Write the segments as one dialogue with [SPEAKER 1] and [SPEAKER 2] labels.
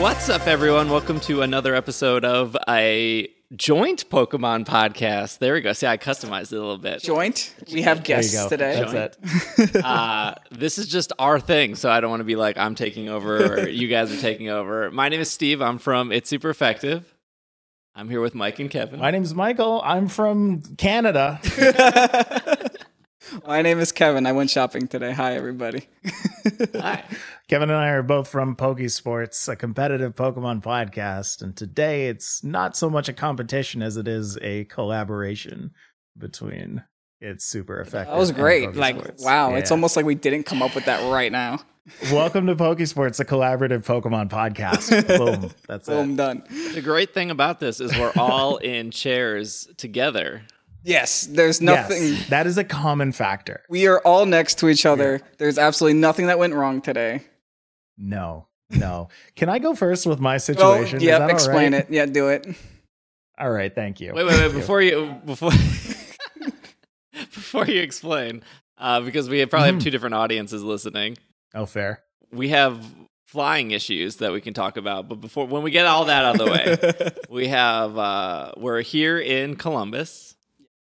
[SPEAKER 1] What's up, everyone? Welcome to another episode of a joint Pokemon podcast. There we go. See, I customized it a little bit.
[SPEAKER 2] Joint. We have guests today.
[SPEAKER 3] That's it.
[SPEAKER 1] Uh, this is just our thing, so I don't want to be like I'm taking over or you guys are taking over. My name is Steve. I'm from It's Super Effective. I'm here with Mike and Kevin.
[SPEAKER 3] My name's Michael. I'm from Canada.
[SPEAKER 2] My name is Kevin. I went shopping today. Hi, everybody.
[SPEAKER 1] Hi.
[SPEAKER 3] Kevin and I are both from Pokesports, a competitive Pokemon podcast. And today it's not so much a competition as it is a collaboration between it's super effective.
[SPEAKER 2] That was
[SPEAKER 3] and
[SPEAKER 2] great.
[SPEAKER 3] Pokesports.
[SPEAKER 2] Like, wow. It's
[SPEAKER 3] Yeah.
[SPEAKER 2] almost like we didn't come up with that right now.
[SPEAKER 3] Welcome to Pokesports, a collaborative Pokemon podcast. Boom. That's
[SPEAKER 2] Boom,
[SPEAKER 3] it.
[SPEAKER 2] done.
[SPEAKER 1] The great thing about this is we're all in chairs together.
[SPEAKER 2] Yes, there's nothing.
[SPEAKER 3] Yes, that is a common factor.
[SPEAKER 2] We are all next to each other. There's absolutely nothing that went wrong today.
[SPEAKER 3] No, no. Can I go first with my
[SPEAKER 2] Oh,
[SPEAKER 3] situation? Is that
[SPEAKER 2] yep.
[SPEAKER 3] all
[SPEAKER 2] Explain
[SPEAKER 3] right?
[SPEAKER 2] it. Yeah, do it.
[SPEAKER 3] All right. Thank you.
[SPEAKER 1] Wait, wait, wait! Before you before before you explain, uh, because we probably have two different audiences listening.
[SPEAKER 3] Oh, fair.
[SPEAKER 1] we have flying issues that we can talk about. But before, when we get all that out of the way, we have uh, we're here in Columbus.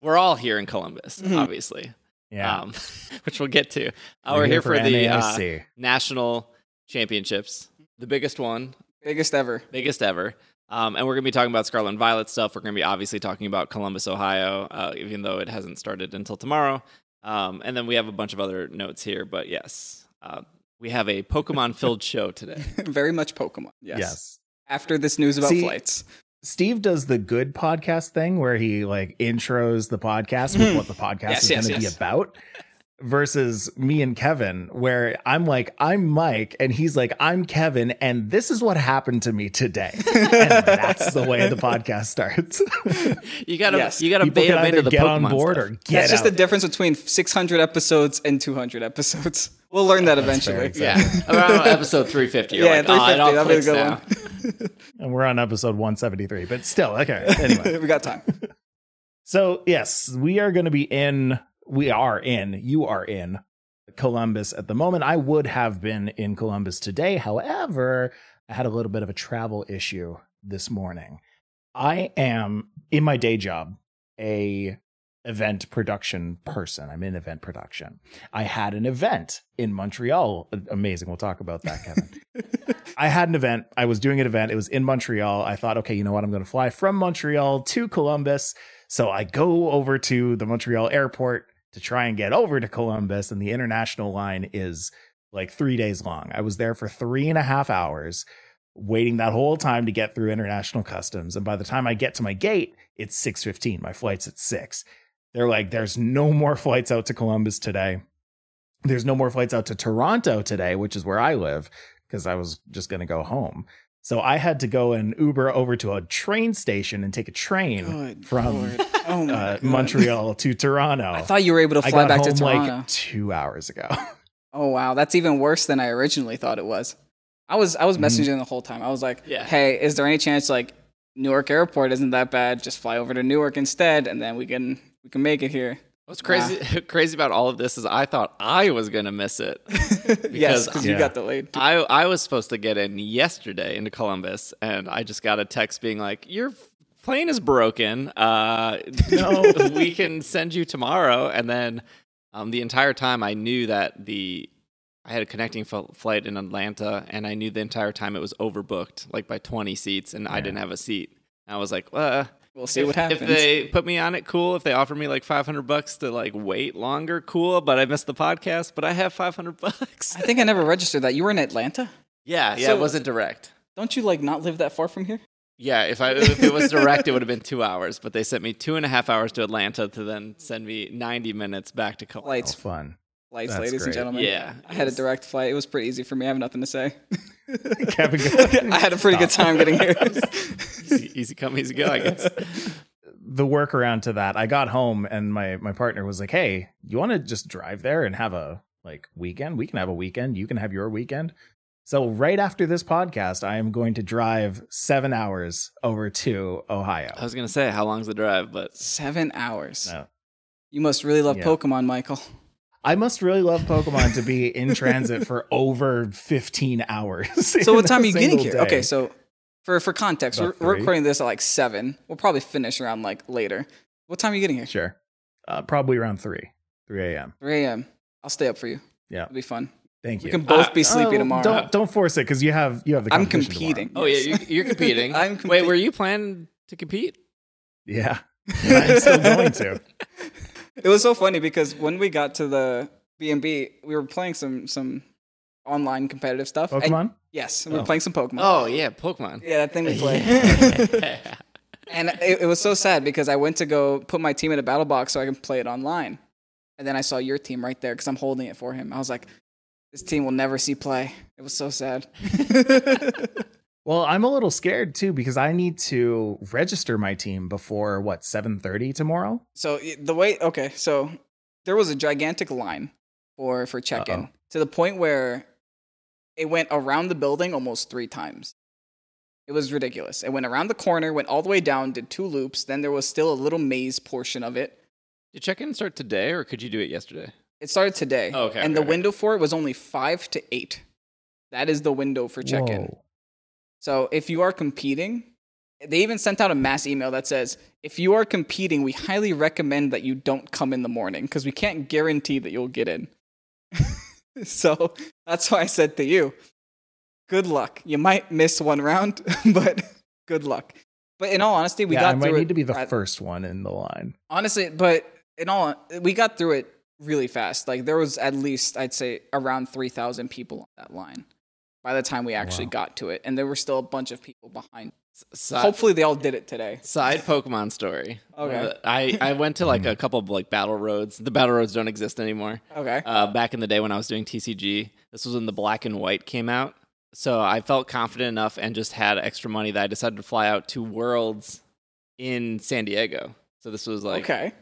[SPEAKER 1] We're all here in Columbus, obviously,
[SPEAKER 3] Yeah.
[SPEAKER 1] um, which we'll get to. Uh, we're, here for, the uh,
[SPEAKER 3] NAIC.
[SPEAKER 1] national championships, the biggest one,
[SPEAKER 2] Biggest ever.
[SPEAKER 1] biggest ever. Um, and we're going to be talking about Scarlet and Violet stuff. We're going to be obviously talking about Columbus, Ohio, uh, even though it hasn't started until tomorrow. Um, and then we have a bunch of other notes here. But yes, uh, we have a Pokemon filled show today.
[SPEAKER 2] Very much Pokemon. Yes.
[SPEAKER 3] yes.
[SPEAKER 2] After this news about
[SPEAKER 3] See-
[SPEAKER 2] flights.
[SPEAKER 3] Steve does the good podcast thing where he like intros the podcast
[SPEAKER 1] Hmm.
[SPEAKER 3] with what the podcast
[SPEAKER 2] Yes,
[SPEAKER 3] is
[SPEAKER 2] yes,
[SPEAKER 3] going to
[SPEAKER 2] yes.
[SPEAKER 3] be about versus me and Kevin where I'm like I'm Mike and he's like I'm Kevin and this is what happened to me today. and that's the way the podcast starts.
[SPEAKER 1] You gotta,
[SPEAKER 2] Yes.
[SPEAKER 1] you gotta
[SPEAKER 3] People
[SPEAKER 1] bait
[SPEAKER 3] can
[SPEAKER 1] them
[SPEAKER 3] either
[SPEAKER 1] into the
[SPEAKER 3] get
[SPEAKER 1] Pokemon
[SPEAKER 3] on board
[SPEAKER 1] stuff.
[SPEAKER 3] or get
[SPEAKER 2] That's just
[SPEAKER 3] out.
[SPEAKER 2] the difference between 600 episodes and 200 episodes. We'll learn that
[SPEAKER 3] fair,
[SPEAKER 2] eventually.
[SPEAKER 1] yeah, around episode three fifty.
[SPEAKER 2] Yeah,
[SPEAKER 1] Yeah, like, oh, it
[SPEAKER 2] 350,
[SPEAKER 1] all
[SPEAKER 2] that'd be a
[SPEAKER 1] clicks
[SPEAKER 2] good
[SPEAKER 1] now.
[SPEAKER 3] and we're on episode 173, but still okay. Anyway.
[SPEAKER 2] we got time.
[SPEAKER 3] So yes, we are going to be in. We are in. You are in Columbus at the moment. I would have been in Columbus today, however, I had a little bit of a travel issue this morning. I am in my day job a event production person. I'm in event production. I had an event in Montreal. Amazing. We'll talk about that, Kevin. I had an event. I was doing an event. It was in Montreal. I thought, okay, you know what? I'm going to fly from Montreal to Columbus. So I go over to the Montreal airport to try and get over to Columbus, and the international line is like three days long. I was there for three and a half hours, waiting that whole time to get through international customs. And by the time I get to my gate, it's six fifteen. My flight's at six. They're like, "There's no more flights out to Columbus today. There's no more flights out to Toronto today, which is where I live, because I was just going to go home." So I had to go and Uber over to a train station and take a train
[SPEAKER 2] Good
[SPEAKER 3] from
[SPEAKER 2] Lord. Oh my
[SPEAKER 3] uh,
[SPEAKER 2] God.
[SPEAKER 3] Montreal to Toronto.
[SPEAKER 2] I thought you were able to
[SPEAKER 3] Oh. I
[SPEAKER 2] fly
[SPEAKER 3] got
[SPEAKER 2] back
[SPEAKER 3] home
[SPEAKER 2] to Toronto.
[SPEAKER 3] like two hours ago.
[SPEAKER 2] oh wow, that's even worse than I originally thought it was. I was I was
[SPEAKER 3] Mm-hmm.
[SPEAKER 2] messaging the whole time. I was like,
[SPEAKER 1] Yeah.
[SPEAKER 2] "Hey, is there any chance like Newark Airport isn't that bad? Just fly over to Newark instead, and then we can we can make it here."
[SPEAKER 1] What's crazy, crazy about all of this is I thought I was gonna miss it.
[SPEAKER 2] yes,
[SPEAKER 1] Because-
[SPEAKER 2] because you
[SPEAKER 3] Yeah.
[SPEAKER 2] got delayed.
[SPEAKER 1] I I was supposed to get in yesterday into Columbus, and I just got a text being like, "Your plane is broken. Uh,
[SPEAKER 3] No.
[SPEAKER 1] we can send you tomorrow." And then um, the entire time, I knew that the I had a connecting fl- flight in Atlanta, and I knew the entire time it was overbooked, like by twenty seats, and I didn't have a seat. And I was like, "Uh."
[SPEAKER 2] We'll see
[SPEAKER 1] if-
[SPEAKER 2] what happens.
[SPEAKER 1] If they put me on it, cool. If they offer me like five hundred bucks to like wait longer, cool. But I missed the podcast. But I have five hundred bucks.
[SPEAKER 2] I think I never registered that. You were in Atlanta.
[SPEAKER 1] Yeah, yeah.
[SPEAKER 2] So-
[SPEAKER 1] it wasn't direct.
[SPEAKER 2] Don't you like not live that far from here?
[SPEAKER 1] Yeah, if I if it was direct, it would have been two hours. But they sent me two and a half hours to Atlanta to then send me ninety minutes back to Columbus.
[SPEAKER 3] It's
[SPEAKER 2] Flights,
[SPEAKER 3] fun.
[SPEAKER 2] flights,
[SPEAKER 3] Oh, That's
[SPEAKER 2] ladies and
[SPEAKER 3] great.
[SPEAKER 2] gentlemen.
[SPEAKER 1] Yeah,
[SPEAKER 2] I had a direct flight. It was pretty easy for me. I have nothing to say.
[SPEAKER 3] Kevin,
[SPEAKER 2] I had a pretty good time getting here.
[SPEAKER 1] easy, easy come, easy go. I guess.
[SPEAKER 3] the workaround to that. I got home and my my partner was like, "Hey, you want to just drive there and have a like weekend? We can have a weekend. You can have your weekend." So right after this podcast, I am going to drive seven hours over to Ohio.
[SPEAKER 2] Oh.
[SPEAKER 1] I was gonna say how long's the drive, but
[SPEAKER 2] Seven hours.
[SPEAKER 3] No.
[SPEAKER 2] You must really love
[SPEAKER 3] Yeah.
[SPEAKER 2] Pokemon, Michael.
[SPEAKER 3] I must really love Pokemon to be in transit for over 15 hours.
[SPEAKER 2] So
[SPEAKER 3] in
[SPEAKER 2] what
[SPEAKER 3] a
[SPEAKER 2] time are you getting
[SPEAKER 3] single
[SPEAKER 2] here?
[SPEAKER 3] day.
[SPEAKER 2] Okay, so for for context, we're,
[SPEAKER 3] About
[SPEAKER 2] we're
[SPEAKER 3] three.
[SPEAKER 2] recording this at like seven. We'll probably finish around like later. What time are you getting here?
[SPEAKER 3] sure. Uh, probably around 3, 3 a.m.
[SPEAKER 2] 3 a.m. I'll stay up for you.
[SPEAKER 3] Yeah.
[SPEAKER 2] It'll be fun.
[SPEAKER 3] Thank
[SPEAKER 2] We
[SPEAKER 3] you.
[SPEAKER 2] can both be
[SPEAKER 1] Uh,
[SPEAKER 2] sleepy
[SPEAKER 3] Oh,
[SPEAKER 2] tomorrow.
[SPEAKER 3] Don't don't force it because you have you have the.
[SPEAKER 2] I'm
[SPEAKER 3] competition
[SPEAKER 2] competing.
[SPEAKER 3] tomorrow.
[SPEAKER 1] Oh yeah, you, you're competing.
[SPEAKER 2] I'm
[SPEAKER 1] Wait,
[SPEAKER 2] competing.
[SPEAKER 1] were you planning to compete?
[SPEAKER 3] Yeah, I'm still going to.
[SPEAKER 2] It was so funny because when we got to the B&B, we were playing some some online competitive stuff. and-
[SPEAKER 3] Pokemon.
[SPEAKER 2] yes, and we were
[SPEAKER 3] Oh.
[SPEAKER 2] playing some Pokemon.
[SPEAKER 1] Oh yeah, Pokemon.
[SPEAKER 2] Yeah, that thing we played. and it, it was so sad because I went to go put my team in a battle box so I can play it online. And then I saw your team right there because I'm holding it for him. I was like, this team will never see play. It was so sad.
[SPEAKER 3] Well, I'm a little scared too because I need to register my team before what 7:30 tomorrow.
[SPEAKER 2] So y- the way okay, so there was a gigantic line for for check-in
[SPEAKER 3] Uh-oh.
[SPEAKER 2] to the point where it went around the building almost 3 times. It was ridiculous. It went around the corner, went all the way down, did two loops, then there was still a little maze portion of it.
[SPEAKER 1] Did check-in start today, or could you do it yesterday?
[SPEAKER 2] It started today.
[SPEAKER 1] Oh, okay,
[SPEAKER 2] And
[SPEAKER 1] okay,
[SPEAKER 2] the
[SPEAKER 1] okay.
[SPEAKER 2] window for it was only 5 to 8. That is the window for check-in.
[SPEAKER 3] Whoa.
[SPEAKER 2] So if you are competing, they even sent out a mass email that says, if you are competing, we highly recommend that you don't come in the morning because we can't guarantee that you'll get in. so that's why I said to you, good luck. You might miss one round, but good luck. But in all honesty, we
[SPEAKER 3] yeah,
[SPEAKER 2] got
[SPEAKER 3] I might
[SPEAKER 2] through
[SPEAKER 3] need
[SPEAKER 2] it.
[SPEAKER 3] to be the
[SPEAKER 2] I-
[SPEAKER 3] first one in the line.
[SPEAKER 2] honestly, but in all, we got through it really fast. Like there was at least I'd say around three thousand people on that line by the time we
[SPEAKER 1] Oh,
[SPEAKER 2] actually
[SPEAKER 3] Wow.
[SPEAKER 2] got to it, and there were still a bunch of people behind.
[SPEAKER 1] Si-
[SPEAKER 2] Hopefully, they all did it today.
[SPEAKER 1] Side Pokemon story.
[SPEAKER 2] Okay.
[SPEAKER 1] Uh, I, I went to like a couple of like battle roads. The battle roads don't exist anymore.
[SPEAKER 2] Okay.
[SPEAKER 1] Uh, back in the day when I was doing TCG, this was when the black and white came out. So I felt confident enough and just had extra money that I decided to fly out to Worlds in San Diego. So this was like
[SPEAKER 2] okay.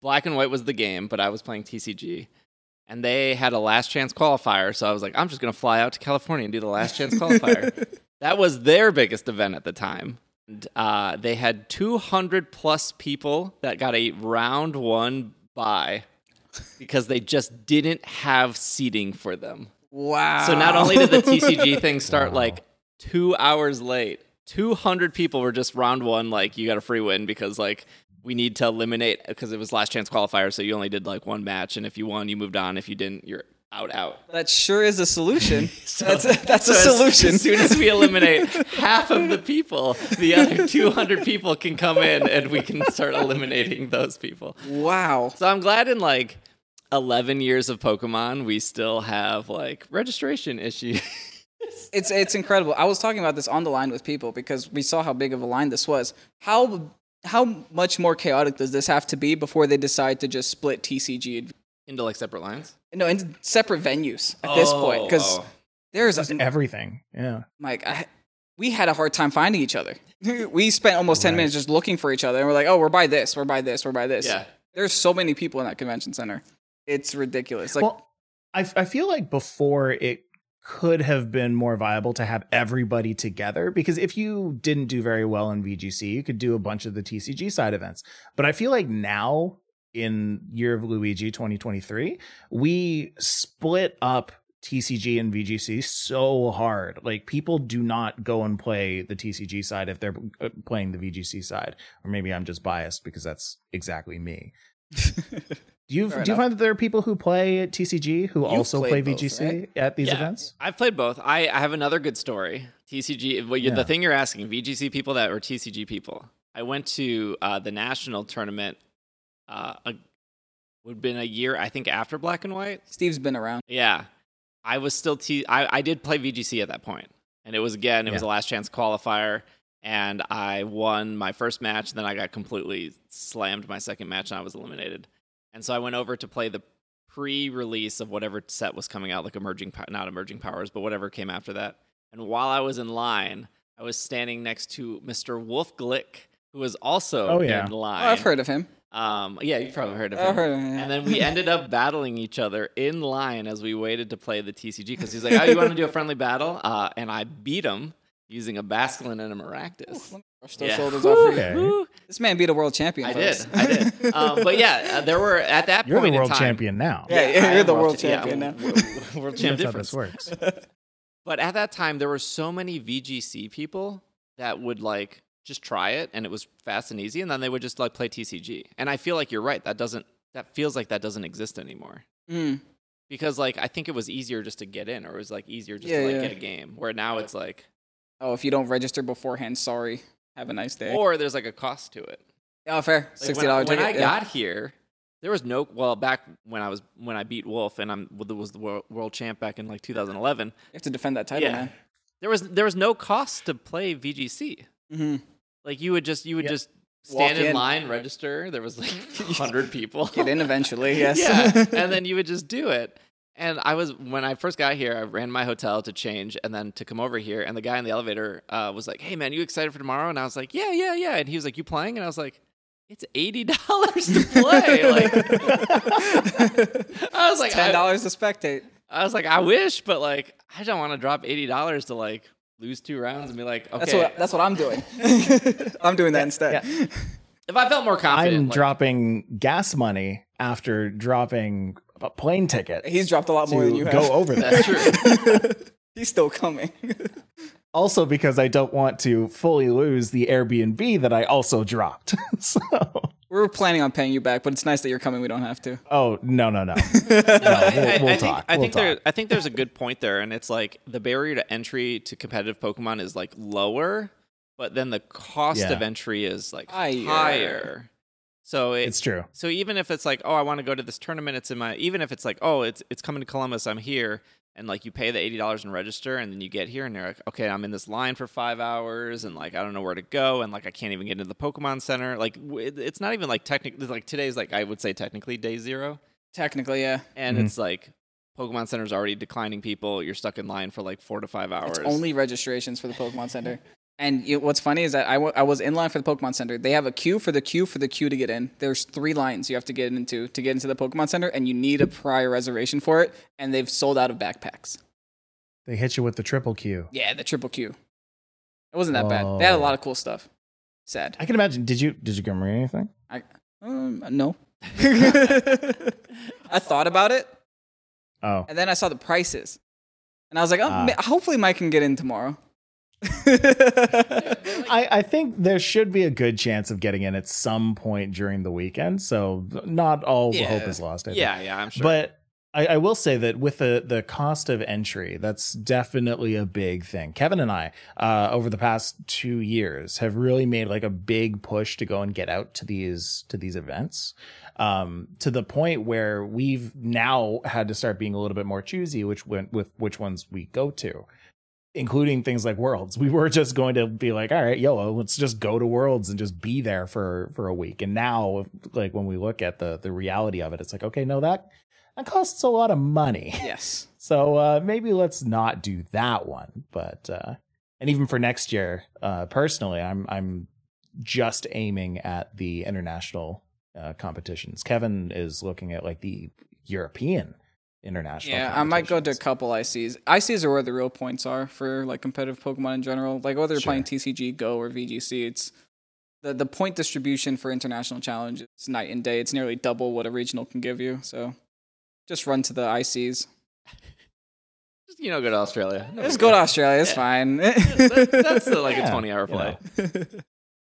[SPEAKER 1] black and white was the game, but I was playing TCG. And they had a last chance qualifier, so I was like, I'm just gonna fly out to California and do the last chance qualifier. That was their biggest event at the time. And, uh, they had 200 plus people that got a round one buy because they just didn't have seating for them.
[SPEAKER 2] Wow.
[SPEAKER 1] So not only did the TCG thing start like two hours late, 200 people were just round one, like, you got a free win because, like, we need to eliminate because it was last chance qualifier. So you only did like one match. And if you won, you moved on. If you didn't, you're out, out.
[SPEAKER 2] that sure is a solution.
[SPEAKER 1] So-
[SPEAKER 2] that's a, that's a
[SPEAKER 1] so as-
[SPEAKER 2] solution.
[SPEAKER 1] As soon as we eliminate half of the people, the other 200 people can come in and we can start eliminating those people.
[SPEAKER 2] wow.
[SPEAKER 1] So I'm glad in like 11 years of Pokemon, we still have like registration issues.
[SPEAKER 2] It's it's incredible. I was talking about this on the line with people because we saw how big of a line this was. How how much more chaotic does this have to be before they decide to just split TCG and
[SPEAKER 1] Into like separate lines?
[SPEAKER 2] no, in separate venues at this point
[SPEAKER 1] Oh,
[SPEAKER 2] because
[SPEAKER 1] oh.
[SPEAKER 2] there's
[SPEAKER 3] Just everything. Yeah.
[SPEAKER 2] like I, we had a hard time finding each other. we spent almost ten
[SPEAKER 3] Right.
[SPEAKER 2] minutes just looking for each other, and we're like, oh, we're by this, we're by this, we're by this.
[SPEAKER 1] Yeah.
[SPEAKER 2] There's so many people in that convention center. It's ridiculous. Like,
[SPEAKER 3] well, I, f- I feel like before it could have been more viable to have everybody together because if you didn't do very well in VGC, you could do a bunch of the TCG side events. But I feel like now in Year of Luigi 2023, we split up TCG and VGC so hard. Like people do not go and play the TCG side if they're uh, playing the VGC side. Or maybe I'm just biased because that's exactly me. Do you
[SPEAKER 2] Fair
[SPEAKER 3] do you
[SPEAKER 2] enough.
[SPEAKER 3] find that there are people who play at TCG who also play
[SPEAKER 2] played both,
[SPEAKER 3] VGC
[SPEAKER 2] right?
[SPEAKER 3] at these
[SPEAKER 1] Yeah.
[SPEAKER 3] events?
[SPEAKER 1] I've played both. I, I have another good story. TCG, well, you
[SPEAKER 3] Yeah.
[SPEAKER 1] the thing you're asking, VGC people that were TCG people. I went to uh, the national tournament. Uh, a, would have been a year, I think, after Black and White.
[SPEAKER 2] Steve's been around.
[SPEAKER 1] Yeah, I was still T. I, I did play VGC at that point, and it was again, it was
[SPEAKER 3] Yeah.
[SPEAKER 1] a last chance qualifier, and I won my first match. Then I got completely slammed my second match, and I was eliminated. And so I went over to play the pre-release of whatever set was coming out, like emerging, Po- not emerging powers, but whatever came after that. And while I was in line, I was standing next to Mr. Wolf Glick, who was also
[SPEAKER 3] Oh, yeah.
[SPEAKER 1] in
[SPEAKER 2] Oh,
[SPEAKER 1] line.
[SPEAKER 2] I've heard of him.
[SPEAKER 1] Um, yeah, you've probably heard of him.
[SPEAKER 2] I've heard of him. yeah.
[SPEAKER 1] And then we ended up battling each other in line as we waited to play the TCG because he's like, "Oh, you want to do a friendly battle?" Uh, and I beat him. using a Basculin and a Maractus.
[SPEAKER 2] Let me brush those
[SPEAKER 1] Yeah.
[SPEAKER 2] shoulders off for you.
[SPEAKER 3] Okay.
[SPEAKER 1] Woo.
[SPEAKER 2] This man beat a world champion.
[SPEAKER 1] I
[SPEAKER 2] folks.
[SPEAKER 1] did. I did. Um, but yeah, uh, there were at that
[SPEAKER 3] You're the
[SPEAKER 1] point in
[SPEAKER 3] world
[SPEAKER 1] time-
[SPEAKER 3] champion now.
[SPEAKER 2] Yeah, you're
[SPEAKER 1] I am
[SPEAKER 2] the world
[SPEAKER 1] cha- yeah,
[SPEAKER 2] champion now.
[SPEAKER 1] w- w- world champ
[SPEAKER 3] That's how
[SPEAKER 1] difference.
[SPEAKER 3] this works.
[SPEAKER 1] But at that time, there were so many VGC people that would like just try it, and it was fast and easy, and then they would just like play TCG. And I feel like you're right. That doesn't. That feels like that doesn't exist anymore.
[SPEAKER 2] Mm.
[SPEAKER 1] Because like I think it was easier just to get in, or it was like easier just
[SPEAKER 2] Yeah,
[SPEAKER 1] to like
[SPEAKER 2] yeah.
[SPEAKER 1] get a game. Where now it's like,
[SPEAKER 2] Oh, if you don't register beforehand, sorry. Have a nice day.
[SPEAKER 1] or there's like a cost to it.
[SPEAKER 2] oh,
[SPEAKER 1] Like,
[SPEAKER 2] fair. Sixty
[SPEAKER 1] when I-
[SPEAKER 2] dollars.
[SPEAKER 1] When, I got here, there was no well back when I was when I beat Wolf and I'm was the world, world champ back in like 2011.
[SPEAKER 2] you have to defend that title,
[SPEAKER 1] Yeah.
[SPEAKER 2] man.
[SPEAKER 1] There was there was no cost to play VGC.
[SPEAKER 2] Mhm.
[SPEAKER 1] Like you would just you would
[SPEAKER 3] Yeah.
[SPEAKER 1] just
[SPEAKER 2] Walk
[SPEAKER 1] stand in,
[SPEAKER 2] in.
[SPEAKER 1] line, register. There was like 100 people.
[SPEAKER 2] Get in eventually. Yes.
[SPEAKER 1] yeah, and then you would just do it. And I was when I first got here, I ran my hotel to change and then to come over here. And the guy in the elevator uh, was like, "Hey man, you excited for tomorrow?" And I was like, "Yeah, yeah, yeah." And he was like, "You playing?" And I was like, "It's eighty dollars to play." like I was like,
[SPEAKER 2] Ten
[SPEAKER 1] I,
[SPEAKER 2] dollars to spectate.
[SPEAKER 1] I was like, I wish, but like I don't want to drop eighty dollars to like lose two rounds and be like, okay.
[SPEAKER 2] That's what that's what I'm doing. I'm doing that instead.
[SPEAKER 1] if I felt more confident,
[SPEAKER 3] I'm
[SPEAKER 1] like-
[SPEAKER 3] dropping gas money after dropping a plane ticket
[SPEAKER 2] He's dropped a lot more than
[SPEAKER 3] to
[SPEAKER 2] you
[SPEAKER 3] go
[SPEAKER 2] have.
[SPEAKER 3] over
[SPEAKER 1] That's
[SPEAKER 3] there.
[SPEAKER 1] true.
[SPEAKER 2] He's still coming.
[SPEAKER 3] also, because I don't want to fully lose the Airbnb that I also dropped. so,
[SPEAKER 2] we were planning on paying you back, but it's nice that you're coming. We don't have to.
[SPEAKER 3] oh no, no, no.
[SPEAKER 1] I-
[SPEAKER 3] we'll-
[SPEAKER 1] I,
[SPEAKER 3] we'll
[SPEAKER 1] I
[SPEAKER 3] talk.
[SPEAKER 1] think, I
[SPEAKER 3] We'll
[SPEAKER 1] think there,
[SPEAKER 3] talk.
[SPEAKER 1] I think there's a good point there, and it's like the barrier to entry to competitive Pokemon is like lower, but then the cost
[SPEAKER 3] Yeah.
[SPEAKER 1] of entry is like
[SPEAKER 2] Higher.
[SPEAKER 1] higher. So it,
[SPEAKER 3] It's true.
[SPEAKER 1] so even if it's like, oh, I want to go to this tournament, it's in my. Even if it's like, oh, it's it's coming to Columbus, I'm here, and like you pay the eighty dollars and register, and then you get here, and you're like, okay, I'm in this line for five hours, and like I don't know where to go, and like I can't even get into the Pokemon Center. Like w- it- it's not even like technically like today's like I would say technically day zero
[SPEAKER 2] Technically, yeah.
[SPEAKER 1] and
[SPEAKER 3] Mhm.
[SPEAKER 1] it's like Pokemon Center's already declining people. You're stuck in line for like four to five hours.
[SPEAKER 2] It's only registrations for the Pokemon Center. And you, what's funny is that I wa- I was in line for the Pokemon Center. They have a queue for the queue for the queue to get in. There's three lines you have to get into to get into the Pokemon Center, and you need a prior reservation for it. And they've sold out of backpacks.
[SPEAKER 3] They hit you with the triple Q.
[SPEAKER 2] Yeah, the triple queue. It wasn't that bad. They had a
[SPEAKER 3] Oh.
[SPEAKER 2] lot of cool stuff. Sad.
[SPEAKER 3] I can imagine. Did you did you get Maria anything?
[SPEAKER 2] Um, no. I thought about it,
[SPEAKER 3] Oh,
[SPEAKER 2] and then I saw the prices, and I was like, oh,
[SPEAKER 3] Ah.
[SPEAKER 2] ma- hopefully Mike can get in tomorrow.
[SPEAKER 3] I, I think there should be a good chance of getting in at some point during the weekend. So not all
[SPEAKER 2] Yeah.
[SPEAKER 3] hope is lost. I think.
[SPEAKER 1] yeah, yeah, I'm sure.
[SPEAKER 3] But I, I will say that with the the cost of entry, that's definitely a big thing. Kevin and I, uh, over the past two years, have really made like a big push to go and get out to these to these events, um, to the point where we've now had to start being a little bit more choosy, which went with which ones we go to. Including things like Worlds, we were just going to be like, all right, YOLO, let's just go to Worlds and just be there for for a week. And now, like when we look at the the reality of it, it's like, okay, no, that that costs a lot of money.
[SPEAKER 2] yes.
[SPEAKER 3] So uh, maybe let's not do that one. But uh, and even for next year, uh, personally, I'm I'm just aiming at the international uh, competitions. Kevin is looking at like the European international.
[SPEAKER 2] Yeah, I might go to a
[SPEAKER 3] competitions.
[SPEAKER 2] couple ICs. ICs are where the real points are for like competitive Pokemon in general. Like whether you're
[SPEAKER 3] Sure.
[SPEAKER 2] playing TCG Go or VGC, it's the the point distribution for international challenge is night and day. It's nearly double what a regional can give you. So just run to the ICs.
[SPEAKER 1] Just, you know, go to Australia. No
[SPEAKER 2] Just
[SPEAKER 1] big
[SPEAKER 2] go to Australia. It's
[SPEAKER 1] Yeah.
[SPEAKER 2] fine.
[SPEAKER 1] deal. That- that's uh, like
[SPEAKER 3] Yeah,
[SPEAKER 1] a 20 hour
[SPEAKER 3] you know.
[SPEAKER 1] play.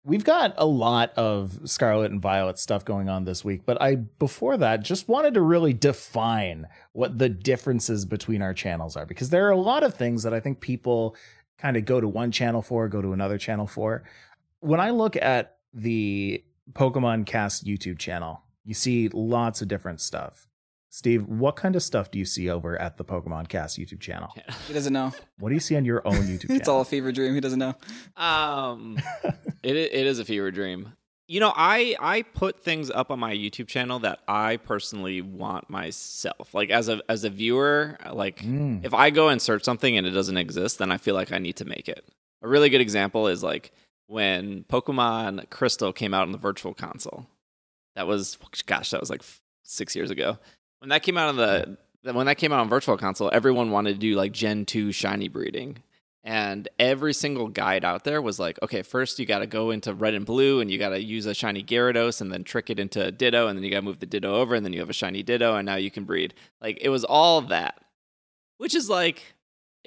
[SPEAKER 3] We've got a lot of Scarlet and Violet stuff going on this week, but I before that just wanted to really define what the differences between our channels are because there are a lot of things that I think people kind of go to one channel for, go to another channel for. When I look at the Pokemon Cast YouTube channel, you see lots of different stuff. Steve, what kind of stuff do you see over at the Pokemon Cast YouTube channel?
[SPEAKER 2] he doesn't know.
[SPEAKER 3] What do you see on your own YouTube channel?
[SPEAKER 2] It's all a fever dream. He doesn't know.
[SPEAKER 1] Um, it i- it is a fever dream. You know, I I put things up on my YouTube channel that I personally want myself. Like as a as a viewer, like
[SPEAKER 3] Mm.
[SPEAKER 1] if I go and search something and it doesn't exist, then I feel like I need to make it. A really good example is like when Pokemon Crystal came out on the Virtual Console. That was gosh, that was like f- six years ago. When that came out on the when that came out on Virtual Console, everyone wanted to do like Gen two shiny breeding, And every single guide out there was like, okay, first you got to go into red and blue and you got to use a shiny Gyarados and then trick it into a Ditto and then you got to move the Ditto over and then you have a shiny Ditto and now you can breed. Like it was all that, which is like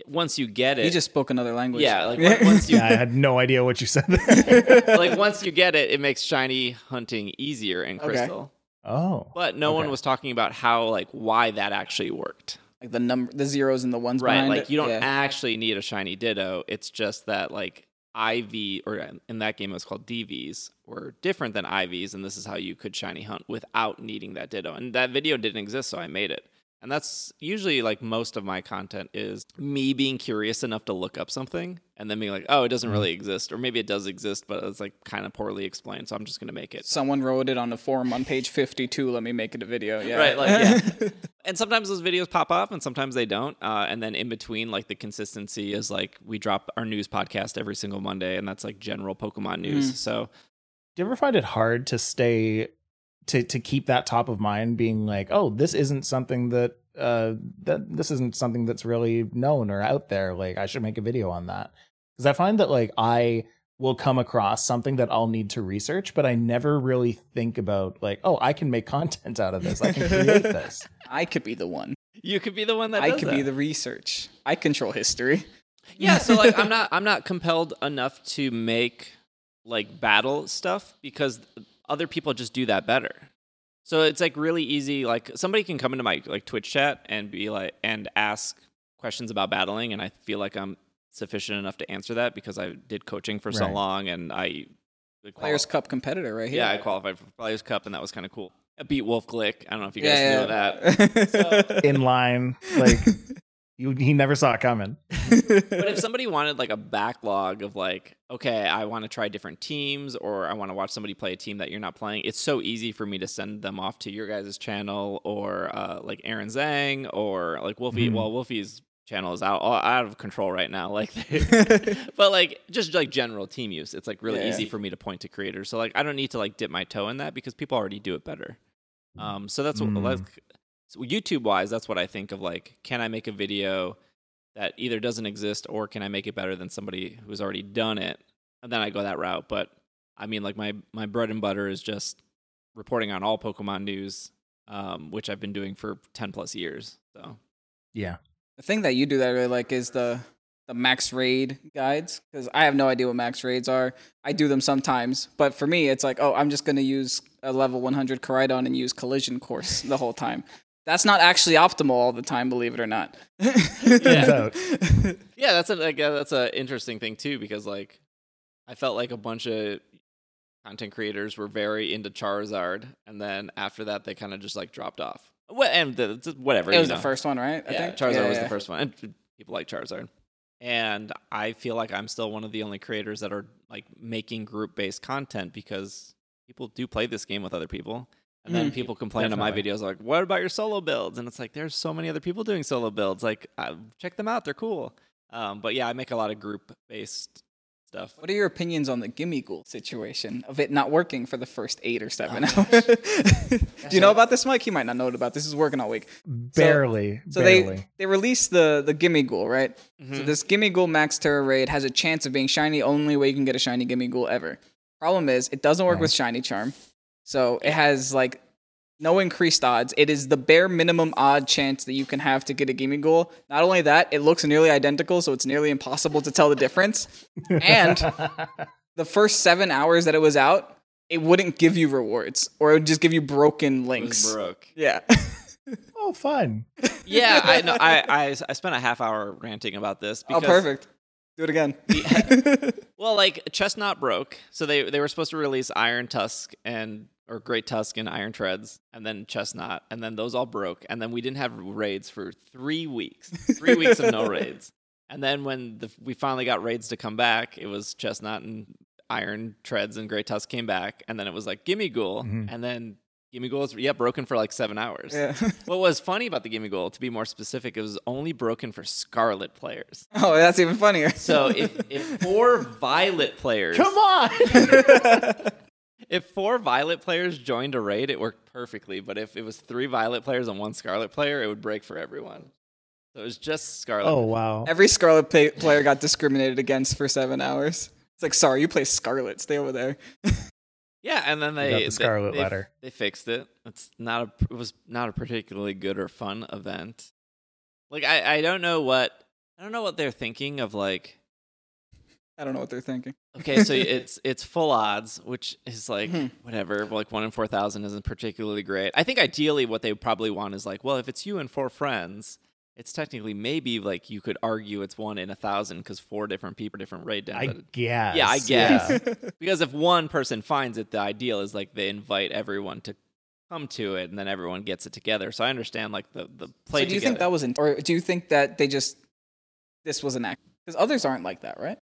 [SPEAKER 1] once you get it.
[SPEAKER 2] You just spoke another language.
[SPEAKER 1] yeah, like on- once you
[SPEAKER 3] Yeah, I had no idea what you said there.
[SPEAKER 1] like once you get it, it makes shiny hunting easier in
[SPEAKER 2] Okay.
[SPEAKER 1] Crystal.
[SPEAKER 3] oh.
[SPEAKER 1] But no one
[SPEAKER 3] Okay.
[SPEAKER 1] was talking about how like why that actually worked.
[SPEAKER 2] like the number, the zeros and the ones
[SPEAKER 1] Right.
[SPEAKER 2] behind
[SPEAKER 1] Like
[SPEAKER 2] it.
[SPEAKER 1] you don't
[SPEAKER 2] Yeah.
[SPEAKER 1] actually need a shiny ditto. It's just that like IV or uh, in that game it was called DVs were different than IVs, and this is how you could shiny hunt without needing that ditto. And that video didn't exist, so I made it. And that's usually like most of my content is me being curious enough to look up something and then being like, oh, it
[SPEAKER 2] Mm-hmm.
[SPEAKER 1] doesn't really exist. Or maybe it does exist, but it's like kind of poorly explained. So I'm just going to make it.
[SPEAKER 2] Someone wrote it on a forum on page fifty-two. Let me make it a video. Yeah,
[SPEAKER 1] Right, like, yeah. and sometimes those videos pop off and sometimes they don't. Uh, and then in between, like the consistency is like we drop our news podcast every single Monday, and that's like general Pokemon
[SPEAKER 2] Hmm.
[SPEAKER 1] news. So
[SPEAKER 3] Do you ever find it hard to stay to to keep that top of mind being like, "Oh, this isn't something that uh that this isn't something that's really known or out there. Like I should make a video on that." Cuz I find that like I will come across something that I'll need to research, but I never really think about like, "Oh, I can make content out of this. I can create this."
[SPEAKER 2] I could be the one.
[SPEAKER 1] you could be the one that
[SPEAKER 2] I
[SPEAKER 1] does
[SPEAKER 2] could
[SPEAKER 1] that.
[SPEAKER 2] be the research. I control history.
[SPEAKER 1] yeah. So like I'm not I'm not compelled enough to make like battle stuff because other people just do that better. So it's like really easy. Like somebody can come into my like Twitch chat and be like and ask questions about battling, and I feel like I'm sufficient enough to answer that because I did coaching for so
[SPEAKER 3] Right.
[SPEAKER 1] long, and I the quali-
[SPEAKER 2] Players Cup competitor right here.
[SPEAKER 1] yeah I qualified for Players Cup, and that was kind of cool. I beat Wolf Glick. I don't know if you guys know that.
[SPEAKER 2] that.
[SPEAKER 3] In line, like you he never saw it coming.
[SPEAKER 1] but if somebody wanted like a backlog of like, okay, I want to try different teams or I want to watch somebody play a team that you're not playing, it's so easy for me to send them off to your guys' channel or uh, like Aaron Zhang or like Wolfie.
[SPEAKER 3] Mhm.
[SPEAKER 1] Well, Wolfie's channel is out all out of control right now. Like, they, but like just like general team use, it's like really
[SPEAKER 2] Yeah.
[SPEAKER 1] easy for me to point to creators. So like, I don't need to like dip my toe in that because people already do it better. Um, so that's what
[SPEAKER 3] Mm.
[SPEAKER 1] like so YouTube wise, that's what I think of. Like, can I make a video that either doesn't exist or can I make it better than somebody who's already done it? And then I go that route. But I mean, like my my bread and butter is just reporting on all Pokemon news, um, which I've been doing for ten plus years. So
[SPEAKER 3] Yeah.
[SPEAKER 2] The thing that you do that I really like is the the max raid guides because I have no idea what max raids are. I do them sometimes, but for me, it's like, oh, I'm just gonna use a level 100 Koridon and use Collision Course the whole time. That's not actually optimal all the time, believe it or not.
[SPEAKER 3] So,
[SPEAKER 1] yeah, that's a like, uh, that's an interesting thing too because like I felt like a bunch of content creators were very into Charizard, and then after that they kind of just like dropped off. What and the, the- whatever
[SPEAKER 2] It was
[SPEAKER 1] you
[SPEAKER 2] the
[SPEAKER 1] know.
[SPEAKER 2] first one, right?
[SPEAKER 1] yeah,
[SPEAKER 2] think?
[SPEAKER 1] Charizard
[SPEAKER 2] Yeah,
[SPEAKER 1] was the
[SPEAKER 2] yeah.
[SPEAKER 1] first one, and people like Charizard. And I feel like I'm still one of the only creators that are like making group based content because people do play this game with other people. And then
[SPEAKER 2] Mhm.
[SPEAKER 1] people complain
[SPEAKER 3] Definitely.
[SPEAKER 1] on my videos like, "What about your solo builds?" And it's like, there's so many other people doing solo builds. Like, uh, check them out; they're cool. Um, but yeah, I make a lot of group based stuff.
[SPEAKER 2] What are your opinions on the Gimme Ghoul situation of it not working for the first eight or seven
[SPEAKER 1] Oh,
[SPEAKER 2] hours? Do you know about this, Mike? He might not know about this. He's working all week.
[SPEAKER 3] barely.
[SPEAKER 2] So
[SPEAKER 3] barely.
[SPEAKER 2] they they released the the Gimme Ghoul, right? So
[SPEAKER 1] Mhm.
[SPEAKER 2] this Gimme Ghoul Max Terra raid has a chance of being shiny only way you can get a shiny Gimme Ghoul ever. Problem is, it doesn't work with Shiny Charm, so it has like no increased odds. It is the bare minimum odd chance that you can have to get a Gimme Ghoul. Not only that, it looks nearly identical, so it's nearly impossible to tell the difference. And the first seven hours that it was out, it wouldn't give you rewards, or it would just give you broken
[SPEAKER 1] It was
[SPEAKER 2] links.
[SPEAKER 1] broke.
[SPEAKER 2] yeah.
[SPEAKER 3] oh, fun.
[SPEAKER 1] yeah, I know. I, I I spent a half hour ranting about this.
[SPEAKER 2] oh,
[SPEAKER 1] Because
[SPEAKER 2] perfect. Do it again.
[SPEAKER 1] Well, like Chestnut broke, so they they were supposed to release Iron Tusk and or Great Tusk and Iron Treads, and then Chestnut, and then those all broke, and then we didn't have raids for three weeks, three weeks of no raids, and then when the, we finally got raids to come back, it was Chestnut and Iron Treads and Great Tusk came back, and then it was like Gimme Ghoul,
[SPEAKER 3] Mhm.
[SPEAKER 1] and then Gimme Ghoul was yeah broken for like seven hours.
[SPEAKER 2] yeah.
[SPEAKER 1] What was funny about the Gimme Ghoul, to be more specific, it was only broken for Scarlet players.
[SPEAKER 2] Oh, that's even funnier.
[SPEAKER 1] So if, if four Violet players
[SPEAKER 3] Come on.
[SPEAKER 1] if four violet players joined a raid, it worked perfectly. But if it was three violet players and one scarlet player, it would break for everyone. So it was just Scarlet.
[SPEAKER 3] Oh wow.
[SPEAKER 2] Every Scarlet play- player got discriminated against for seven hours. It's like, sorry, you play Scarlet. Stay over there.
[SPEAKER 1] Yeah, and then
[SPEAKER 3] We
[SPEAKER 1] they
[SPEAKER 3] got the
[SPEAKER 1] they-
[SPEAKER 3] Scarlet
[SPEAKER 1] they,
[SPEAKER 3] Letter.
[SPEAKER 1] They fixed it. It's not a it was not a particularly good or fun event. Like I I don't know what I don't know what they're thinking of like
[SPEAKER 2] I don't know what they're thinking.
[SPEAKER 1] okay, so it's it's full odds, which is like
[SPEAKER 2] Hmm.
[SPEAKER 1] whatever, like one in four thousand isn't particularly great. I think ideally what they probably want is like, well, if it's you and four friends, it's technically maybe like you could argue it's one in a thousand because four different people, different raid down.
[SPEAKER 3] I
[SPEAKER 1] but-
[SPEAKER 3] guess.
[SPEAKER 1] Yeah, I guess.
[SPEAKER 3] Yeah.
[SPEAKER 1] because if one person finds it, the ideal is like they invite everyone to come to it, and then everyone gets it together. So I understand like the the play
[SPEAKER 2] so do you
[SPEAKER 1] together.
[SPEAKER 2] think that was, in- or do you think that they just this was an act? Because others aren't like that, right?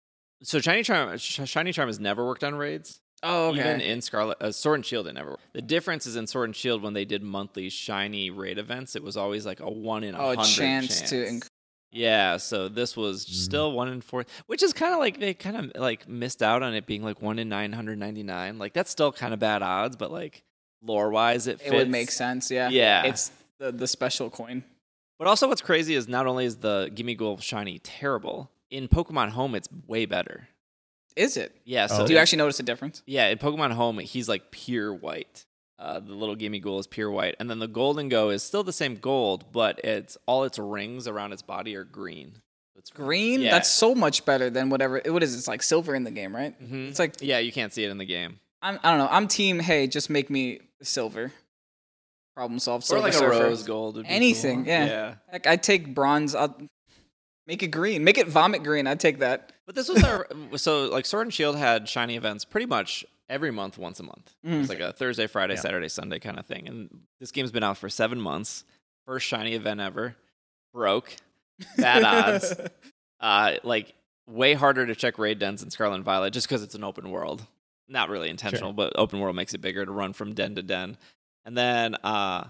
[SPEAKER 1] so shiny charm, Sh- shiny charm has never worked on raids.
[SPEAKER 2] Oh,
[SPEAKER 1] Even in Scarlet, uh, Sword and Shield, it never. worked. The difference is in Sword and Shield when they did monthly shiny raid events, it was always like a one in a
[SPEAKER 2] oh, a
[SPEAKER 1] hundred
[SPEAKER 2] chance, to. Inc-
[SPEAKER 1] Yeah, so this was still one in four, which is kind of like they kind of like missed out on it being like one in nine hundred ninety nine. Like that's still kind of bad odds, but like lore wise, it
[SPEAKER 2] it would
[SPEAKER 1] fits.
[SPEAKER 2] make sense. Yeah.
[SPEAKER 1] Yeah.
[SPEAKER 2] It's the the special coin.
[SPEAKER 1] But also, what's crazy is not only is the Gimme Gold Shiny terrible in Pokemon Home, it's way better.
[SPEAKER 2] Is it?
[SPEAKER 1] Yeah. So
[SPEAKER 3] Oh.
[SPEAKER 2] Do you actually notice a difference?
[SPEAKER 1] Yeah, in Pokemon Home, he's like pure white. Uh, the little Gimme Ghoul is pure white, and then the Golden Go is still the same gold, but it's all its rings around its body are green. It's
[SPEAKER 2] Green.
[SPEAKER 1] Yeah.
[SPEAKER 2] That's so much better than whatever. What is it? It's like silver in the game, right?
[SPEAKER 1] Mhm.
[SPEAKER 2] It's like
[SPEAKER 1] yeah, you can't see it in the game.
[SPEAKER 2] I'm, I don't know. I'm team. Hey, just make me silver. Problem solved. Silver
[SPEAKER 1] or like
[SPEAKER 2] surfer.
[SPEAKER 1] a rose gold. Would be
[SPEAKER 2] Anything,
[SPEAKER 1] cool.
[SPEAKER 2] yeah.
[SPEAKER 1] yeah.
[SPEAKER 2] Heck, I'd take bronze. I'll make it green. Make it vomit green. I'd take that.
[SPEAKER 1] But this was our so like Sword and Shield had shiny events pretty much every month, once a month.
[SPEAKER 2] Mm.
[SPEAKER 1] It
[SPEAKER 2] Hmm.
[SPEAKER 1] was like a Thursday, Friday,
[SPEAKER 3] Yeah.
[SPEAKER 1] Saturday, Sunday kind of thing. And this game's been out for seven months. First shiny event ever. Broke. Bad odds. Uh, like way harder to check raid dens in Scarlet and Violet just because it's an open world. Not really intentional, but open world makes it bigger to run from den to den. And then uh,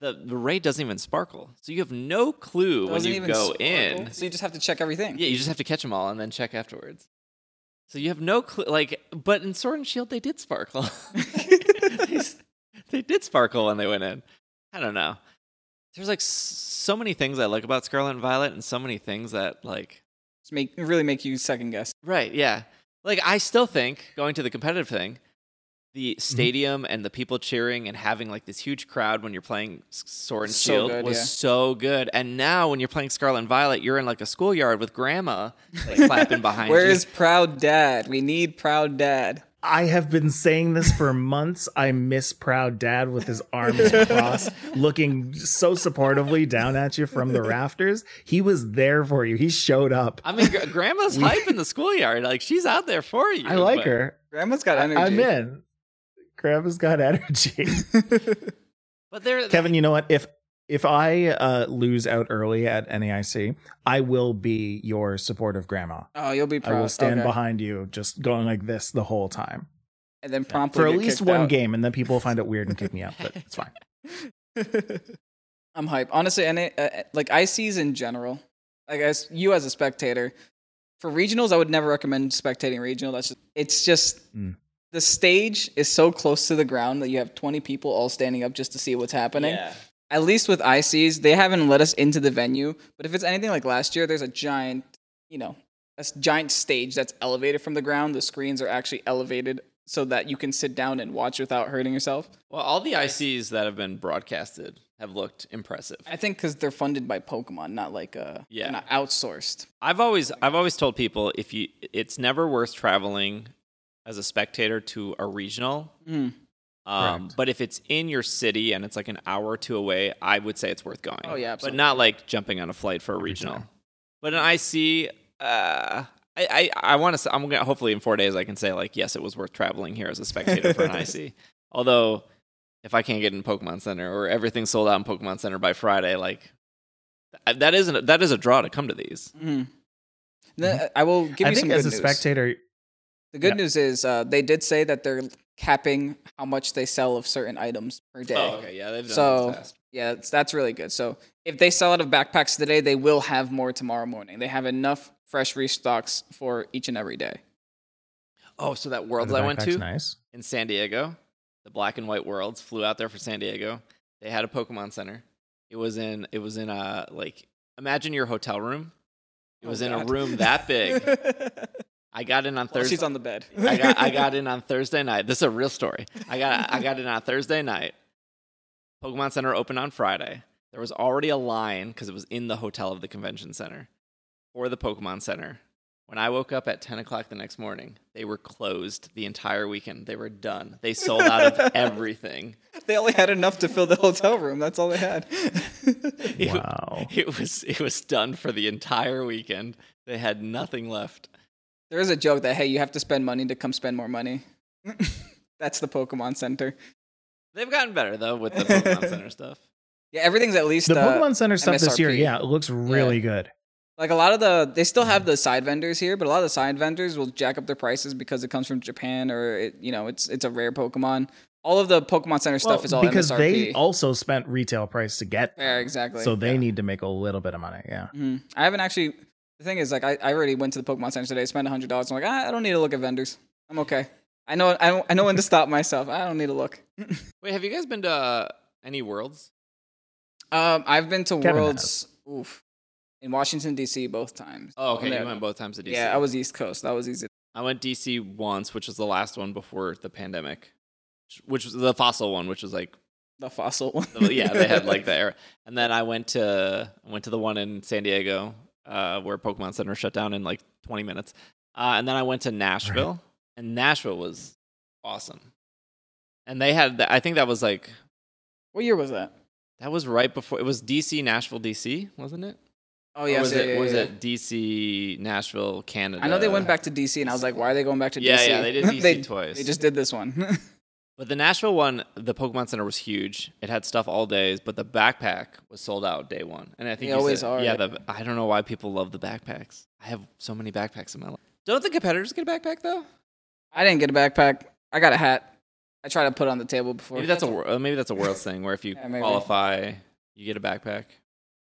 [SPEAKER 1] the the raid doesn't even sparkle, so you have no clue when
[SPEAKER 2] Doesn't
[SPEAKER 1] you
[SPEAKER 2] even
[SPEAKER 1] go
[SPEAKER 2] sparkle.
[SPEAKER 1] in.
[SPEAKER 2] So you just have to check everything.
[SPEAKER 1] Yeah, you just have to catch them all and then check afterwards. So you have no clue. Like, but in Sword and Shield, they did sparkle. they, s- they did sparkle when they went in. I don't know. There's like s- so many things I like about Scarlet and Violet, and so many things that like.
[SPEAKER 2] Just make really make you second guess.
[SPEAKER 1] Right. Yeah. Like I still think going to the competitive thing,
[SPEAKER 2] Mm-hmm.
[SPEAKER 1] the stadium and the people cheering and having like this huge crowd when you're playing S- Sword and
[SPEAKER 2] So
[SPEAKER 1] Shield
[SPEAKER 2] good,
[SPEAKER 1] was
[SPEAKER 2] yeah.
[SPEAKER 1] so good. And now when you're playing Scarlet and Violet, you're in like a schoolyard with grandma like clapping behind
[SPEAKER 2] Where
[SPEAKER 1] you.
[SPEAKER 2] is proud dad? We need proud dad.
[SPEAKER 3] I have been saying this for months. I miss proud dad with his arms crossed, looking so supportively down at you from the rafters. He was there for you. He showed up.
[SPEAKER 1] I mean, gr- grandma's hype in the schoolyard. Like she's out there for you.
[SPEAKER 3] I like
[SPEAKER 1] but-
[SPEAKER 3] her.
[SPEAKER 2] Grandma's got energy.
[SPEAKER 3] I'm in. Grandma's got energy.
[SPEAKER 1] But there,
[SPEAKER 3] Kevin, you know what? If if I uh, lose out early at NAIC, I will be your supportive grandma.
[SPEAKER 2] Oh, you'll be
[SPEAKER 3] I
[SPEAKER 2] proud.
[SPEAKER 3] will stand
[SPEAKER 2] Okay.
[SPEAKER 3] behind you, just going like this the whole time
[SPEAKER 2] and then promptly
[SPEAKER 3] for at
[SPEAKER 2] get
[SPEAKER 3] least
[SPEAKER 2] kicked
[SPEAKER 3] one
[SPEAKER 2] out.
[SPEAKER 3] game, and then people will find it weird and kick me out. But it's fine.
[SPEAKER 2] I'm hype. Honestly, and it, uh, like ICs in general, like as you as a spectator, for regionals, I would never recommend spectating regional. That's just, it's just
[SPEAKER 3] Mm.
[SPEAKER 2] the stage is so close to the ground that you have 20 people all standing up just to see what's happening.
[SPEAKER 1] Yeah.
[SPEAKER 2] At least with ICs, they haven't let us into the venue. But if it's anything like last year, there's a giant, you know, a s- giant stage that's elevated from the ground. The screens are actually elevated so that you can sit down and watch without hurting yourself.
[SPEAKER 1] Well, all the ICs that have been broadcasted have looked impressive.
[SPEAKER 2] I think because they're funded by Pokemon, not like uh,
[SPEAKER 1] Yeah.
[SPEAKER 2] they're not outsourced.
[SPEAKER 1] I've always I've always told people if you it's never worth traveling as a spectator to a regional.
[SPEAKER 3] Mm-hmm.
[SPEAKER 2] Mm.
[SPEAKER 1] Um,
[SPEAKER 3] Correct.
[SPEAKER 1] but if it's in your city and it's like an hour or two away, I would say it's worth going.
[SPEAKER 2] Oh, yeah,
[SPEAKER 1] but not like jumping on a flight for a regional. But an IC, uh, I I, I want to. say I'm gonna hopefully in four days I can say like yes, it was worth traveling here as a spectator for an IC. Although if I can't get in Pokemon Center or everything's sold out in Pokemon Center by Friday, like th- that isn't that is a draw to come to these.
[SPEAKER 2] Mm. Then uh, I will give
[SPEAKER 3] I
[SPEAKER 2] you
[SPEAKER 3] think
[SPEAKER 2] some
[SPEAKER 3] as
[SPEAKER 2] good
[SPEAKER 3] a
[SPEAKER 2] news.
[SPEAKER 3] spectator,
[SPEAKER 2] the good
[SPEAKER 3] yeah.
[SPEAKER 2] news is uh, they did say that they're capping how much they sell of certain items per day.
[SPEAKER 1] Oh, okay, yeah, they've done
[SPEAKER 2] So-
[SPEAKER 1] this fast.
[SPEAKER 2] Yeah, that's, that's really good. So if they sell out of backpacks today, they will have more tomorrow morning. They have enough fresh restocks for each and every day.
[SPEAKER 1] Oh, so that
[SPEAKER 3] the
[SPEAKER 1] Worlds I went
[SPEAKER 3] backpack's
[SPEAKER 1] to
[SPEAKER 3] nice.
[SPEAKER 1] in San Diego, the Black and White Worlds flew out there for San Diego. They had a Pokemon Center. It was in it was in a like imagine your hotel room. It
[SPEAKER 2] Oh,
[SPEAKER 1] was in
[SPEAKER 2] God.
[SPEAKER 1] a room that big. I got in on
[SPEAKER 2] While
[SPEAKER 1] Thursday.
[SPEAKER 2] she's on the bed.
[SPEAKER 1] I got I got in on Thursday night. This is a real story. I got I got in on Thursday night. Pokemon Center opened on Friday. There was already a line because it was in the hotel of the convention center for the Pokemon Center. When I woke up at 10 o'clock the next morning, they were closed the entire weekend. They were done. They sold out of everything.
[SPEAKER 2] They only had enough to fill the hotel room. That's all they had.
[SPEAKER 1] It, wa-
[SPEAKER 3] Wow.
[SPEAKER 1] it was it was done for the entire weekend. They had nothing left.
[SPEAKER 2] there is a joke that hey, you have to spend money to come spend more money. That's the Pokemon Center.
[SPEAKER 1] They've gotten better though with the Pokemon Center stuff.
[SPEAKER 2] Yeah, everything's at least
[SPEAKER 3] The
[SPEAKER 2] uh,
[SPEAKER 3] Pokemon Center stuff this year,
[SPEAKER 2] MSRP.
[SPEAKER 3] yeah, it looks really good.
[SPEAKER 2] Like a lot of the, they still have the side vendors here, but a lot of the side vendors will jack up their prices because it comes from Japan or it, you know, it's it's a rare Pokemon. All of the Pokemon Center
[SPEAKER 3] Well,
[SPEAKER 2] stuff is all
[SPEAKER 3] because
[SPEAKER 2] MSRP.
[SPEAKER 3] they also spent retail price to get,
[SPEAKER 2] yeah, exactly.
[SPEAKER 3] so they
[SPEAKER 2] Yeah.
[SPEAKER 3] need to make a little bit of money. Yeah,
[SPEAKER 2] Mhm. I haven't actually. The thing is, like, I, I already went to the Pokemon Center today, spent hundred dollars. I'm like, ah, I don't need to look at vendors. I'm okay. I know I don't, I know when to stop myself. I don't need to look.
[SPEAKER 1] Wait, have you guys been to uh, any worlds?
[SPEAKER 2] Um, I've been to
[SPEAKER 3] Kevin
[SPEAKER 2] Worlds. Oof. In Washington D.C. both times.
[SPEAKER 1] Oh, okay.
[SPEAKER 2] There.
[SPEAKER 1] You went both times to DC.
[SPEAKER 2] Yeah, I was East Coast. That was easy.
[SPEAKER 1] I went DC once, which was the last one before the pandemic, which was the fossil one, which was like,
[SPEAKER 2] The fossil one.
[SPEAKER 1] the- Oh, yeah, they had like the era. And then I went to I went to the one in San Diego, uh, where Pokemon Center shut down in like 20 minutes. Uh, and then I went to Nashville, and Nashville was awesome. And they had, the, I think that was like
[SPEAKER 2] What year was that?
[SPEAKER 1] that was right before it was DC Nashville DC, wasn't it?
[SPEAKER 2] Oh
[SPEAKER 1] Or
[SPEAKER 2] yeah,
[SPEAKER 1] was
[SPEAKER 2] yeah,
[SPEAKER 1] it
[SPEAKER 2] yeah,
[SPEAKER 1] was
[SPEAKER 2] yeah.
[SPEAKER 1] it DC Nashville Canada?
[SPEAKER 2] I know they went back to D.C. and I was like, why are they going back to
[SPEAKER 1] Yeah,
[SPEAKER 2] D.C.?
[SPEAKER 1] yeah, they did DC
[SPEAKER 2] they,
[SPEAKER 1] twice.
[SPEAKER 2] they just did this one.
[SPEAKER 1] But the Nashville one, the Pokemon Center was huge. It had stuff all days, but the backpack was sold out day one. And I think
[SPEAKER 2] They
[SPEAKER 1] you
[SPEAKER 2] always
[SPEAKER 1] said-
[SPEAKER 2] are.
[SPEAKER 1] Yeah, the, I don't know why people love the backpacks. I have so many backpacks in my life. Don't the competitors get a backpack though?
[SPEAKER 2] I didn't get a backpack. I got a hat. I tried to put it on the table before.
[SPEAKER 1] Maybe that's a wor- uh, maybe that's a world thing where if you
[SPEAKER 2] Yeah, maybe.
[SPEAKER 1] qualify, you get a backpack.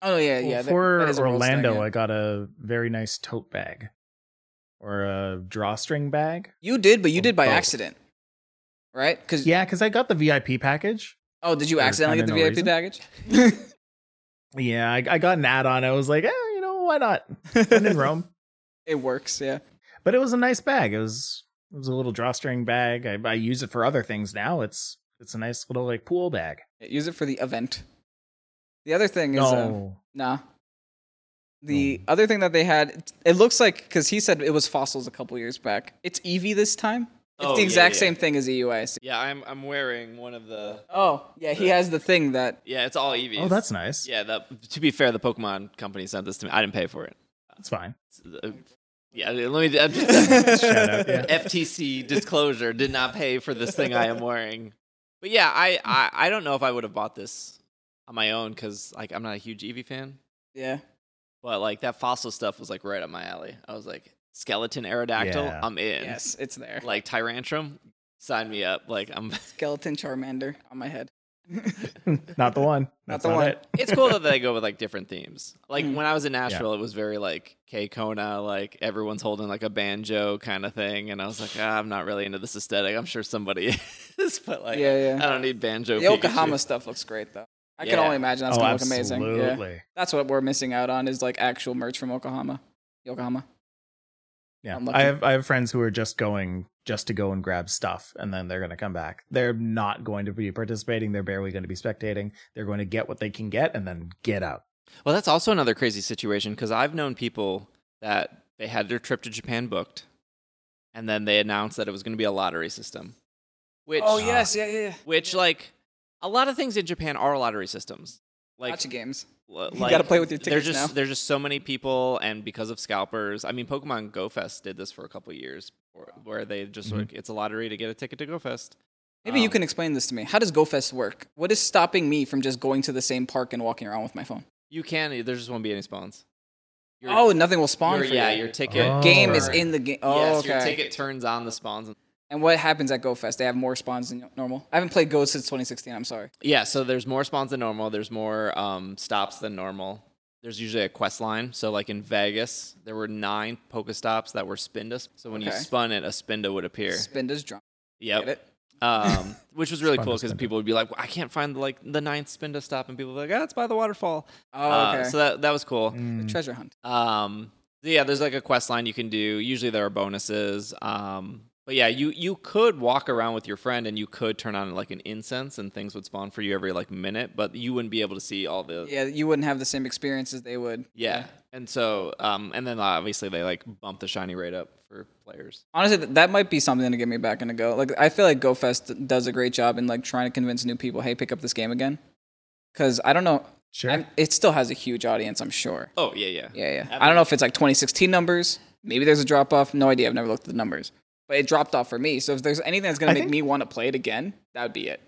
[SPEAKER 2] Oh yeah,
[SPEAKER 3] Well,
[SPEAKER 2] yeah. that-
[SPEAKER 3] for
[SPEAKER 2] that is a Worlds thing,
[SPEAKER 3] Orlando,
[SPEAKER 2] yeah.
[SPEAKER 3] I got a very nice tote bag or a drawstring bag.
[SPEAKER 2] you did, but you
[SPEAKER 3] Or
[SPEAKER 2] did by
[SPEAKER 3] oh, both.
[SPEAKER 2] accident, right? Because
[SPEAKER 3] Yeah, because I got the VIP package.
[SPEAKER 2] oh, did you
[SPEAKER 3] There's
[SPEAKER 2] accidentally get
[SPEAKER 3] kinda
[SPEAKER 2] the
[SPEAKER 3] no
[SPEAKER 2] VIP package?
[SPEAKER 3] Yeah, I, I got an add on. I was like, eh, you know, why not? When in Rome.
[SPEAKER 2] It works, yeah.
[SPEAKER 3] But it was a nice bag. It was it was a little drawstring bag. I, I use it for other things now. It's it's a nice little like pool bag.
[SPEAKER 2] Use it for the event. The other thing is uh,
[SPEAKER 3] No,
[SPEAKER 2] Nah. The other thing that they had, it looks like because he said it was fossils a couple years back. It's Eevee this time. It's
[SPEAKER 1] Oh,
[SPEAKER 2] the
[SPEAKER 1] yeah,
[SPEAKER 2] exact
[SPEAKER 1] yeah.
[SPEAKER 2] same thing as E EUIC.
[SPEAKER 1] Yeah, I'm I'm wearing one of the.
[SPEAKER 2] Oh yeah, he has the thing that.
[SPEAKER 1] Yeah, it's all EVs.
[SPEAKER 3] oh, that's nice.
[SPEAKER 1] yeah. The, to be fair, the Pokemon company sent this to me. I didn't pay for it.
[SPEAKER 3] That's fine.
[SPEAKER 1] Uh, Yeah, let me. I'm just,
[SPEAKER 3] Shout out, yeah.
[SPEAKER 1] FTC disclosure did not pay for this thing I am wearing. But yeah, I I, I don't know if I would have bought this on my own because like I'm not a huge Eevee fan.
[SPEAKER 2] Yeah.
[SPEAKER 1] But like that fossil stuff was like right up my alley. I was like skeleton Aerodactyl,
[SPEAKER 3] Yeah.
[SPEAKER 1] I'm in.
[SPEAKER 2] Yes, it's there.
[SPEAKER 1] Like Tyrantrum, sign me up. Like I'm.
[SPEAKER 2] Skeleton Charmander on my head.
[SPEAKER 3] not the one.
[SPEAKER 2] Not
[SPEAKER 3] That's
[SPEAKER 2] the one.
[SPEAKER 3] it.
[SPEAKER 1] It's cool that they go with like different themes. Like
[SPEAKER 2] Mm.
[SPEAKER 1] when I was in Nashville, it was very like K Kona, like everyone's holding like a banjo kind of thing, and I was like, ah, I'm not really into this aesthetic. I'm sure somebody is, but like,
[SPEAKER 2] yeah, yeah.
[SPEAKER 1] I don't need banjo.
[SPEAKER 2] The Okahama
[SPEAKER 1] Pikachu.
[SPEAKER 2] stuff looks great though. I can
[SPEAKER 1] Yeah.
[SPEAKER 2] only imagine that's
[SPEAKER 3] oh,
[SPEAKER 2] gonna
[SPEAKER 3] absolutely.
[SPEAKER 2] look amazing. Yeah. That's what we're missing out on is like actual merch from Oklahoma. Yokohama.
[SPEAKER 3] Yeah,
[SPEAKER 2] I'm lucky.
[SPEAKER 3] I have I have friends who are just going just to go and grab stuff, and then they're going to come back. They're not going to be participating. They're barely going to be spectating. They're going to get what they can get and then get out.
[SPEAKER 1] Well, that's also another crazy situation because I've known people that they had their trip to Japan booked, and then they announced that it was going to be a lottery system, which Uh,
[SPEAKER 2] oh
[SPEAKER 3] yeah.
[SPEAKER 2] yes, yeah, yeah, yeah.
[SPEAKER 1] which like a lot of things in Japan are lottery systems. Like
[SPEAKER 2] Gotcha games.
[SPEAKER 1] L-
[SPEAKER 2] You gotta play with your
[SPEAKER 1] there's
[SPEAKER 2] tickets
[SPEAKER 1] just
[SPEAKER 2] now.
[SPEAKER 1] there's just so many people and because of scalpers i mean pokemon go fest did this for a couple years where- where they just
[SPEAKER 3] Mhm.
[SPEAKER 1] like it's a lottery to get a ticket to go fest
[SPEAKER 2] Maybe you
[SPEAKER 1] Um,
[SPEAKER 2] can explain this to me. How does GoFest work? What is stopping me from just going to the same park and walking around with my phone?
[SPEAKER 1] you can eh, there just won't be any spawns Your-
[SPEAKER 2] oh, nothing will spawn
[SPEAKER 1] your-
[SPEAKER 2] for
[SPEAKER 1] yeah
[SPEAKER 2] you.
[SPEAKER 1] your ticket
[SPEAKER 3] Oh.
[SPEAKER 2] game
[SPEAKER 1] turn-
[SPEAKER 2] is in the game. Oh,
[SPEAKER 1] yes
[SPEAKER 2] okay.
[SPEAKER 1] your ticket turns on the spawns
[SPEAKER 2] And what happens at GoFest? They have more spawns than normal. I haven't played Go since 2016. I'm sorry.
[SPEAKER 1] yeah so there's more spawns than normal there's more um, stops than normal there's usually a quest line so like in vegas there were nine pokestops that were spinda so when you
[SPEAKER 2] Okay.
[SPEAKER 1] spun it a spinda would appear
[SPEAKER 2] Spinda's drunk.
[SPEAKER 1] yep
[SPEAKER 2] Get it?
[SPEAKER 1] um, which was really cool because
[SPEAKER 3] Spindle.
[SPEAKER 1] people would be like, well, I can't find like the ninth spin to stop, and people would be like, oh, it's by the waterfall.
[SPEAKER 2] Oh,
[SPEAKER 1] Uh,
[SPEAKER 2] okay.
[SPEAKER 1] so that that was cool.
[SPEAKER 3] Mm.
[SPEAKER 2] Treasure hunt.
[SPEAKER 1] Um, yeah, there's like a quest line you can do. Usually there are bonuses. Um, but yeah, you you could walk around with your friend and you could turn on like an incense and things would spawn for you every like minute, but you wouldn't be able to see all the yeah.
[SPEAKER 2] Yeah, you wouldn't have the same experience as they would.
[SPEAKER 1] And so um, and then obviously they like bump the shiny rate up for players.
[SPEAKER 2] Honestly, th- that might be something to get me back into Go. Like, I feel like GoFest does a great job in like trying to convince new people, hey, pick up this game again. Because I don't know,
[SPEAKER 3] Sure.
[SPEAKER 2] I'm, it still has a huge audience, I'm sure.
[SPEAKER 1] Oh yeah, yeah.
[SPEAKER 2] Yeah, yeah. I don't know if it's like 2016 numbers. Maybe there's a drop off. No idea. I've never looked at the numbers, but it dropped off for me. So if there's anything that's gonna
[SPEAKER 3] I
[SPEAKER 2] make
[SPEAKER 3] think-
[SPEAKER 2] me want to play it again, that would be it.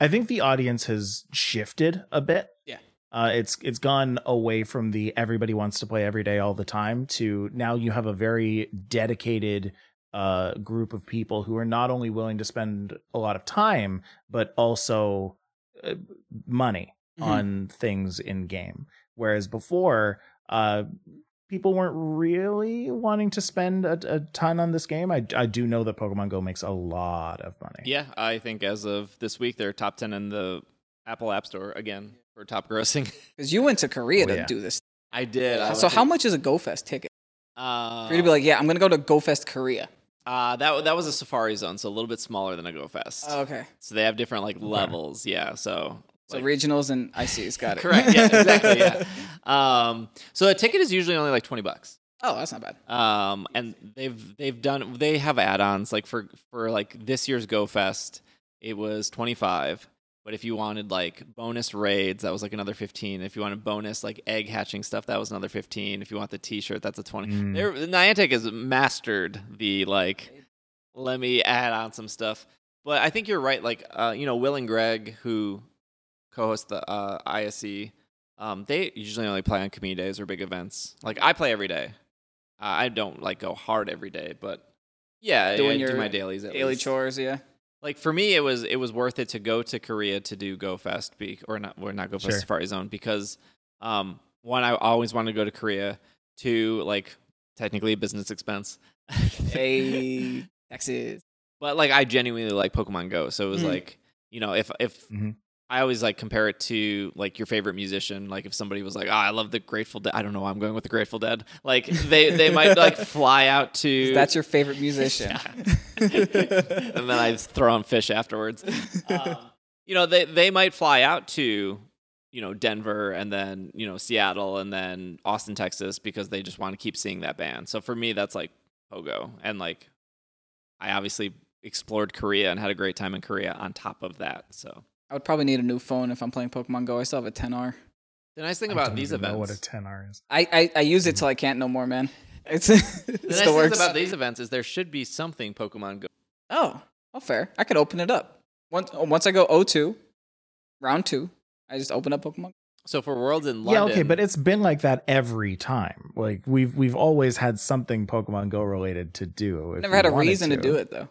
[SPEAKER 3] I think the audience has shifted a bit.
[SPEAKER 2] Yeah.
[SPEAKER 3] Uh, it's it's gone away from the everybody wants to play every day all the time to now you have a very dedicated uh, group of people who are not only willing to spend a lot of time but also uh, money
[SPEAKER 2] Mhm.
[SPEAKER 3] Mm-hmm. on things in game. Whereas before, uh, people weren't really wanting to spend a, a ton on this game. I I do know that Pokemon Go makes a lot of money.
[SPEAKER 1] Yeah, I think as of this week they're top ten in the Apple App Store again for top grossing.
[SPEAKER 2] Because you went to Korea
[SPEAKER 3] Oh,
[SPEAKER 2] to
[SPEAKER 3] yeah.
[SPEAKER 2] do this.
[SPEAKER 1] I did. I
[SPEAKER 2] so
[SPEAKER 1] was
[SPEAKER 2] how
[SPEAKER 1] like,
[SPEAKER 2] much is a GoFest ticket?
[SPEAKER 1] Uh,
[SPEAKER 2] For you to be like, yeah, I'm gonna go to GoFest Korea.
[SPEAKER 1] uh, that that was a Safari Zone, so a little bit smaller than a Go Fest.
[SPEAKER 2] Oh, okay.
[SPEAKER 1] So they have different like levels. Yeah. So
[SPEAKER 2] So
[SPEAKER 1] like-
[SPEAKER 2] regionals and ICs got it.
[SPEAKER 1] correct. Yeah. Exactly. Yeah. Um, so a ticket is usually only like twenty bucks.
[SPEAKER 2] Oh, that's not bad.
[SPEAKER 1] Um, and they've they've done they have add-ons like for for like this year's Go Fest, it was twenty five. But if you wanted like bonus raids, that was like another fifteen. If you wanted bonus like egg hatching stuff, that was another fifteen. If you want the T-shirt, that's a twenty.
[SPEAKER 3] Mm.
[SPEAKER 1] They're, Niantic has mastered the like. Let me add on some stuff, but I think you're right. Like, uh, you know, Will and Greg, who co-host the uh, ISE, um, they usually only play on community days or big events. Like, I play every day. Uh, I don't like go hard every day, but yeah,
[SPEAKER 2] Doing
[SPEAKER 1] I do
[SPEAKER 2] your
[SPEAKER 1] my dailies. At
[SPEAKER 2] Daily
[SPEAKER 1] least.
[SPEAKER 2] chores, yeah.
[SPEAKER 1] Like for me, it was it was worth it to go to Korea to do GoFest be, or not or not GoFest
[SPEAKER 3] Sure.
[SPEAKER 1] Safari Zone because um one I always wanted to go to Korea. Two like technically a business expense.
[SPEAKER 2] Hey, Texas.
[SPEAKER 1] but like I genuinely like Pokemon Go, so it was
[SPEAKER 2] Mm. Mm-hmm.
[SPEAKER 1] like you know if if
[SPEAKER 3] Mhm.
[SPEAKER 1] I always like compare it to like your favorite musician. Like if somebody was like, "Ah, I love the Grateful Dead," I don't know why I'm going with the Grateful Dead. Like they they might like fly out to
[SPEAKER 2] That's your favorite musician.
[SPEAKER 1] and then I throw on fish afterwards. Um, you know, they they might fly out to you know Denver and then you know Seattle and then Austin, Texas, because they just want to keep seeing that band. So for me, that's like Pogo, and like I obviously explored Korea and had a great time in Korea. On top of that, so
[SPEAKER 2] I would probably need a new phone if I'm playing Pokemon Go. I still have a 10R.
[SPEAKER 1] the nice thing
[SPEAKER 3] I
[SPEAKER 1] about
[SPEAKER 3] don't
[SPEAKER 1] these
[SPEAKER 3] even
[SPEAKER 1] events.
[SPEAKER 3] Know what a 10R is.
[SPEAKER 2] I, I, I use it till I can't no more, man. It's, it
[SPEAKER 1] the nice
[SPEAKER 2] still
[SPEAKER 1] thing
[SPEAKER 2] works.
[SPEAKER 1] about these events is there should be something Pokemon Go.
[SPEAKER 2] oh, oh, fair. I could open it up. Once, oh, once I go O2, round two, I just open up Pokemon.
[SPEAKER 1] So for Worlds in London,
[SPEAKER 3] Yeah, okay, but it's been like that every time. Like we've we've always had something Pokemon Go related to do. if
[SPEAKER 2] Never
[SPEAKER 3] we
[SPEAKER 2] had a
[SPEAKER 3] wanted
[SPEAKER 2] reason to. do it, though.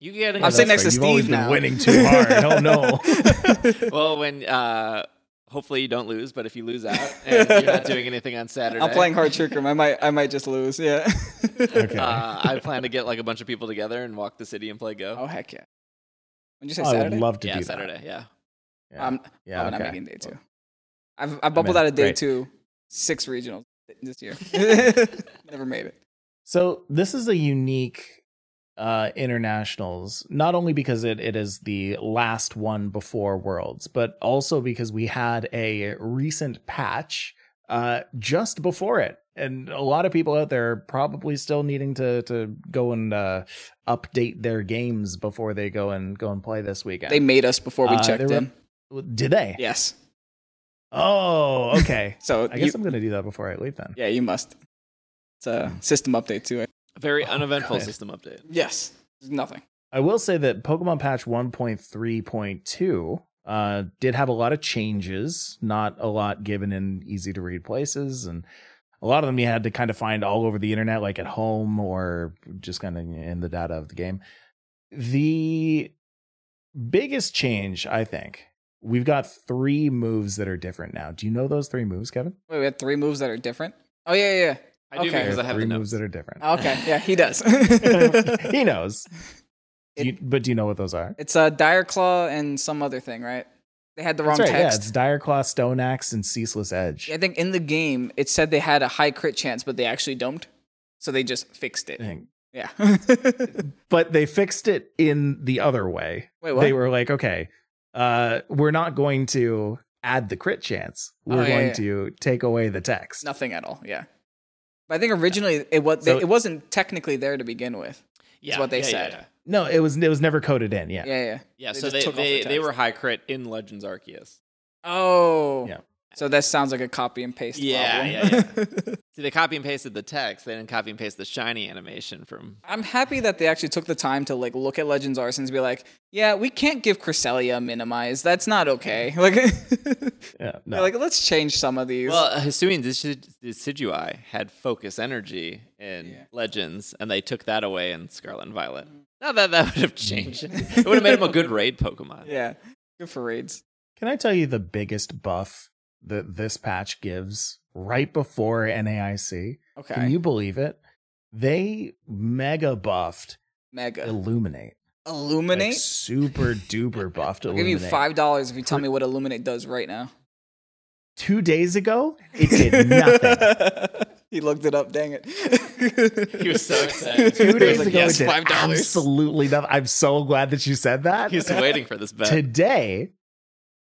[SPEAKER 1] you get.
[SPEAKER 2] I'm sitting next
[SPEAKER 3] that's
[SPEAKER 2] to
[SPEAKER 3] right. You've always
[SPEAKER 2] Steve
[SPEAKER 3] been
[SPEAKER 2] now.
[SPEAKER 3] winning too hard. Oh, no.
[SPEAKER 1] well, when uh, hopefully you don't lose, but if you lose out and you're not doing anything on Saturday,
[SPEAKER 2] I'm playing Hard Trick Room. I might, I might just lose, yeah.
[SPEAKER 3] Okay.
[SPEAKER 1] Uh, I plan to get like a bunch of people together and walk the city and play Go.
[SPEAKER 2] Oh, heck yeah. When you say
[SPEAKER 3] I
[SPEAKER 2] Saturday?
[SPEAKER 3] would love to
[SPEAKER 1] yeah,
[SPEAKER 3] do
[SPEAKER 1] Saturday. Yeah.
[SPEAKER 3] that. Yeah,
[SPEAKER 2] Um,
[SPEAKER 3] yeah,
[SPEAKER 2] I'm
[SPEAKER 3] okay.
[SPEAKER 2] making day two. I've I bubbled
[SPEAKER 3] in.
[SPEAKER 2] out of day
[SPEAKER 3] Great.
[SPEAKER 2] two, six regionals this year. Never made it.
[SPEAKER 3] So this is a unique uh internationals not only because it, it is the last one before worlds but also because we had a recent patch uh just before it and a lot of people out there are probably still needing to to go and uh update their games before they go and go and play this weekend
[SPEAKER 2] They made us before we
[SPEAKER 3] Uh,
[SPEAKER 2] checked
[SPEAKER 3] they were-
[SPEAKER 2] in.
[SPEAKER 3] did they
[SPEAKER 2] Yes.
[SPEAKER 3] oh okay
[SPEAKER 2] So
[SPEAKER 3] i guess
[SPEAKER 2] you-
[SPEAKER 3] i'm gonna do that before i leave then
[SPEAKER 2] yeah, you must. It's a system update too.
[SPEAKER 1] Very
[SPEAKER 3] Oh,
[SPEAKER 1] uneventful
[SPEAKER 3] God.
[SPEAKER 1] system update.
[SPEAKER 2] Yes. Nothing.
[SPEAKER 3] I will say that Pokemon Patch 1.3.2 uh, did have a lot of changes, not a lot given in easy to read places. And a lot of them you had to kind of find all over the internet, like at home or just kind of in the data of the game. The biggest change, I think, we've got three moves that are different now. Do you know those three moves, Kevin?
[SPEAKER 2] Wait, we had three moves that are different. Oh yeah, yeah.
[SPEAKER 1] I do
[SPEAKER 2] Okay.
[SPEAKER 1] because I
[SPEAKER 3] There are
[SPEAKER 1] have
[SPEAKER 3] three
[SPEAKER 1] the
[SPEAKER 3] moves
[SPEAKER 1] notes.
[SPEAKER 3] that are different.
[SPEAKER 2] yeah. Okay, yeah, he does.
[SPEAKER 3] he knows. Do you- but do you know what those are?
[SPEAKER 2] It's a uh, dire claw and some other thing, right? They had the wrong
[SPEAKER 3] That's right, Yeah, it's
[SPEAKER 2] text.
[SPEAKER 3] Dire Claw, Stone Axe, and Ceaseless Edge.
[SPEAKER 2] I think in the game it said they had a high crit chance, but they actually don't. So they just fixed it.
[SPEAKER 3] Thing.
[SPEAKER 2] Yeah.
[SPEAKER 3] But they fixed it in the other way.
[SPEAKER 2] Wait, what?
[SPEAKER 3] They were like, okay, uh, we're not going to add the crit chance. We're
[SPEAKER 2] Oh, yeah,
[SPEAKER 3] going
[SPEAKER 2] yeah.
[SPEAKER 3] to take away the text.
[SPEAKER 2] Nothing at all. Yeah. But I think originally it was
[SPEAKER 3] So-
[SPEAKER 2] it wasn't technically there to begin with.
[SPEAKER 1] Yeah,
[SPEAKER 2] what they
[SPEAKER 1] yeah, yeah,
[SPEAKER 2] said.
[SPEAKER 1] Yeah,
[SPEAKER 3] No, it was it was never coded in. Yeah.
[SPEAKER 2] Yeah, yeah.
[SPEAKER 1] Yeah,
[SPEAKER 2] They
[SPEAKER 1] so
[SPEAKER 2] just
[SPEAKER 1] they
[SPEAKER 2] took off the
[SPEAKER 1] they, they
[SPEAKER 2] text.
[SPEAKER 1] were high crit in Legends Arceus.
[SPEAKER 2] Oh.
[SPEAKER 3] Yeah.
[SPEAKER 2] So that sounds like a copy and paste
[SPEAKER 1] Yeah,
[SPEAKER 2] problem. yeah.
[SPEAKER 1] See, they copy and pasted the text. They didn't copy and paste the shiny animation from.
[SPEAKER 2] I'm happy that they actually took the time to like look at Legends Arsons and be like, yeah, we can't give Cresselia a minimize. That's not okay. Like,
[SPEAKER 3] Yeah,
[SPEAKER 2] they're
[SPEAKER 3] no.
[SPEAKER 2] like let's change some of these.
[SPEAKER 1] Well, Hisuian Deci- Decidui had focus energy in
[SPEAKER 2] Yeah.
[SPEAKER 1] Legends, and they took that away in Scarlet and Violet. Not that that would have changed. it would have made him a good raid Pokemon.
[SPEAKER 2] yeah, good for raids.
[SPEAKER 3] Can I tell you the biggest buff that this patch gives right before NAIC?
[SPEAKER 2] Okay,
[SPEAKER 3] Can you believe it? They mega buffed
[SPEAKER 2] mega
[SPEAKER 3] Illuminate. Like,
[SPEAKER 2] illuminate.
[SPEAKER 3] super duper buffed
[SPEAKER 2] I'll give you
[SPEAKER 3] Illuminate.
[SPEAKER 2] five dollars if you tell me what illuminate does right now.
[SPEAKER 3] Two days ago, it did nothing.
[SPEAKER 2] he looked it up. Dang it.
[SPEAKER 1] He was so excited.
[SPEAKER 2] He
[SPEAKER 3] Two
[SPEAKER 2] was
[SPEAKER 3] days
[SPEAKER 2] like,
[SPEAKER 3] ago,
[SPEAKER 2] yes,
[SPEAKER 3] it did
[SPEAKER 2] five dollars.
[SPEAKER 3] absolutely nothing. I'm so glad that you said that.
[SPEAKER 1] He's waiting for this bet.
[SPEAKER 3] today,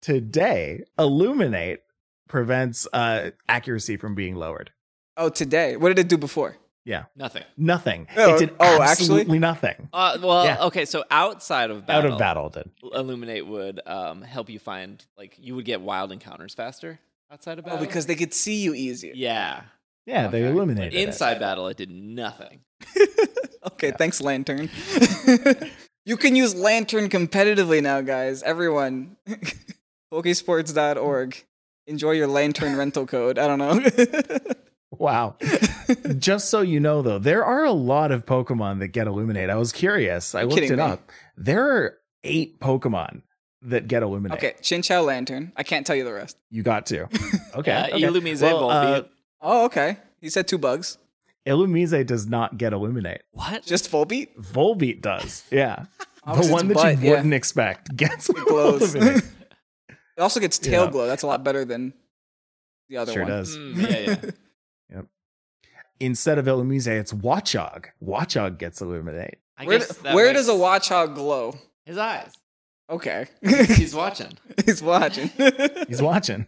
[SPEAKER 3] today, Illuminate prevents uh, accuracy from being lowered.
[SPEAKER 2] Oh, today. What did it do before?
[SPEAKER 1] Nothing.
[SPEAKER 3] Nothing.
[SPEAKER 2] Oh,
[SPEAKER 3] it did
[SPEAKER 2] oh,
[SPEAKER 3] absolutely
[SPEAKER 2] actually?
[SPEAKER 3] nothing.
[SPEAKER 1] Uh, well,
[SPEAKER 3] Yeah.
[SPEAKER 1] okay. So outside of
[SPEAKER 3] Out
[SPEAKER 1] battle,
[SPEAKER 3] of battle, did.
[SPEAKER 1] Illuminate would um, help you find like you would get wild encounters faster outside of
[SPEAKER 2] Oh,
[SPEAKER 1] battle
[SPEAKER 2] because they could see you easier.
[SPEAKER 1] yeah,
[SPEAKER 3] Yeah, they
[SPEAKER 2] Okay.
[SPEAKER 3] illuminated it.
[SPEAKER 1] inside battle it did nothing.
[SPEAKER 2] Okay,
[SPEAKER 3] Yeah.
[SPEAKER 2] thanks, Lantern. you can use Lantern competitively now, guys. Everyone, Pokesports.org. Enjoy your Lantern rental code. I don't know.
[SPEAKER 3] Wow. Just so you know, though, there are a lot of Pokemon that get Illuminate. I was curious. I
[SPEAKER 2] You're
[SPEAKER 3] looked it
[SPEAKER 2] kidding me.
[SPEAKER 3] up. There are eight Pokemon that get Illuminate.
[SPEAKER 2] okay, Chinchou Lantern. I can't tell you the rest.
[SPEAKER 3] You got to. Okay.
[SPEAKER 1] Yeah,
[SPEAKER 3] okay.
[SPEAKER 1] Illumise
[SPEAKER 3] Well,
[SPEAKER 1] Volbeat.
[SPEAKER 3] uh,
[SPEAKER 2] Oh, okay. He said two bugs.
[SPEAKER 3] Illumise does not get Illuminate.
[SPEAKER 1] what?
[SPEAKER 2] Just full beat?
[SPEAKER 3] Volbeat does. Yeah.
[SPEAKER 2] Because
[SPEAKER 3] the one that
[SPEAKER 2] its butt,
[SPEAKER 3] you
[SPEAKER 2] yeah.
[SPEAKER 3] wouldn't expect gets
[SPEAKER 2] glows.
[SPEAKER 3] Illuminate.
[SPEAKER 2] It also gets tail
[SPEAKER 3] Yeah.
[SPEAKER 2] glow. That's a lot better than the other
[SPEAKER 3] Sure
[SPEAKER 2] one.
[SPEAKER 3] does.
[SPEAKER 1] Mm, yeah, yeah.
[SPEAKER 3] Instead of Illumise, it's Watchog. Watchog gets Illuminate.
[SPEAKER 1] I
[SPEAKER 2] Where,
[SPEAKER 1] guess
[SPEAKER 2] d-
[SPEAKER 1] that
[SPEAKER 2] where
[SPEAKER 1] makes-
[SPEAKER 2] does a watchhog glow?
[SPEAKER 1] his eyes?
[SPEAKER 2] Okay.
[SPEAKER 1] He's watching.
[SPEAKER 2] He's watching.
[SPEAKER 3] He's watching.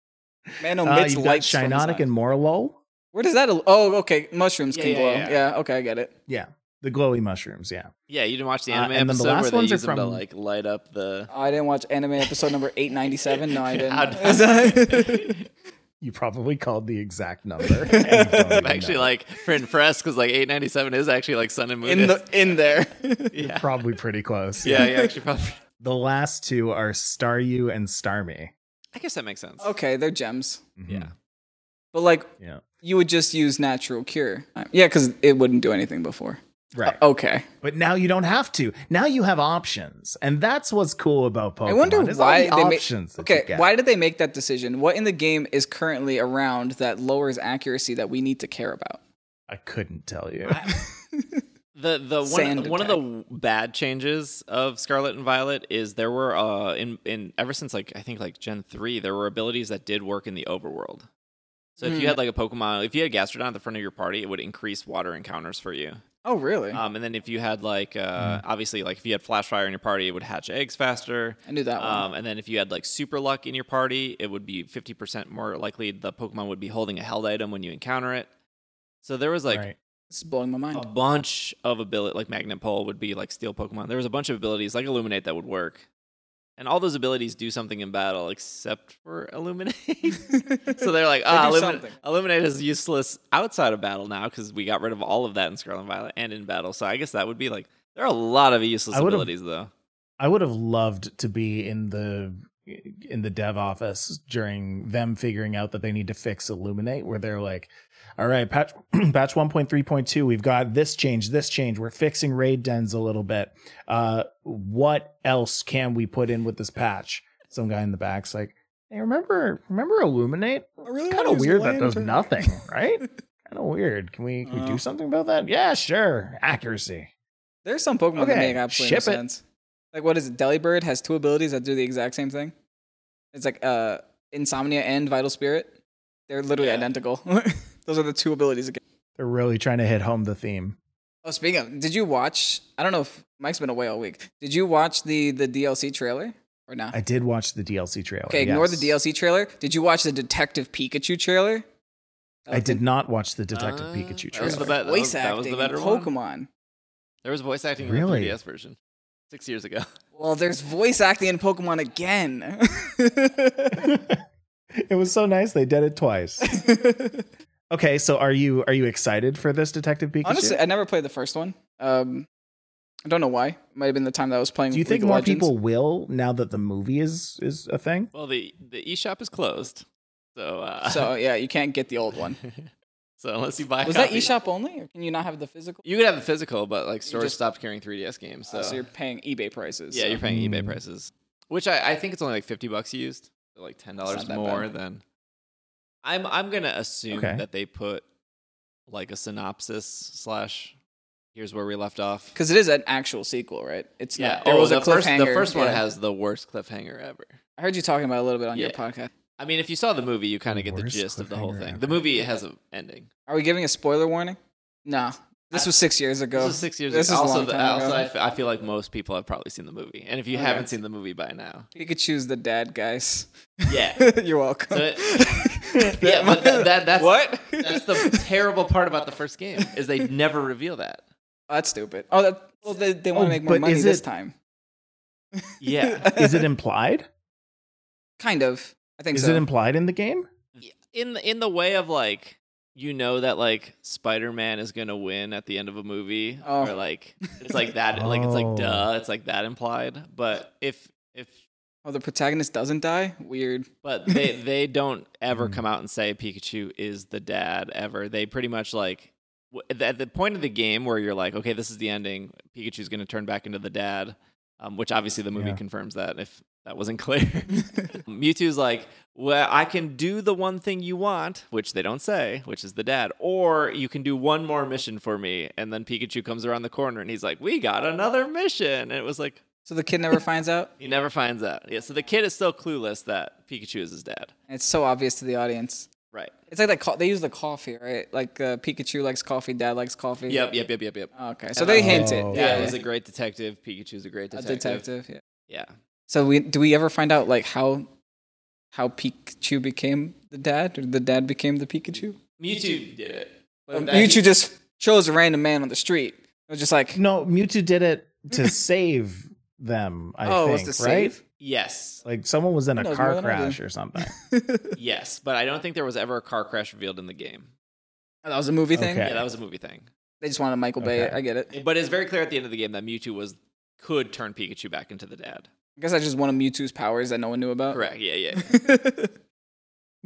[SPEAKER 2] Man
[SPEAKER 3] Uh,
[SPEAKER 2] omits
[SPEAKER 3] you've got
[SPEAKER 2] lights. from his
[SPEAKER 3] Shinotic
[SPEAKER 2] eyes.
[SPEAKER 3] and Morlul.
[SPEAKER 2] Where does that? al- Oh, okay. Mushrooms
[SPEAKER 1] Yeah,
[SPEAKER 2] can
[SPEAKER 1] yeah,
[SPEAKER 2] glow.
[SPEAKER 1] yeah.
[SPEAKER 2] Yeah. okay, I get it.
[SPEAKER 3] Yeah. The glowy mushrooms. Yeah.
[SPEAKER 1] Yeah, you didn't watch the
[SPEAKER 3] Uh,
[SPEAKER 1] anime
[SPEAKER 3] and then the
[SPEAKER 1] episode
[SPEAKER 3] last
[SPEAKER 1] where they
[SPEAKER 3] ones are
[SPEAKER 1] use him to
[SPEAKER 3] from-
[SPEAKER 1] like light up the.
[SPEAKER 2] I didn't watch anime episode number eight ninety seven. No, I didn't.
[SPEAKER 1] I'm
[SPEAKER 3] You probably called the exact number. and you don't even
[SPEAKER 1] actually
[SPEAKER 3] know.
[SPEAKER 1] like print press because like 897 is actually like sun and moon.
[SPEAKER 2] in the in there.
[SPEAKER 1] yeah.
[SPEAKER 3] probably pretty close.
[SPEAKER 1] yeah, yeah, actually probably.
[SPEAKER 3] The last two are Staryu and Starmie.
[SPEAKER 1] I guess that makes sense.
[SPEAKER 2] okay, they're gems.
[SPEAKER 3] Mhm.
[SPEAKER 1] Yeah. Uh,
[SPEAKER 2] But like,
[SPEAKER 3] Yeah.
[SPEAKER 2] you would just use natural cure. Yeah, because it wouldn't do anything before.
[SPEAKER 3] Right.
[SPEAKER 2] Okay.
[SPEAKER 3] But now you don't have to. Now you have options. And that's what's cool about Pokemon.
[SPEAKER 2] I wonder
[SPEAKER 3] is all
[SPEAKER 2] why
[SPEAKER 3] the
[SPEAKER 2] they made.
[SPEAKER 3] options that you
[SPEAKER 2] Okay,
[SPEAKER 3] get.
[SPEAKER 2] why did they make that decision? What in the game is currently around that lowers accuracy that we need to care about?
[SPEAKER 3] I couldn't tell you.
[SPEAKER 1] The the one
[SPEAKER 2] Sand
[SPEAKER 1] one of the bad changes of Scarlet and Violet is there were uh in in ever since like I think like Gen three there were abilities that did work in the overworld. So if
[SPEAKER 2] Hmm.
[SPEAKER 1] you had like a Pokemon, if you had Gastrodon at the front of your party, it would increase water encounters for you.
[SPEAKER 2] Oh, really?
[SPEAKER 3] Uh,
[SPEAKER 1] Um, and then if you had like uh, obviously like if you had Flash Fire in your party, it would hatch eggs faster.
[SPEAKER 2] I knew that one.
[SPEAKER 3] uh,
[SPEAKER 1] Um, and then if you had like Super Luck in your party, it would be fifty percent more likely the Pokemon would be holding a held item when you encounter it. So there was like
[SPEAKER 3] Right.
[SPEAKER 2] this is blowing my mind.
[SPEAKER 3] oh.
[SPEAKER 1] a bunch of ability like magnet pole would be like steel pokemon there was a bunch of abilities like illuminate that would work and all those abilities do something in battle except for illuminate so they're like ah,
[SPEAKER 2] do
[SPEAKER 1] illuminate,
[SPEAKER 2] something."
[SPEAKER 1] illuminate is useless outside of battle now because we got rid of all of that in scarlet and violet and in battle so i guess that would be like there are a lot of useless
[SPEAKER 3] I would've-
[SPEAKER 1] abilities though
[SPEAKER 3] I would have loved to be in the in the dev office during them figuring out that they need to fix Illuminate, where they're like, "All right, patch patch one point three point two, we've got this change, this change. We're fixing raid dens a little bit. Uh, what else can we put in with this patch?" Some guy in the back's like, "Hey, remember remember Illuminate?
[SPEAKER 2] I really
[SPEAKER 3] Kind
[SPEAKER 2] wanna
[SPEAKER 3] of
[SPEAKER 2] use
[SPEAKER 3] weird that does
[SPEAKER 2] lantern."
[SPEAKER 3] nothing, right? kind of weird. Can we can we
[SPEAKER 2] Uh.
[SPEAKER 3] do something about that? Yeah, sure. Accuracy.
[SPEAKER 2] There's some Pokemon that
[SPEAKER 3] Okay,
[SPEAKER 2] make absolutely no
[SPEAKER 3] ship it.
[SPEAKER 2] sense. Like what is it? Delibird has two abilities that do the exact same thing. It's like uh Insomnia and Vital Spirit. They're literally
[SPEAKER 1] Yeah.
[SPEAKER 2] identical. Those are the two abilities again.
[SPEAKER 3] They're really trying to hit home the theme.
[SPEAKER 2] Oh, speaking of, did you watch? I don't know if Mike's been away all week. Did you watch the the DLC trailer or not?
[SPEAKER 3] I did watch the DLC trailer.
[SPEAKER 2] okay, ignore the
[SPEAKER 3] yes.
[SPEAKER 2] DLC trailer. Did you watch the Detective Pikachu trailer? That
[SPEAKER 3] I
[SPEAKER 2] was
[SPEAKER 3] did
[SPEAKER 2] the-
[SPEAKER 3] not watch the Detective
[SPEAKER 1] Uh,
[SPEAKER 3] Pikachu
[SPEAKER 1] that was
[SPEAKER 3] trailer.
[SPEAKER 1] the best- that
[SPEAKER 2] voice
[SPEAKER 1] was- that was the
[SPEAKER 2] acting
[SPEAKER 1] better
[SPEAKER 2] in
[SPEAKER 1] one?
[SPEAKER 2] Pokemon.
[SPEAKER 1] There was voice acting
[SPEAKER 3] Really?
[SPEAKER 1] in the 3DS version six years ago.
[SPEAKER 2] Well, there's voice acting in Pokemon again.
[SPEAKER 3] it was so nice they did it twice. Okay, so are you are you excited for this Detective Pikachu?
[SPEAKER 2] Honestly, I never played the first one. Um, I don't know why. It might have been the time that I was playing.
[SPEAKER 3] do you think
[SPEAKER 2] League of
[SPEAKER 3] more
[SPEAKER 2] Legends.
[SPEAKER 3] people will now that the movie is is a thing?
[SPEAKER 1] Well, the the eShop is closed, so uh,
[SPEAKER 2] So yeah, you can't get the old one.
[SPEAKER 1] so unless you buy a
[SPEAKER 2] Was that
[SPEAKER 1] copy,
[SPEAKER 2] eShop only, or can you not have the physical?
[SPEAKER 1] you could have the physical, but like stores
[SPEAKER 2] just- Oh,
[SPEAKER 1] stopped carrying 3DS games. So,
[SPEAKER 2] So, you're paying eBay
[SPEAKER 1] Uh,
[SPEAKER 2] prices.
[SPEAKER 1] yeah,
[SPEAKER 2] so.
[SPEAKER 1] you're paying eBay
[SPEAKER 3] Mm.
[SPEAKER 1] prices, which I, I think it's only like 50 bucks used, so like ten dollars
[SPEAKER 2] It's not that
[SPEAKER 1] more
[SPEAKER 2] bad.
[SPEAKER 1] than. I'm I'm gonna assume
[SPEAKER 3] Okay.
[SPEAKER 1] that they put like a synopsis slash. Here's where we left off.
[SPEAKER 2] because it is an actual sequel, right? It's
[SPEAKER 1] Yeah.
[SPEAKER 2] not. There
[SPEAKER 1] oh,
[SPEAKER 2] was
[SPEAKER 1] the
[SPEAKER 2] a
[SPEAKER 1] first
[SPEAKER 2] cliffhanger.
[SPEAKER 1] the first one
[SPEAKER 2] Yeah.
[SPEAKER 1] has the worst cliffhanger ever.
[SPEAKER 2] I heard you talking about it a little bit on your
[SPEAKER 1] Yeah.
[SPEAKER 2] podcast.
[SPEAKER 1] I mean, if you saw the movie, you kind
[SPEAKER 3] The
[SPEAKER 1] of get the
[SPEAKER 3] worst
[SPEAKER 1] gist of the whole
[SPEAKER 3] cliffhanger
[SPEAKER 1] thing.
[SPEAKER 3] ever.
[SPEAKER 1] The movie has an ending.
[SPEAKER 2] Are we giving a spoiler warning? Nah. This
[SPEAKER 1] I-
[SPEAKER 2] was six years ago.
[SPEAKER 1] This was six years
[SPEAKER 2] This
[SPEAKER 1] ago.
[SPEAKER 2] is a
[SPEAKER 1] also,
[SPEAKER 2] long
[SPEAKER 1] the,
[SPEAKER 2] time
[SPEAKER 1] also
[SPEAKER 2] ago.
[SPEAKER 1] I, f- I feel like most people have probably seen the movie, and if you
[SPEAKER 2] Okay.
[SPEAKER 1] haven't seen the movie by now,
[SPEAKER 2] Pikachu's the dad, guys.
[SPEAKER 1] yeah,
[SPEAKER 2] You're welcome.
[SPEAKER 1] So yeah. But that, that- that's
[SPEAKER 2] what?
[SPEAKER 1] That's the terrible part about the first game is they never reveal that.
[SPEAKER 2] Oh, that's stupid. Oh, that, well, they, they want
[SPEAKER 3] Oh,
[SPEAKER 2] to make more
[SPEAKER 3] but
[SPEAKER 2] money
[SPEAKER 3] is
[SPEAKER 2] this
[SPEAKER 3] it-
[SPEAKER 2] time.
[SPEAKER 1] Yeah,
[SPEAKER 3] Is it implied?
[SPEAKER 2] kind of? I think
[SPEAKER 3] Is
[SPEAKER 2] so.
[SPEAKER 3] it implied in the game?
[SPEAKER 1] in the, in the way of like you know that like Spider Man is gonna win at the end of a movie,
[SPEAKER 2] Oh.
[SPEAKER 1] or like it's like that, like it's like
[SPEAKER 3] Oh.
[SPEAKER 1] duh, it's like that implied. But if if
[SPEAKER 2] oh, the protagonist doesn't die. Weird.
[SPEAKER 1] But they they don't ever
[SPEAKER 3] Mm.
[SPEAKER 1] come out and say Pikachu is the dad ever. They pretty much like w- at the- at the point of the game where you're like, okay, this is the ending. Pikachu's going to turn back into the dad, um, which obviously the movie
[SPEAKER 3] Yeah.
[SPEAKER 1] confirms that if that wasn't clear. Um, Mewtwo's like, well, I can do the one thing you want, which they don't say, which is the dad, or you can do one more mission for me. And then Pikachu comes around the corner and he's like, we got another mission. And it was like.
[SPEAKER 2] So the kid never finds out.
[SPEAKER 1] He never finds out. Yeah, so the kid is still clueless that Pikachu is his dad.
[SPEAKER 2] And it's so obvious to the audience.
[SPEAKER 1] Right.
[SPEAKER 2] It's like that. Co- they use the coffee, right? Like uh, Pikachu likes coffee. Dad likes coffee.
[SPEAKER 1] Yep, yep, yep, yep, yep.
[SPEAKER 2] Okay. So they hint it.
[SPEAKER 3] Oh,
[SPEAKER 1] Yeah,
[SPEAKER 2] Yeah.
[SPEAKER 1] he's a great detective. Pikachu's a great
[SPEAKER 2] a
[SPEAKER 1] detective.
[SPEAKER 2] detective. Yeah.
[SPEAKER 1] Yeah.
[SPEAKER 2] So we do we ever find out like how how Pikachu became the dad or the dad became the Pikachu?
[SPEAKER 1] Mewtwo did it. But
[SPEAKER 2] Um,
[SPEAKER 1] that-
[SPEAKER 2] Pikachu just chose a random man on the street. It was just like,
[SPEAKER 3] No, Mewtwo did it to save them. I
[SPEAKER 2] oh,
[SPEAKER 3] think,
[SPEAKER 2] it was the
[SPEAKER 3] right?
[SPEAKER 2] save.
[SPEAKER 1] Yes.
[SPEAKER 3] Like someone was in
[SPEAKER 2] Who
[SPEAKER 3] a
[SPEAKER 2] knows
[SPEAKER 3] car
[SPEAKER 2] more than I do.
[SPEAKER 3] crash or something.
[SPEAKER 1] Yes, but I don't think there was ever a car crash revealed in the game.
[SPEAKER 2] Oh, that was a movie thing.
[SPEAKER 3] Okay.
[SPEAKER 1] Yeah, that was a movie thing.
[SPEAKER 2] They just wanted Michael Bay.
[SPEAKER 3] Okay.
[SPEAKER 2] I get it. I
[SPEAKER 1] But it's very clear at the end of the game that Mewtwo was could turn Pikachu back into the dad.
[SPEAKER 2] guess I just wanted Mewtwo's powers that no one knew
[SPEAKER 3] Uh,
[SPEAKER 2] about.
[SPEAKER 1] Correct. Yeah, yeah.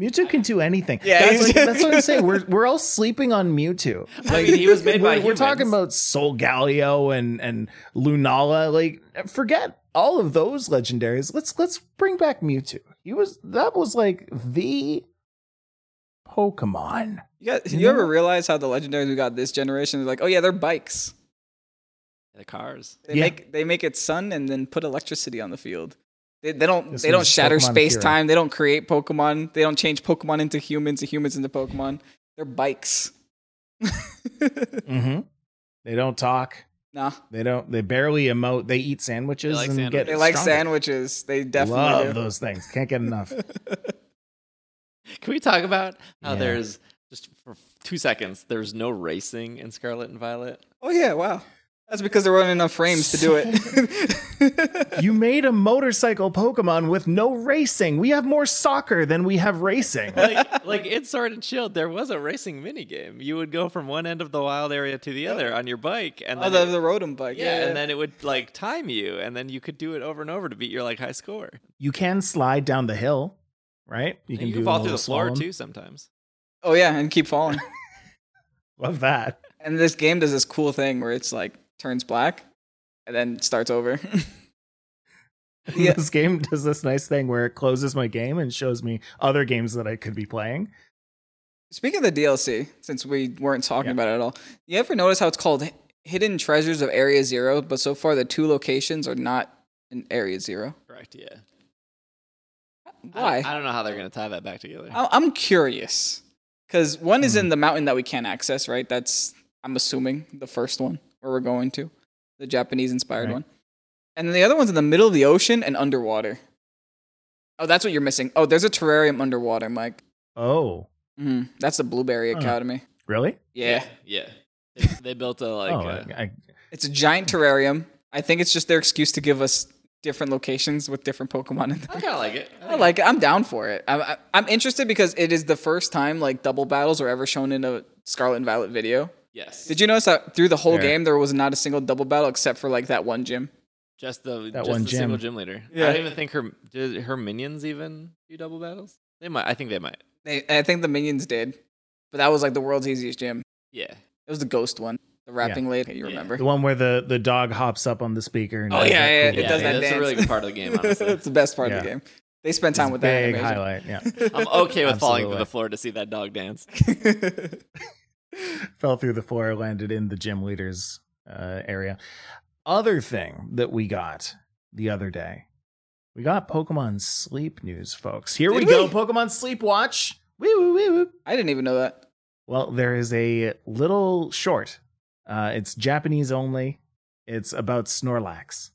[SPEAKER 3] Mewtwo can do anything.
[SPEAKER 2] Yeah,
[SPEAKER 3] that's,
[SPEAKER 2] he's-
[SPEAKER 3] like, that's what I'm saying. We're we're all sleeping on Mewtwo.
[SPEAKER 1] I mean, he was made by
[SPEAKER 3] we're, we're talking
[SPEAKER 1] humans.
[SPEAKER 3] about Sol Galio and and Lunala. Like, forget all of those legendaries. Let's let's bring back Mewtwo. He was that was like the Pokemon.
[SPEAKER 2] You, got,
[SPEAKER 3] You
[SPEAKER 2] you,
[SPEAKER 3] know-
[SPEAKER 2] ever realize how the legendaries we got this generation is like, oh yeah, they're bikes.
[SPEAKER 1] the cars.
[SPEAKER 2] They
[SPEAKER 3] Yeah.
[SPEAKER 2] make they make it sun and then put electricity on the field. They, they don't
[SPEAKER 3] This
[SPEAKER 2] they don't
[SPEAKER 3] one's
[SPEAKER 2] shatter
[SPEAKER 3] Pokemon
[SPEAKER 2] space
[SPEAKER 3] Akira.
[SPEAKER 2] time. They don't create Pokemon. They don't change Pokemon into humans and humans into Pokemon. They're bikes.
[SPEAKER 3] Mm-hmm. They don't talk.
[SPEAKER 2] Nah,
[SPEAKER 3] They don't. They barely emote. They eat sandwiches
[SPEAKER 1] They like
[SPEAKER 3] and get.
[SPEAKER 1] sandwiches.
[SPEAKER 2] they like
[SPEAKER 3] stronger.
[SPEAKER 2] sandwiches. They definitely
[SPEAKER 3] Love
[SPEAKER 2] do.
[SPEAKER 3] those things. Can't get enough.
[SPEAKER 1] Can we talk about how
[SPEAKER 3] Yeah.
[SPEAKER 1] there's just for two seconds there's no racing in Scarlet and Violet?
[SPEAKER 2] Oh yeah, wow. That's because there weren't enough frames to do it.
[SPEAKER 3] you made a motorcycle Pokemon with no racing. We have more soccer than we have racing.
[SPEAKER 1] like, like in Sword and Shield, there was a racing minigame. You would go from one end of the wild area to the other on your bike, and
[SPEAKER 2] oh,
[SPEAKER 1] then
[SPEAKER 2] the,
[SPEAKER 1] it-
[SPEAKER 2] the Rotom bike.
[SPEAKER 1] yeah,
[SPEAKER 2] Yeah,
[SPEAKER 1] and then it would like time you, and then you could do it over and over to beat your like high score.
[SPEAKER 3] You can slide down the hill, right?
[SPEAKER 1] You can,
[SPEAKER 3] do a
[SPEAKER 1] fall through
[SPEAKER 3] little
[SPEAKER 1] the floor
[SPEAKER 3] slalom.
[SPEAKER 1] too sometimes.
[SPEAKER 2] oh yeah, and keep falling.
[SPEAKER 3] Love that.
[SPEAKER 2] and this game does this cool thing where it's like turns black and then starts over. Yeah.
[SPEAKER 3] This game does this nice thing where it closes my game and shows me other games that I could be playing.
[SPEAKER 2] Speaking of the DLC, since we weren't talking
[SPEAKER 3] Yeah.
[SPEAKER 2] about it at all, you ever notice how it's called hidden treasures of Area Zero, but so far the two locations are not in Area Zero.
[SPEAKER 1] Correct. Yeah. I
[SPEAKER 2] Why?
[SPEAKER 1] don't, I don't know how they're going to tie that back together.
[SPEAKER 2] I- I'm curious because one is
[SPEAKER 3] Hmm.
[SPEAKER 2] in the mountain that we can't access, right? That's I'm assuming the first one where we're going to, the Japanese-inspired
[SPEAKER 3] Right.
[SPEAKER 2] one, and then the other one's in the middle of the ocean and underwater. Oh, that's what you're missing. Oh, there's a terrarium underwater, Mike.
[SPEAKER 3] Oh,
[SPEAKER 2] hmm That's the Blueberry
[SPEAKER 3] Huh.
[SPEAKER 2] Academy.
[SPEAKER 3] really?
[SPEAKER 2] Yeah.
[SPEAKER 1] Yeah. They, they built a like.
[SPEAKER 3] oh,
[SPEAKER 1] uh,
[SPEAKER 3] I,
[SPEAKER 2] it's a giant terrarium. I think it's just their excuse to give us different locations with different Pokemon in them.
[SPEAKER 1] I kind of like it.
[SPEAKER 2] I like it. I'm down for it. I'm, I- I'm interested because it is the first time like double battles are ever shown in a Scarlet and Violet video.
[SPEAKER 1] Yes.
[SPEAKER 2] Did you notice that through the whole
[SPEAKER 3] Fair.
[SPEAKER 2] game there was not a single double battle except for like that one gym?
[SPEAKER 1] Just the
[SPEAKER 3] That
[SPEAKER 1] just
[SPEAKER 3] one
[SPEAKER 1] the single
[SPEAKER 3] gym.
[SPEAKER 1] gym leader.
[SPEAKER 2] Yeah.
[SPEAKER 1] I don't even think her did her minions even do double battles. They might. I think they might.
[SPEAKER 2] They, I think the minions did, but that was like the world's easiest gym.
[SPEAKER 1] Yeah.
[SPEAKER 2] It was the ghost one, the rapping lady. You
[SPEAKER 1] Yeah.
[SPEAKER 2] remember?
[SPEAKER 3] the one where the the dog hops up on the speaker. And
[SPEAKER 2] Oh,
[SPEAKER 3] does
[SPEAKER 2] yeah,
[SPEAKER 3] that
[SPEAKER 2] yeah,
[SPEAKER 3] cool
[SPEAKER 2] it
[SPEAKER 1] yeah,
[SPEAKER 2] does
[SPEAKER 1] yeah,
[SPEAKER 2] that
[SPEAKER 1] That's a
[SPEAKER 2] dance.
[SPEAKER 1] really good part of the game. Honestly,
[SPEAKER 2] it's the best part of the
[SPEAKER 3] Yeah.
[SPEAKER 2] game. They spend time
[SPEAKER 3] It's
[SPEAKER 2] with
[SPEAKER 3] a
[SPEAKER 2] that
[SPEAKER 3] big
[SPEAKER 2] animation.
[SPEAKER 3] highlight. Yeah,
[SPEAKER 1] I'm okay with falling to
[SPEAKER 3] Absolutely.
[SPEAKER 1] the floor to see that dog dance.
[SPEAKER 3] fell through the floor, landed in the gym leader's uh, area. Other thing that we got the other day, we got Pokemon Sleep news, folks. Here we,
[SPEAKER 2] Did
[SPEAKER 3] go,
[SPEAKER 2] we?
[SPEAKER 3] Pokemon Sleep Watch. Woo, woo, woo, woo.
[SPEAKER 2] I didn't even know that.
[SPEAKER 3] Well, there is a little short. Uh, it's Japanese only. It's about Snorlax.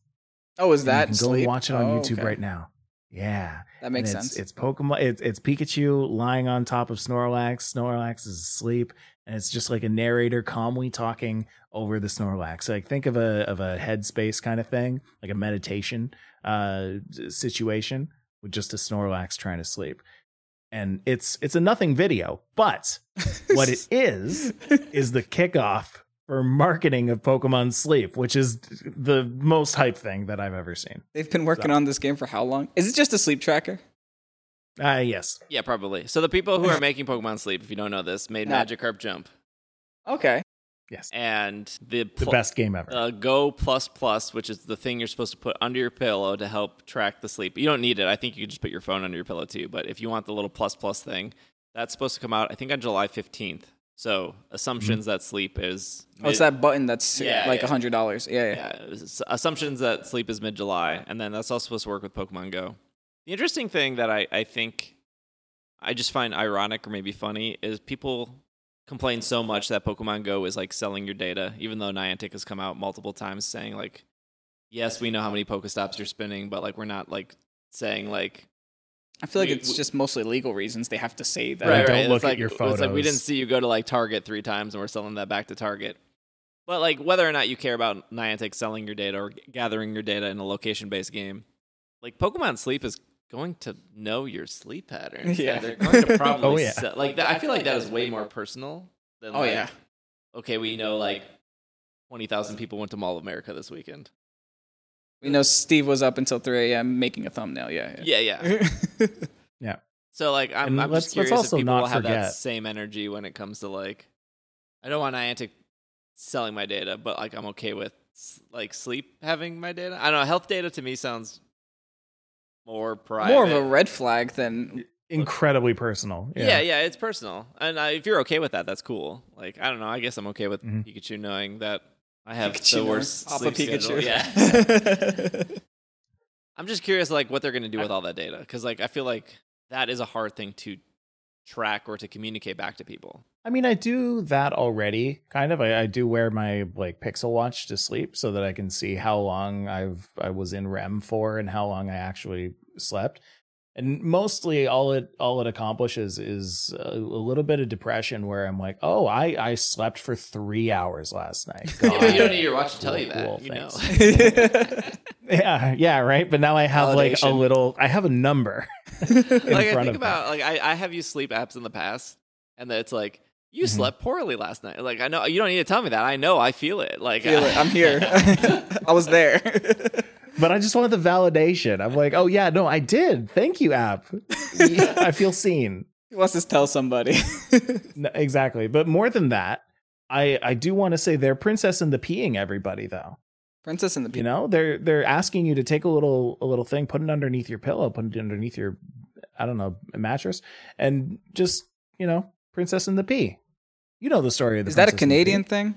[SPEAKER 2] Oh, is
[SPEAKER 3] And
[SPEAKER 2] that
[SPEAKER 3] you can go
[SPEAKER 2] sleep?
[SPEAKER 3] and watch it on
[SPEAKER 2] Oh,
[SPEAKER 3] YouTube
[SPEAKER 2] okay.
[SPEAKER 3] right now. Yeah,
[SPEAKER 2] That makes
[SPEAKER 3] And it's,
[SPEAKER 2] sense.
[SPEAKER 3] It's Pokemon. It's, it's Pikachu lying on top of Snorlax. Snorlax is asleep, and it's just like a narrator calmly talking over the Snorlax. Like think of a of a headspace kind of thing, like a meditation uh, situation with just a Snorlax trying to sleep. And it's it's a nothing video, but what it is is the kickoff for marketing of Pokemon Sleep, which is the most hype thing that I've ever seen.
[SPEAKER 2] They've been working on this game for how long? Is it just a sleep tracker?
[SPEAKER 3] Ah, yes.
[SPEAKER 1] Yeah, probably. So the people who are making Pokemon Sleep, if you don't know this, made
[SPEAKER 2] No.
[SPEAKER 1] Magikarp Jump,
[SPEAKER 2] Okay.
[SPEAKER 3] Yes.
[SPEAKER 1] and the
[SPEAKER 3] The
[SPEAKER 1] pl-
[SPEAKER 3] best game ever.
[SPEAKER 1] uh, Go Plus Plus, which is the thing you're supposed to put under your pillow to help track the sleep. You don't need it. I think you can just put your phone under your pillow too. But if you want the little plus plus thing, that's supposed to come out. I think on July 15th. So assumptions that sleep is
[SPEAKER 2] Oh, it's
[SPEAKER 1] mid-
[SPEAKER 2] that button that's
[SPEAKER 1] Yeah,
[SPEAKER 2] like
[SPEAKER 1] yeah.
[SPEAKER 2] hundred dollars. Yeah, yeah.
[SPEAKER 1] Yeah, it was- assumptions that sleep is mid July, and then that's also supposed to work with Pokemon Go. The interesting thing that I, I think I just find ironic or maybe funny is people complain so much that Pokemon Go is like selling your data, even though Niantic has come out multiple times saying like, yes, we know how many Pokestops you're spinning, but like we're not like saying like
[SPEAKER 2] I feel like
[SPEAKER 1] We-
[SPEAKER 2] it's
[SPEAKER 1] we-
[SPEAKER 2] just mostly legal reasons they have to say that.
[SPEAKER 3] Right,
[SPEAKER 1] right,
[SPEAKER 3] don't
[SPEAKER 1] right.
[SPEAKER 3] look
[SPEAKER 1] it's
[SPEAKER 3] at
[SPEAKER 1] like,
[SPEAKER 3] your
[SPEAKER 1] It's like we
[SPEAKER 3] photos.
[SPEAKER 1] didn't see you go to like Target three times, and we're selling that back to Target. But like whether or not you care about Niantic selling your data or g- gathering your data in a location-based game, like Pokemon Sleep is going to know your sleep patterns.
[SPEAKER 2] Yeah.
[SPEAKER 1] and they're going to probably
[SPEAKER 3] Oh, yeah.
[SPEAKER 1] sell- like that, I feel like that is way more personal than.
[SPEAKER 2] Oh
[SPEAKER 1] like,
[SPEAKER 2] yeah.
[SPEAKER 1] Okay, we know like twenty thousand people went to Mall of America this weekend.
[SPEAKER 2] We know Steve was up until three AM making a thumbnail, yeah.
[SPEAKER 1] Yeah, yeah.
[SPEAKER 2] yeah.
[SPEAKER 1] So like I'm,
[SPEAKER 3] And
[SPEAKER 1] I'm
[SPEAKER 3] let's-
[SPEAKER 1] just
[SPEAKER 3] let's
[SPEAKER 1] curious
[SPEAKER 3] also
[SPEAKER 1] if people
[SPEAKER 3] not
[SPEAKER 1] will have that
[SPEAKER 3] forget-
[SPEAKER 1] same energy when it comes to like I don't want Niantic selling my data, but like I'm okay with s- like sleep having my data. I don't know, health data to me sounds more private.
[SPEAKER 2] More of a red flag than
[SPEAKER 3] Incredibly personal.
[SPEAKER 1] yeah. yeah, it's personal. And uh, if you're okay with that, that's cool. Like I don't know, I guess I'm okay with
[SPEAKER 3] Mhm.
[SPEAKER 1] Pikachu knowing that I have
[SPEAKER 2] Pikachu
[SPEAKER 1] the
[SPEAKER 2] or
[SPEAKER 1] worst
[SPEAKER 2] Papa
[SPEAKER 1] sleep schedule.
[SPEAKER 2] Pikachu.
[SPEAKER 1] Yeah. I'm just curious, like, what they're going to do with all that data, because, like, I feel like that is a hard thing to track or to communicate back to people.
[SPEAKER 3] I mean, I do that already, kind of. I, I do wear my like Pixel Watch to sleep so that I can see how long I've I was in REM for and how long I actually slept. And mostly, all it all it accomplishes is a, a little bit of depression, where I'm like, oh, I I slept for three hours last night.
[SPEAKER 1] Yeah, you
[SPEAKER 3] God.
[SPEAKER 1] Oh, don't e- need your watch to tell you that.
[SPEAKER 3] Cool,
[SPEAKER 1] you
[SPEAKER 3] thanks.
[SPEAKER 1] know.
[SPEAKER 3] yeah, yeah, right. But now I have like a
[SPEAKER 2] Validation.
[SPEAKER 3] little. I have a number.
[SPEAKER 1] like I
[SPEAKER 3] front
[SPEAKER 1] think
[SPEAKER 3] of them.
[SPEAKER 1] about like I, I have used sleep apps in the past, and that it's like you
[SPEAKER 3] Mhm.
[SPEAKER 1] slept poorly last night. Like I know you don't need to tell me that. I know I feel it. Like
[SPEAKER 2] Feel it. I'm here. I was there.
[SPEAKER 3] But I just wanted the validation. I'm like, oh yeah, no, I did. Thank you, app. I feel seen.
[SPEAKER 2] he wants to tell somebody.
[SPEAKER 3] No, exactly. But more than that, I I do want to say they're princess and the peeing everybody though.
[SPEAKER 2] Princess and the
[SPEAKER 3] You
[SPEAKER 2] Pe-
[SPEAKER 3] know, they're they're asking you to take a little a little thing, put it underneath your pillow, put it underneath your I don't know mattress, and just you know, princess and the pea. You know the story of the
[SPEAKER 2] Is that a
[SPEAKER 3] Princess and the Pea.
[SPEAKER 2] Canadian thing?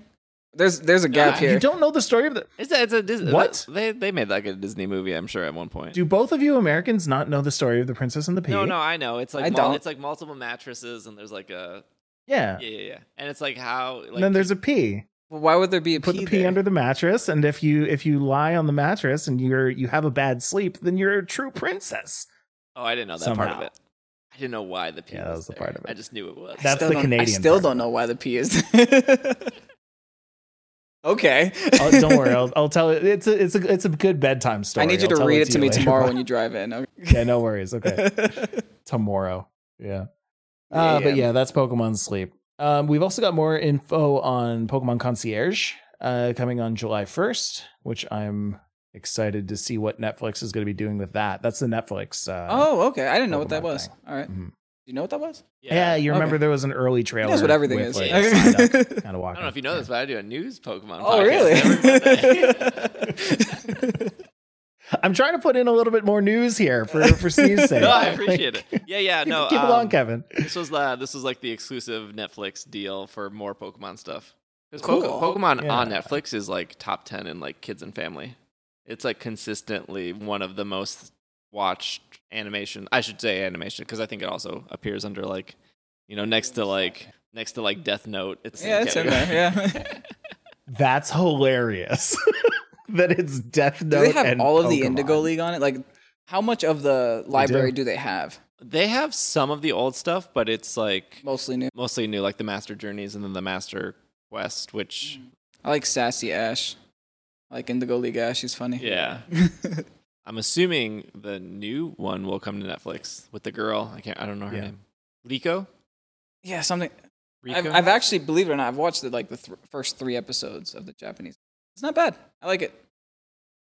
[SPEAKER 2] There's there's a gap
[SPEAKER 1] Yeah,
[SPEAKER 2] here.
[SPEAKER 3] You don't know the story of the.
[SPEAKER 1] It's a, it's a Disney.
[SPEAKER 3] What?
[SPEAKER 1] they they made like a Disney movie? I'm sure at one point.
[SPEAKER 3] Do both of you Americans not know the story of the Princess and the Pea?
[SPEAKER 1] no, no, I know. It's like
[SPEAKER 2] I
[SPEAKER 1] mul-
[SPEAKER 2] don't.
[SPEAKER 1] it's like multiple mattresses, and there's like a
[SPEAKER 3] Yeah.
[SPEAKER 1] yeah, yeah, yeah. And it's like how like
[SPEAKER 3] and then there's a pea.
[SPEAKER 2] Well, why would there be a
[SPEAKER 3] Put
[SPEAKER 2] pee
[SPEAKER 3] the pea
[SPEAKER 2] there?
[SPEAKER 3] under the mattress, and if you if you lie on the mattress and you're you have a bad sleep, then you're a true princess.
[SPEAKER 1] oh, I didn't know that part
[SPEAKER 3] Somehow.
[SPEAKER 1] of it. I didn't know why the P.
[SPEAKER 3] Yeah, that was the part of it.
[SPEAKER 1] I just knew it was.
[SPEAKER 2] I
[SPEAKER 3] That's
[SPEAKER 2] still
[SPEAKER 3] the
[SPEAKER 2] don't- I
[SPEAKER 3] Canadian
[SPEAKER 2] still
[SPEAKER 3] part.
[SPEAKER 2] don't know why the pee is. okay.
[SPEAKER 3] Oh, don't worry, I'll, I'll tell it. It's a it's a it's a good bedtime story.
[SPEAKER 2] I need you
[SPEAKER 3] I'll
[SPEAKER 2] to
[SPEAKER 3] tell
[SPEAKER 2] read it to
[SPEAKER 3] you
[SPEAKER 2] me
[SPEAKER 3] later.
[SPEAKER 2] tomorrow when you drive in. Okay.
[SPEAKER 3] yeah, no worries. Okay, tomorrow. Yeah.
[SPEAKER 2] Yeah.
[SPEAKER 3] Uh, But yeah, that's Pokemon Sleep. Um, we've also got more info on Pokemon Concierge uh, coming on July 1st, which I'm excited to see what Netflix is going to be doing with that. That's the Netflix. Uh,
[SPEAKER 2] oh, okay. I didn't know what that
[SPEAKER 3] Pokemon
[SPEAKER 2] was.
[SPEAKER 3] thing.
[SPEAKER 2] All right. Do
[SPEAKER 3] mhm.
[SPEAKER 2] you know what that was?
[SPEAKER 3] yeah. you remember
[SPEAKER 2] Okay.
[SPEAKER 3] there was an early trailer.
[SPEAKER 2] That's what everything
[SPEAKER 3] with,
[SPEAKER 2] is.
[SPEAKER 3] Like,
[SPEAKER 1] Okay.
[SPEAKER 3] signed up,
[SPEAKER 2] Okay.
[SPEAKER 3] kind of
[SPEAKER 1] I
[SPEAKER 3] walking.
[SPEAKER 1] don't know if you know this, but I do a news Pokemon.
[SPEAKER 2] Oh,
[SPEAKER 1] podcast every Monday.
[SPEAKER 2] really?
[SPEAKER 3] I'm trying to put in a little bit more news here for for Steve's sake.
[SPEAKER 1] no, I appreciate it. Yeah, yeah.
[SPEAKER 3] Keep,
[SPEAKER 1] No,
[SPEAKER 3] keep
[SPEAKER 1] um,
[SPEAKER 3] it on, Kevin.
[SPEAKER 1] This was uh, this was like the exclusive Netflix deal for more Pokemon stuff. 'Cause
[SPEAKER 2] Cool.
[SPEAKER 1] Poke- Pokemon
[SPEAKER 3] Yeah.
[SPEAKER 1] on Netflix is like top ten in like kids and family. It's like consistently one of the most watched animation. I should say animation because I think it also appears under like you know next to like next to like Death Note. It's
[SPEAKER 2] yeah, it's in there. Yeah.
[SPEAKER 3] That's hilarious. that it's Death Note.
[SPEAKER 2] Do they have
[SPEAKER 3] and
[SPEAKER 2] all of the
[SPEAKER 3] Pokemon.
[SPEAKER 2] Indigo League on it? Like, how much of the library do they have?
[SPEAKER 1] They have some of the old stuff, but it's like
[SPEAKER 2] Mostly new.
[SPEAKER 1] mostly new, like the Master Journeys and then the Master Quest, which
[SPEAKER 2] I like Sassy Ash. I like Indigo League Ash. She's funny.
[SPEAKER 1] yeah. I'm assuming the new one will come to Netflix with the girl. I can't. I don't know her
[SPEAKER 3] Yeah.
[SPEAKER 1] name. Liko.
[SPEAKER 2] yeah, something. I've,
[SPEAKER 1] Rico?
[SPEAKER 2] I've actually, believe it or not, I've watched the, like the th- first three episodes of the Japanese. It's not bad. I like it.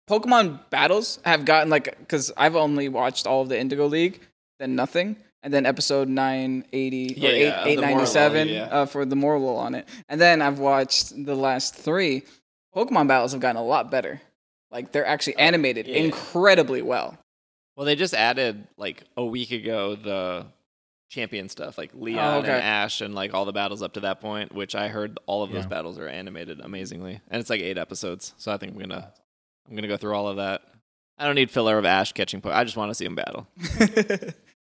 [SPEAKER 2] Pokemon battles have gotten like because I've only watched all of the Indigo League, then nothing, and then episode nine eighty
[SPEAKER 1] Yeah,
[SPEAKER 2] or eight
[SPEAKER 1] yeah,
[SPEAKER 2] eight
[SPEAKER 1] the moral,
[SPEAKER 2] ninety seven
[SPEAKER 1] yeah.
[SPEAKER 2] uh, for the moral on it, and then I've watched the last three. Pokemon battles have gotten a lot better. Like they're actually animated
[SPEAKER 1] yeah.
[SPEAKER 2] incredibly well.
[SPEAKER 1] well, they just added like a week ago the champion stuff, like Leon
[SPEAKER 2] Oh, okay.
[SPEAKER 1] and Ash, and like all the battles up to that point. Which I heard all of those
[SPEAKER 3] Yeah.
[SPEAKER 1] battles are animated amazingly, and it's like eight episodes. So I think I'm gonna I'm gonna go through all of that. I don't need filler of Ash catching. Po- I just want to see him battle.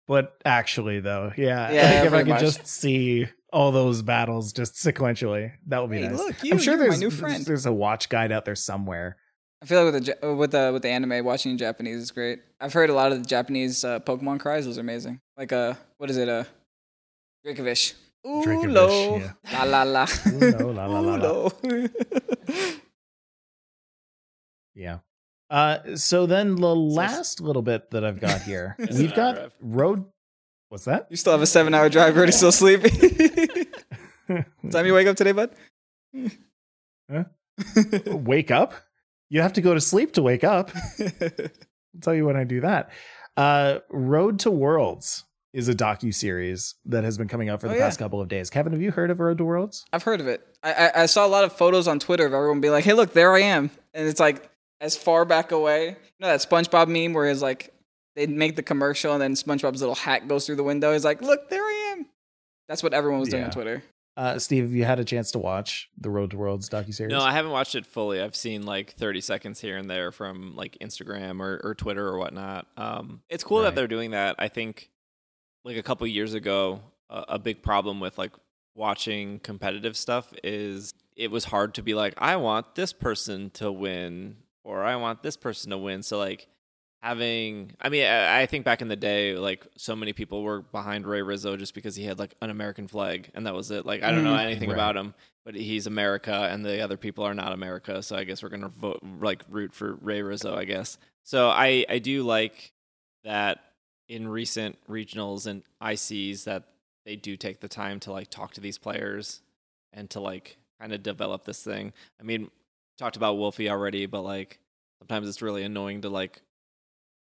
[SPEAKER 3] But actually, though, yeah,
[SPEAKER 2] Yeah,
[SPEAKER 3] like, if I
[SPEAKER 2] pretty
[SPEAKER 3] could
[SPEAKER 2] much.
[SPEAKER 3] just see all those battles just sequentially, that would be
[SPEAKER 2] Hey,
[SPEAKER 3] nice.
[SPEAKER 2] look, you-
[SPEAKER 3] I'm sure
[SPEAKER 2] you're my
[SPEAKER 3] there's
[SPEAKER 2] new
[SPEAKER 3] there's-
[SPEAKER 2] friend.
[SPEAKER 3] There's a watch guide out there somewhere.
[SPEAKER 2] I feel like with the Ja- uh, with the with the anime, watching in Japanese is great. I've heard a lot of the Japanese uh, Pokemon cries was amazing. Like uh, what is it? Uh, Dracovish. Ooh,
[SPEAKER 3] Dracovish,
[SPEAKER 2] lo.
[SPEAKER 3] yeah.
[SPEAKER 2] La la la.
[SPEAKER 3] Ooh, lo, la, la, la, la.
[SPEAKER 2] Ooh, lo.
[SPEAKER 3] Yeah. Uh, so then the
[SPEAKER 2] it's-
[SPEAKER 3] last little bit that I've got here,
[SPEAKER 2] It's
[SPEAKER 1] an
[SPEAKER 3] we've got
[SPEAKER 1] hour drive.
[SPEAKER 3] road. What's that?
[SPEAKER 2] you still have a seven-hour drive. Already still sleepy. time you wake up today, bud.
[SPEAKER 3] Huh? wake up. You have to go to sleep to wake up. I'll tell you when I do that. Uh, Road to Worlds is a docu series that has been coming out for the
[SPEAKER 2] Oh,
[SPEAKER 3] past couple of days. Kevin, have you heard of Road to Worlds?
[SPEAKER 2] I've heard of it. I, I I saw a lot of photos on Twitter of everyone being like, "Hey, look, there I am," and it's like as far back away. You know that SpongeBob meme where it's like they make the commercial and then SpongeBob's little hat goes through the window. He's like, "Look, there I am." That's what everyone was doing on
[SPEAKER 3] Yeah.
[SPEAKER 2] Twitter.
[SPEAKER 3] Uh, Steve, have you had a chance to watch the Road to Worlds docuseries?
[SPEAKER 1] No, I haven't watched it fully. I've seen like 30 seconds here and there from like Instagram or, or Twitter or whatnot. Um, it's cool
[SPEAKER 3] Right.
[SPEAKER 1] that they're doing that. I think like a couple years ago, a, a big problem with like watching competitive stuff is it was hard to be like, I want this person to win or I want this person to win. So like having, I mean, I, I think back in the day, like so many people were behind Ray Rizzo just because he had like an American flag and that was it. Like I don't know
[SPEAKER 2] Mm.
[SPEAKER 1] anything
[SPEAKER 3] Right.
[SPEAKER 1] about him but he's America, and the other people are not America. So I guess we're gonna vote like root for Ray Rizzo, I guess. So I I do like that in recent regionals and ICs that they do take the time to like talk to these players and to like kind of develop this thing. I mean, talked about Wolfie already, but like sometimes it's really annoying to like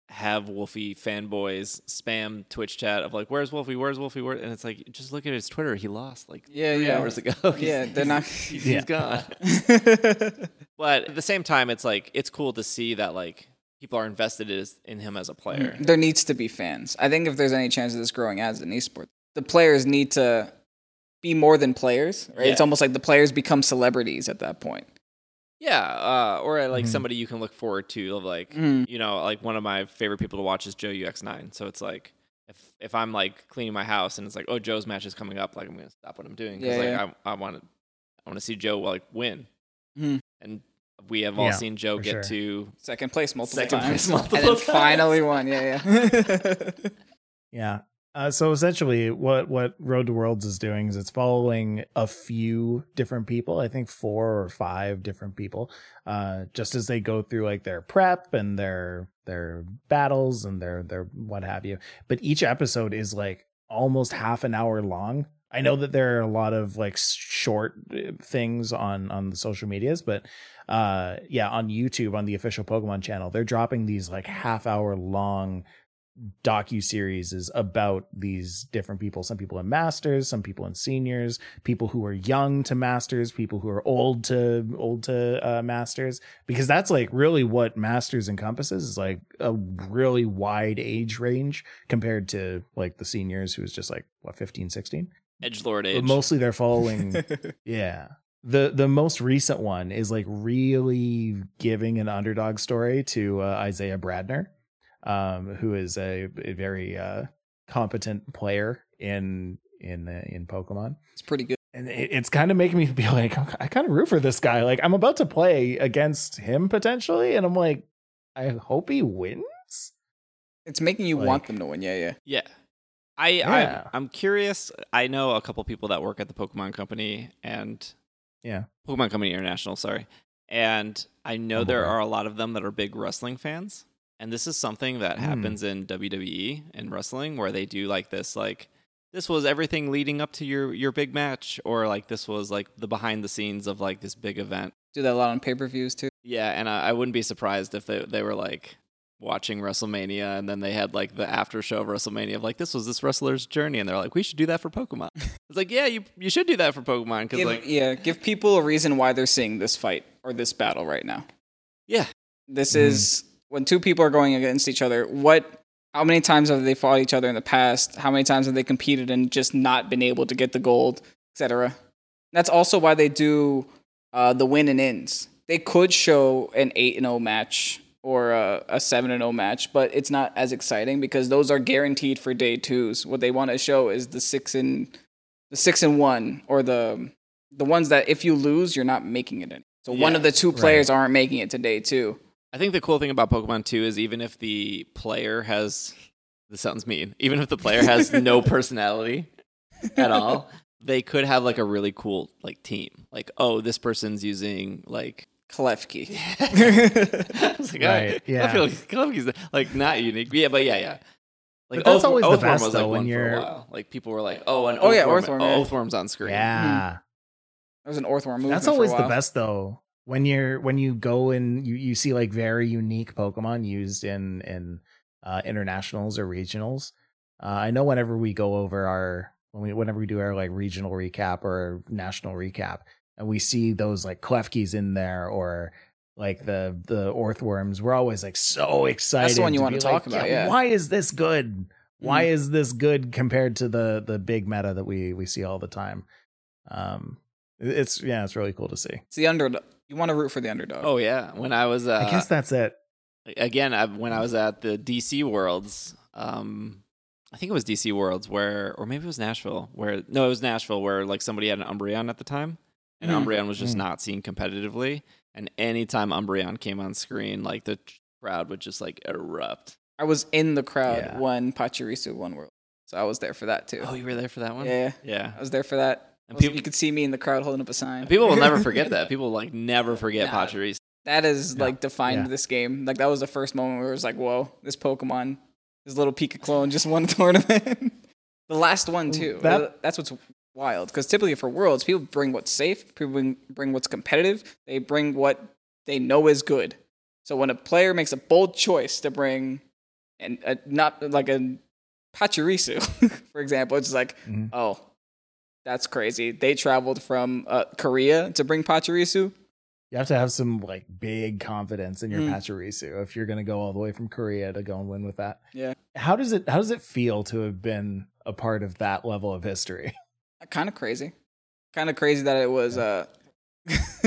[SPEAKER 1] have Wolfie fanboys spam Twitch chat of like, "Where's Wolfie? Where's Wolfie?" Where? And it's like, just look at his Twitter. He lost like
[SPEAKER 2] Yeah,
[SPEAKER 1] three
[SPEAKER 2] yeah,
[SPEAKER 1] hours ago.
[SPEAKER 2] yeah. They're not.
[SPEAKER 1] He's,
[SPEAKER 3] Yeah.
[SPEAKER 1] he's gone. but at the same time, it's like it's cool to see that like people are invested is- in him as a player.
[SPEAKER 2] there needs to be fans. I think if there's any chance of this growing as an esport, the players need to be more than players. Right? It's
[SPEAKER 1] Yeah.
[SPEAKER 2] almost like the players become celebrities at that point.
[SPEAKER 1] Yeah, uh, or uh, like
[SPEAKER 3] Mhm.
[SPEAKER 1] somebody you can look forward to, of like
[SPEAKER 2] Mhm.
[SPEAKER 1] you know, like one of my favorite people to watch is Joe UX9. So it's like if if I'm like cleaning my house and it's like, oh, Joe's match is coming up, like I'm gonna stop what I'm doing because
[SPEAKER 2] Yeah,
[SPEAKER 1] like
[SPEAKER 2] yeah.
[SPEAKER 1] I I want to I want to see Joe like win,
[SPEAKER 2] Mhm.
[SPEAKER 1] and we have all
[SPEAKER 3] Yeah,
[SPEAKER 1] seen Joe
[SPEAKER 3] for
[SPEAKER 1] get
[SPEAKER 3] sure.
[SPEAKER 1] to
[SPEAKER 2] Second place multiple
[SPEAKER 1] second
[SPEAKER 2] times.
[SPEAKER 1] place multiple
[SPEAKER 2] and then
[SPEAKER 1] times.
[SPEAKER 2] finally won. Yeah, yeah.
[SPEAKER 3] Yeah. Uh, so essentially, what what Road to Worlds is doing is it's following a few different people. I think four or five different people, uh, just as they go through like their prep and their their battles and their their what have you. But each episode is like almost half an hour long. I know that there are a lot of like s- short uh, things on on the social medias, but uh, yeah, on YouTube on the official Pokemon channel, they're dropping these like half hour long docu series is about these different people some people in masters some people in seniors people who are young to masters people who are old to old to uh, masters because that's like really what masters encompasses is like a really wide age range compared to like the seniors who is just like what 15 16
[SPEAKER 1] edge lord
[SPEAKER 3] but
[SPEAKER 1] age.
[SPEAKER 3] mostly they're following yeah. The the most recent one is like really giving an underdog story to uh, Isaiah Bradner, um, who is a, a very uh, competent player in in uh, in Pokemon.
[SPEAKER 2] it's pretty good.
[SPEAKER 3] And it, it's kind of making me be like, I kind of root for this guy. Like I'm about to play against him potentially, and I'm like, I hope he wins.
[SPEAKER 2] It's making you want
[SPEAKER 3] Like-
[SPEAKER 2] them to win. Yeah, yeah.
[SPEAKER 1] Yeah. I,
[SPEAKER 3] Yeah.
[SPEAKER 1] I I'm curious. I know a couple people that work at the Pokemon Company and
[SPEAKER 3] Yeah. Oh,
[SPEAKER 1] Pokemon Company International, sorry. And I know there
[SPEAKER 3] Bumblebee.
[SPEAKER 1] are a lot of them that are big wrestling fans. And this is something that
[SPEAKER 3] Hmm.
[SPEAKER 1] happens in WWE and wrestling where they do like this like this was everything leading up to your your big match or like this was like the behind the scenes of like this big event.
[SPEAKER 2] Do that a lot on pay per views too.
[SPEAKER 1] Yeah, and I, I wouldn't be surprised if they they were like watching WrestleMania and then they had like the after show of WrestleMania of like this was this wrestler's journey and they're like we should do that for Pokemon. it's like yeah, you you should do that for Pokemon because
[SPEAKER 2] Give-
[SPEAKER 1] like
[SPEAKER 2] yeah, give people a reason why they're seeing this fight or this battle right now.
[SPEAKER 1] yeah,
[SPEAKER 2] This
[SPEAKER 3] Mhm.
[SPEAKER 2] is when two people are going against each other. What? How many times have they fought each other in the past? How many times have they competed and just not been able to get the gold, etc. That's also why they do uh, the win and ends. They could show an eight and zero match or a, a seven and zero match, but it's not as exciting because those are guaranteed for day twos. What they want to show is the six and the six and one or the the ones that if you lose, you're not making it. In. So one
[SPEAKER 1] Yeah,
[SPEAKER 2] of the two players aren't making it to day two.
[SPEAKER 1] I think the cool thing about Pokemon 2 is even if the player has this sounds mean, even if the player has no personality at all, they could have like a really cool like team. Like, oh, this person's using like
[SPEAKER 2] Klefki.
[SPEAKER 1] I was like, "Oh,
[SPEAKER 3] Right,
[SPEAKER 1] I,
[SPEAKER 3] yeah.
[SPEAKER 1] I feel like Kalovki's like not unique. Yeah, but yeah, yeah. Like
[SPEAKER 3] But that's
[SPEAKER 1] Oath-
[SPEAKER 3] always the
[SPEAKER 1] Oathworm
[SPEAKER 3] best,
[SPEAKER 1] was
[SPEAKER 3] though,
[SPEAKER 1] like
[SPEAKER 3] when
[SPEAKER 1] one for
[SPEAKER 3] you're-
[SPEAKER 1] a while. Like people were like, "Oh, an Oathworm,
[SPEAKER 2] Oh, yeah, Oathworm,
[SPEAKER 1] Oathworm,
[SPEAKER 2] yeah.
[SPEAKER 1] Oathworm's on screen."
[SPEAKER 3] Yeah.
[SPEAKER 2] That was an Orthworm movie.
[SPEAKER 3] That's always the best though. When you're when you go and you you see like very unique Pokemon used in in uh, internationals or regionals. Uh, I know whenever we go over our when we whenever we do our like regional recap or national recap, and we see those like Klefkis in there or like the the Orthworms, we're always like so excited.
[SPEAKER 2] one you
[SPEAKER 3] to
[SPEAKER 2] wanna
[SPEAKER 3] be
[SPEAKER 2] talk
[SPEAKER 3] like,
[SPEAKER 2] about, yeah.
[SPEAKER 3] Why is this good? Why
[SPEAKER 2] Mm-hmm.
[SPEAKER 3] is this good compared to the the big meta that we we see all the time? Um, it- it's yeah, it's really cool to see.
[SPEAKER 2] It's the underdog. You want to root for the underdog.
[SPEAKER 1] Oh yeah. When I was uh,
[SPEAKER 3] I guess that's it.
[SPEAKER 1] again I, when I was at the DC Worlds, um, I think it was DC Worlds where, or maybe it was Nashville where no, it was Nashville where like somebody had an Umbreon at the time, and
[SPEAKER 2] Mhm.
[SPEAKER 1] Umbreon was just
[SPEAKER 3] Mhm.
[SPEAKER 1] not seen competitively. And anytime Umbreon came on screen, like the crowd would just like erupt.
[SPEAKER 2] I was in the crowd
[SPEAKER 3] Yeah.
[SPEAKER 2] when Pachirisu won World. So I was there for that too.
[SPEAKER 1] Oh, you were there for that one?
[SPEAKER 2] yeah,
[SPEAKER 1] Yeah.
[SPEAKER 2] I was there for that.
[SPEAKER 1] And
[SPEAKER 2] I was-
[SPEAKER 1] people-
[SPEAKER 2] you could see me in the crowd holding up a sign.
[SPEAKER 1] And people will never forget that. People like never forget
[SPEAKER 2] Nah.
[SPEAKER 1] Pachirisu.
[SPEAKER 2] that is
[SPEAKER 3] Yeah.
[SPEAKER 2] like defined
[SPEAKER 3] Yeah.
[SPEAKER 2] this game. Like that was the first moment where it was like, whoa, this Pokemon, this little Pika clone just won a tournament. the last one too.
[SPEAKER 3] That-
[SPEAKER 2] That's what's wild because typically for worlds, people bring what's safe, people bring, bring what's competitive, they bring what they know is good. So when a player makes a bold choice to bring, and a, not like a Pachirisu, for example, it's just like,
[SPEAKER 3] Mhm.
[SPEAKER 2] oh, that's crazy. They traveled from uh, Korea to bring Pachirisu.
[SPEAKER 3] You have to have some like big confidence in your
[SPEAKER 2] Mm.
[SPEAKER 3] Pachirisu if you're going to go all the way from Korea to go and win with that.
[SPEAKER 2] Yeah.
[SPEAKER 3] How does it how does it feel to have been a part of that level of history?
[SPEAKER 2] Kind of crazy. Kind of crazy that it was uh,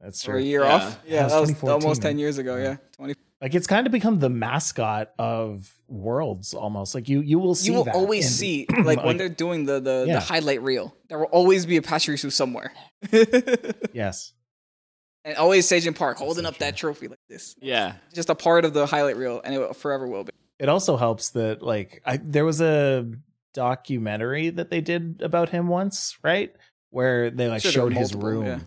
[SPEAKER 3] That's
[SPEAKER 2] for a
[SPEAKER 3] true.
[SPEAKER 2] year
[SPEAKER 1] Yeah.
[SPEAKER 2] off.
[SPEAKER 3] Yeah, it
[SPEAKER 2] Yeah,
[SPEAKER 3] was
[SPEAKER 2] that was
[SPEAKER 3] 2014,
[SPEAKER 2] almost
[SPEAKER 3] man.
[SPEAKER 2] 10 years ago.
[SPEAKER 3] Yeah.
[SPEAKER 2] Yeah. 20.
[SPEAKER 3] Like it's kind of become the mascot of worlds almost. Like you you will see
[SPEAKER 2] You will
[SPEAKER 3] that
[SPEAKER 2] always
[SPEAKER 3] in-
[SPEAKER 2] see, like, when they're doing the, the,
[SPEAKER 3] Yeah.
[SPEAKER 2] the highlight reel, there will always be a Pachirisu somewhere.
[SPEAKER 3] Yes.
[SPEAKER 2] and always Sajin Park holding up that trophy like this.
[SPEAKER 1] Yeah.
[SPEAKER 2] Just a part of the highlight reel, and it will- forever will be.
[SPEAKER 3] It also helps that like I there was a documentary that they did about him once, right? Where they like
[SPEAKER 2] Sure, there were
[SPEAKER 3] showed his
[SPEAKER 2] multiple,
[SPEAKER 3] room.
[SPEAKER 2] yeah.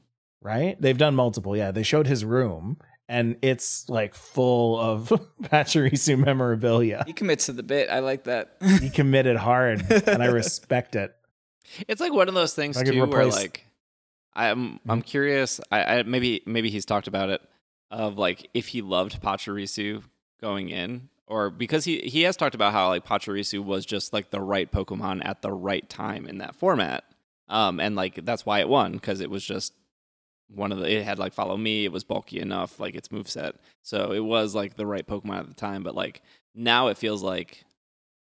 [SPEAKER 3] Right? They've done multiple, yeah. They showed his room and it's like full of Pachirisu memorabilia.
[SPEAKER 2] He commits to the bit. I like that.
[SPEAKER 3] He committed hard and I respect it.
[SPEAKER 1] It's like one of those things
[SPEAKER 3] I could
[SPEAKER 1] too, where
[SPEAKER 3] replace- Mm-hmm.
[SPEAKER 1] like I'm I'm curious. I, I maybe maybe he's talked about it of like if he loved Pachirisu going in, or because he he has talked about how like Pachirisu was just like the right Pokemon at the right time in that format, um, and like that's why it won because it was just one of the it had like follow me it was bulky enough like its moveset so it was like the right pokemon at the time but like now it feels like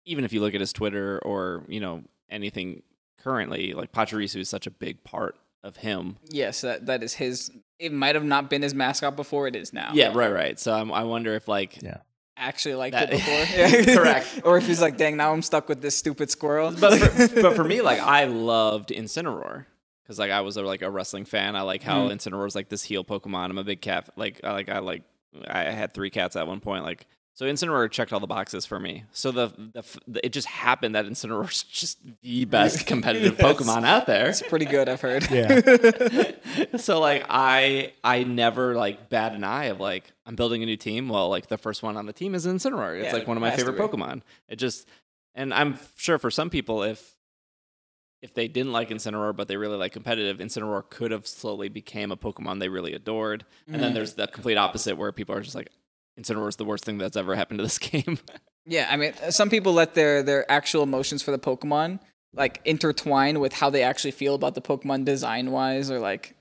[SPEAKER 1] even if you look at his twitter or you know anything currently, like Pachirisu is such a big part of him.
[SPEAKER 2] yes, that, that is his. It might have not been his mascot before. It is now.
[SPEAKER 1] Yeah, right, right. So I'm, I wonder if like
[SPEAKER 3] Yeah.
[SPEAKER 2] Actually liked
[SPEAKER 1] That-
[SPEAKER 2] it before.
[SPEAKER 1] Correct.
[SPEAKER 2] or if he's like, dang, now I'm stuck with this stupid squirrel.
[SPEAKER 1] but for, but for me, like I loved Incineroar because like I was a, like a wrestling fan. I like how Incineroar is like this heel Pokemon. I'm a big cat. Like I like I like I had three cats at one point. Like so, Incineroar checked all the boxes for me. So the the, f- the it just happened that Incineroar is just the best competitive
[SPEAKER 2] Yes.
[SPEAKER 1] Pokemon out there.
[SPEAKER 2] it's pretty good, I've heard.
[SPEAKER 3] Yeah.
[SPEAKER 1] so like I I never like bat an eye of like I'm building a new team. Well, like the first one on the team is Incineroar. It's
[SPEAKER 2] Yeah,
[SPEAKER 1] like one of my
[SPEAKER 2] has to
[SPEAKER 1] favorite
[SPEAKER 2] be.
[SPEAKER 1] Pokemon. It just and I'm sure for some people if if they didn't like Incineroar but they really like competitive, Incineroar could have slowly became a Pokemon they really adored. And then
[SPEAKER 2] Mhm.
[SPEAKER 1] there's the complete opposite where people are just like Incineroar is the worst thing that's ever happened to this game.
[SPEAKER 2] Yeah, I mean, some people let their their actual emotions for the Pokemon like intertwine with how they actually feel about the Pokemon design wise, or like,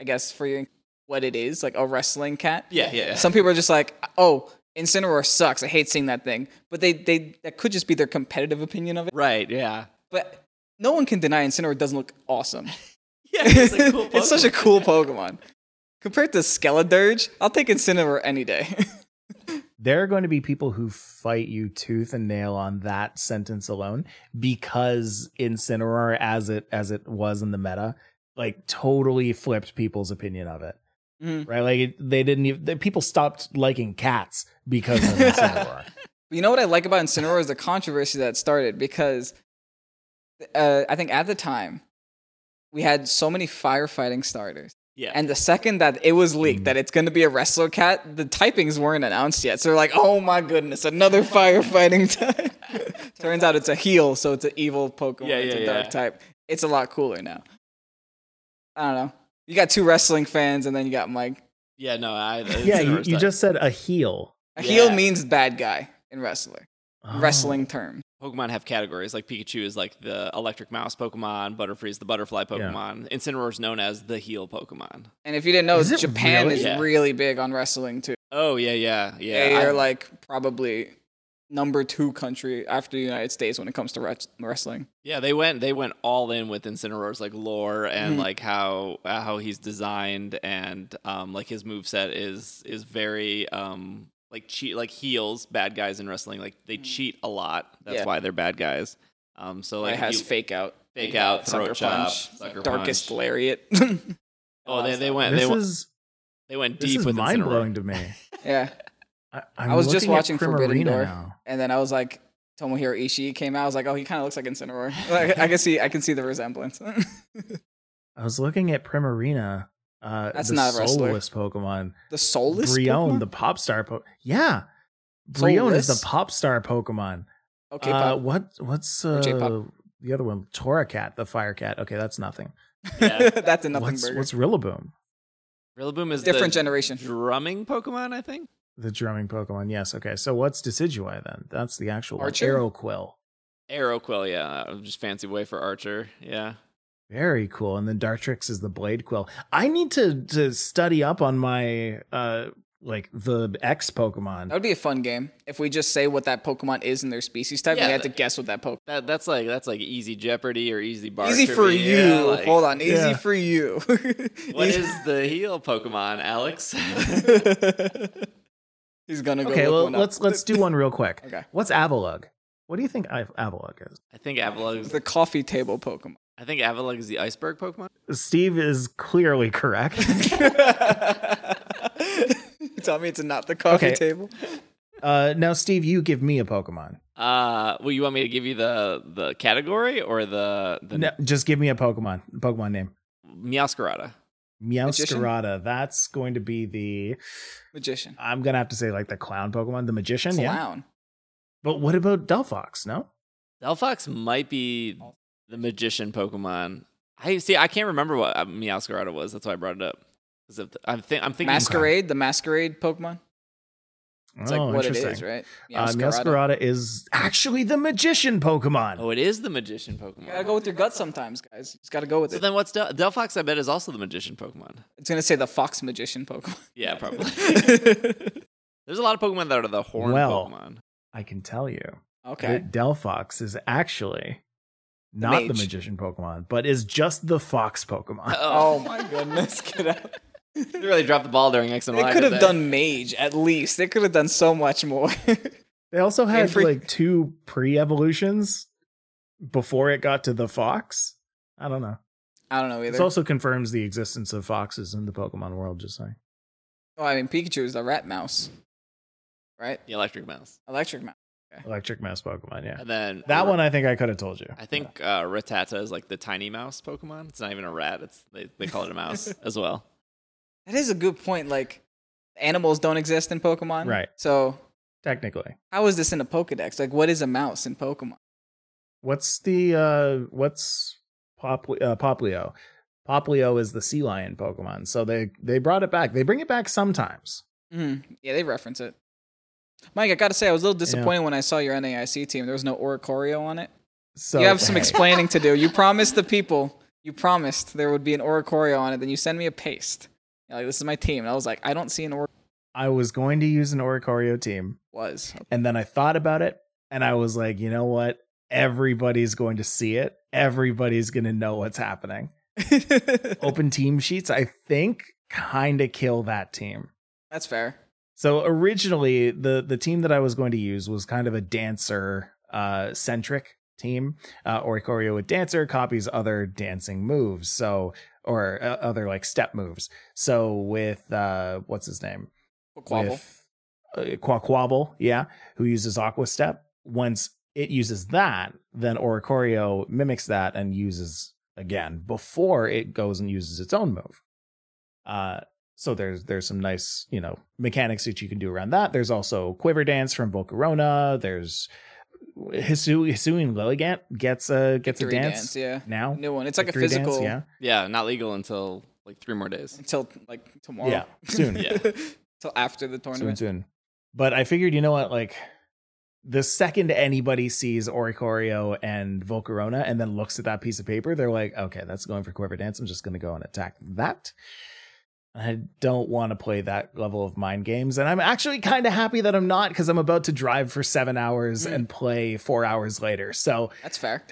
[SPEAKER 2] I guess for your, what it is, like a wrestling cat.
[SPEAKER 1] yeah, yeah, yeah.
[SPEAKER 2] Some people are just like, oh, Incineroar sucks. I hate seeing that thing. But they they that could just be their competitive opinion of it.
[SPEAKER 1] right, yeah.
[SPEAKER 2] But no one can deny Incineroar doesn't look awesome.
[SPEAKER 1] Yeah,
[SPEAKER 2] it's,
[SPEAKER 1] a cool
[SPEAKER 2] such a
[SPEAKER 1] Pokemon.
[SPEAKER 2] cool Pokemon. Compared to Skeledirge, I'll take Incineroar any day.
[SPEAKER 3] there are going to be people who fight you tooth and nail on that sentence alone because Incineroar, as it as it was in the meta, like totally flipped people's opinion of it.
[SPEAKER 2] Mhm.
[SPEAKER 3] Right, like it, they didn't even the, people stopped liking cats because of Incineroar.
[SPEAKER 2] You know what I like about Incineroar is the controversy that started because uh, I think at the time we had so many firefighting starters,
[SPEAKER 1] yeah.
[SPEAKER 2] and the second that it was leaked
[SPEAKER 3] Mm.
[SPEAKER 2] that it's going to be a wrestler cat, the typings weren't announced yet. So they're like, "Oh my goodness, another firefighting type!" Turns out it's a heel, so it's an evil Pokemon.
[SPEAKER 1] Yeah,
[SPEAKER 2] it's
[SPEAKER 1] yeah,
[SPEAKER 2] a dark
[SPEAKER 1] yeah.
[SPEAKER 2] type. It's a lot cooler now. I don't know. You got two wrestling fans, and then you got Mike.
[SPEAKER 1] yeah, no, I
[SPEAKER 3] yeah, you,
[SPEAKER 1] Incineroar's
[SPEAKER 3] you
[SPEAKER 1] not-
[SPEAKER 3] just said a heel
[SPEAKER 2] A heel
[SPEAKER 1] Yeah.
[SPEAKER 2] means bad guy in wrestler
[SPEAKER 3] Oh.
[SPEAKER 2] wrestling term.
[SPEAKER 1] Pokemon have categories. Like Pikachu is like the electric mouse Pokemon, Butterfree is the butterfly Pokemon, Incineroar is known as the heel Pokemon.
[SPEAKER 2] And if you didn't know,
[SPEAKER 3] Is it
[SPEAKER 2] Japan
[SPEAKER 3] really?
[SPEAKER 2] is
[SPEAKER 1] Yeah.
[SPEAKER 2] really big on wrestling too.
[SPEAKER 1] Oh yeah, yeah, yeah.
[SPEAKER 2] they
[SPEAKER 1] I-
[SPEAKER 2] are like probably number two country after the United States when it comes to ret- wrestling.
[SPEAKER 1] yeah, they went they went all in with Incineroar's like lore and
[SPEAKER 3] Mm-hmm.
[SPEAKER 2] Mhm.
[SPEAKER 1] like how how he's designed and um like his moveset is is very um like cheat like heels bad guys in wrestling like they
[SPEAKER 3] Mm.
[SPEAKER 2] Mhm.
[SPEAKER 1] cheat a lot. That's
[SPEAKER 2] Yeah.
[SPEAKER 1] why they're bad guys. Um so like
[SPEAKER 2] it
[SPEAKER 1] if
[SPEAKER 2] has
[SPEAKER 1] you
[SPEAKER 2] fake out,
[SPEAKER 1] fake out, throat chop, sucker
[SPEAKER 2] darkest
[SPEAKER 1] punch.
[SPEAKER 2] lariat.
[SPEAKER 1] Oh, they they went
[SPEAKER 3] This
[SPEAKER 1] they went
[SPEAKER 3] is
[SPEAKER 1] they went
[SPEAKER 3] this
[SPEAKER 1] deep
[SPEAKER 3] is
[SPEAKER 1] with
[SPEAKER 3] mind blowing
[SPEAKER 1] Incineroar.
[SPEAKER 3] to me.
[SPEAKER 2] yeah.
[SPEAKER 3] I,
[SPEAKER 2] I was just
[SPEAKER 3] looking at
[SPEAKER 2] watching Forbidden
[SPEAKER 3] Primarina
[SPEAKER 2] Door.
[SPEAKER 3] now.
[SPEAKER 2] And then I was like, Tomohiro Ishii came out. I was like, oh, he kind of looks like Incineroar. Like, I can see, I can see the resemblance.
[SPEAKER 3] I was looking at Primarina. Uh,
[SPEAKER 2] That's
[SPEAKER 3] the
[SPEAKER 2] not a wrestler.
[SPEAKER 3] soulless Pokemon.
[SPEAKER 2] the soulless
[SPEAKER 3] Brion,
[SPEAKER 2] Pokemon?
[SPEAKER 3] the pop star. Po- yeah, Brion is
[SPEAKER 2] Soulless?
[SPEAKER 3] the pop star Pokemon.
[SPEAKER 2] okay,
[SPEAKER 3] uh,
[SPEAKER 2] pop.
[SPEAKER 3] what what's
[SPEAKER 2] Or
[SPEAKER 3] uh,
[SPEAKER 2] J-pop.
[SPEAKER 3] the other one? Toracat, the fire cat. Okay, that's nothing.
[SPEAKER 1] Yeah.
[SPEAKER 2] that's a nothing
[SPEAKER 3] what's
[SPEAKER 2] burger.
[SPEAKER 3] what's Rillaboom,
[SPEAKER 1] Rillaboom is the
[SPEAKER 2] Different generation.
[SPEAKER 1] drumming Pokemon, I think.
[SPEAKER 3] the drumming Pokemon? Yes. Okay, so what's Decidueye then? That's the actual one.
[SPEAKER 2] Archer?
[SPEAKER 3] Aeroquil.
[SPEAKER 1] Aeroquil, yeah, uh, just fancy way for Archer, yeah.
[SPEAKER 3] Very cool. And then Dartrix is the blade quill. I need to to study up on my uh like the X Pokemon.
[SPEAKER 2] That would be a fun game if we just say what that Pokemon is in their species type.
[SPEAKER 1] Yeah,
[SPEAKER 2] and we had to
[SPEAKER 1] but-
[SPEAKER 2] guess what that Pokemon.
[SPEAKER 1] That that's like that's like easy Jeopardy or easy bar.
[SPEAKER 2] Easy for you.
[SPEAKER 1] trivia, like,
[SPEAKER 2] Hold on. Easy
[SPEAKER 3] Yeah.
[SPEAKER 2] for you.
[SPEAKER 1] What is the heel Pokemon, Alex?
[SPEAKER 2] He's gonna go.
[SPEAKER 3] Okay,
[SPEAKER 2] look
[SPEAKER 3] well
[SPEAKER 2] one up.
[SPEAKER 3] let's let's do one real quick.
[SPEAKER 2] Okay.
[SPEAKER 3] What's Avalug? What do you think I- Avalug is?
[SPEAKER 1] I think Avalug.
[SPEAKER 2] the coffee table Pokemon.
[SPEAKER 1] I think Avalug is the iceberg Pokemon.
[SPEAKER 3] Steve is clearly correct.
[SPEAKER 2] You Tell me it's not the coffee
[SPEAKER 3] Okay.
[SPEAKER 2] table.
[SPEAKER 3] uh, now, Steve, you give me a Pokemon.
[SPEAKER 1] Uh, well, you want me to give you the the category or the the
[SPEAKER 3] No, just give me a Pokemon. Pokemon name.
[SPEAKER 1] Meowscarada?
[SPEAKER 2] Magician?
[SPEAKER 3] Meowscarada. That's going to be the.
[SPEAKER 2] Magician.
[SPEAKER 3] I'm gonna have to say like the clown Pokemon, the magician. Yeah.
[SPEAKER 2] Clown.
[SPEAKER 3] But what about Delphox? No.
[SPEAKER 1] Delphox might be the magician Pokemon. I see. I can't remember what uh, Meowscarada was. That's why I brought it up. 'Cause if- I'm, think, I'm thinking
[SPEAKER 2] Masquerade, the masquerade Pokemon. It's like what it is, right?
[SPEAKER 3] Oh, Uh, Meowscarada is actually the magician Pokemon.
[SPEAKER 1] Oh, it is the magician
[SPEAKER 2] You gotta
[SPEAKER 1] Pokemon.
[SPEAKER 2] go with your gut sometimes, guys. You just gotta go with
[SPEAKER 1] so
[SPEAKER 2] it.
[SPEAKER 1] then, what's Del- Delphox? I bet is also the magician Pokemon.
[SPEAKER 2] It's gonna say the fox magician Pokemon.
[SPEAKER 1] Yeah, probably. There's a lot of Pokemon that are the horn
[SPEAKER 3] Well.
[SPEAKER 1] Pokemon.
[SPEAKER 3] I can tell you
[SPEAKER 2] Okay.
[SPEAKER 3] that Delphox is actually not the
[SPEAKER 2] mage.
[SPEAKER 3] magician Pokemon, but is just the fox Pokemon.
[SPEAKER 2] Oh my goodness, get out.
[SPEAKER 1] They really dropped the ball during X and Y.
[SPEAKER 2] They could have
[SPEAKER 1] didn't
[SPEAKER 2] done mage at least. They could have done so much more.
[SPEAKER 3] They also had
[SPEAKER 2] Every-
[SPEAKER 3] like two pre-evolutions before it got to the fox. I don't know.
[SPEAKER 2] I don't know
[SPEAKER 3] This
[SPEAKER 2] either.
[SPEAKER 3] also confirms the existence of foxes in the Pokemon world. Just saying.
[SPEAKER 2] oh, I mean, Pikachu is the rat mouse, right?
[SPEAKER 1] the electric mouse,
[SPEAKER 2] Electric mouse.
[SPEAKER 3] Electric Mouse Pokemon. Yeah.
[SPEAKER 1] and then
[SPEAKER 3] That one I think I could have told you.
[SPEAKER 1] I think uh, Rattata is like the tiny mouse Pokemon. It's not even a rat. It's they, they call it a mouse as well.
[SPEAKER 2] That is a good point. Like, animals don't exist in Pokemon,
[SPEAKER 3] Right.
[SPEAKER 2] So
[SPEAKER 3] technically.
[SPEAKER 2] how is this in a Pokedex? Like, what is a mouse in Pokemon?
[SPEAKER 3] What's the uh what's Pop uh, Poplio? Poplio is the sea lion Pokemon. So they they brought it back. They bring it back sometimes.
[SPEAKER 2] Mhm. Yeah, they reference it. Mike, I gotta say, I was a little disappointed when I saw your NAIC team. There was no Oricorio on it.
[SPEAKER 3] So
[SPEAKER 2] you have some
[SPEAKER 3] hey,
[SPEAKER 2] explaining to do. You promised the people, you promised there would be an Oricorio on it. Then you send me a paste. You're like, this is my team. And I was like, I don't see an Oricorio.
[SPEAKER 3] I was going to use an Oricorio team
[SPEAKER 2] Was.
[SPEAKER 3] and then I thought about it and I was like, you know what? Everybody's going to see it. Everybody's going to know what's happening. Open team sheets I think kind of kill that team.
[SPEAKER 2] That's fair.
[SPEAKER 3] So originally, the the team that I was going to use was kind of a dancer uh, centric team. Uh, Oricorio with dancer copies other dancing moves, so or uh, other like step moves. So with uh, what's his name?
[SPEAKER 2] Quabble.
[SPEAKER 3] With, uh, Quaquabble, yeah, who uses Aqua Step. Once it uses that, then Oricorio mimics that and uses again before it goes and uses its own move. Uh, so there's there's some nice you know mechanics that you can do around that. There's also Quiver Dance from Volcarona. There's Hisu Hisuian Lilligant gets a gets
[SPEAKER 2] Victory
[SPEAKER 3] a dance,
[SPEAKER 2] yeah.
[SPEAKER 3] now.
[SPEAKER 2] New one. It's like a
[SPEAKER 3] Victory dance,
[SPEAKER 2] physical
[SPEAKER 1] Yeah, not legal until like three more days.
[SPEAKER 2] until like
[SPEAKER 3] yeah,
[SPEAKER 2] tomorrow.
[SPEAKER 3] yeah, soon.
[SPEAKER 1] Yeah.
[SPEAKER 2] Till after the
[SPEAKER 3] soon,
[SPEAKER 2] tournament.
[SPEAKER 3] soon. But I figured, you know what, like the second anybody sees Oricorio and Volcarona and then looks at that piece of paper, they're like, okay, that's going for Quiver Dance. I'm just going to go and attack that. I don't want to play that level of mind games. And I'm actually kind of happy that I'm not because I'm about to drive for seven hours
[SPEAKER 2] Mm.
[SPEAKER 3] and play four hours later. So
[SPEAKER 2] That's fair.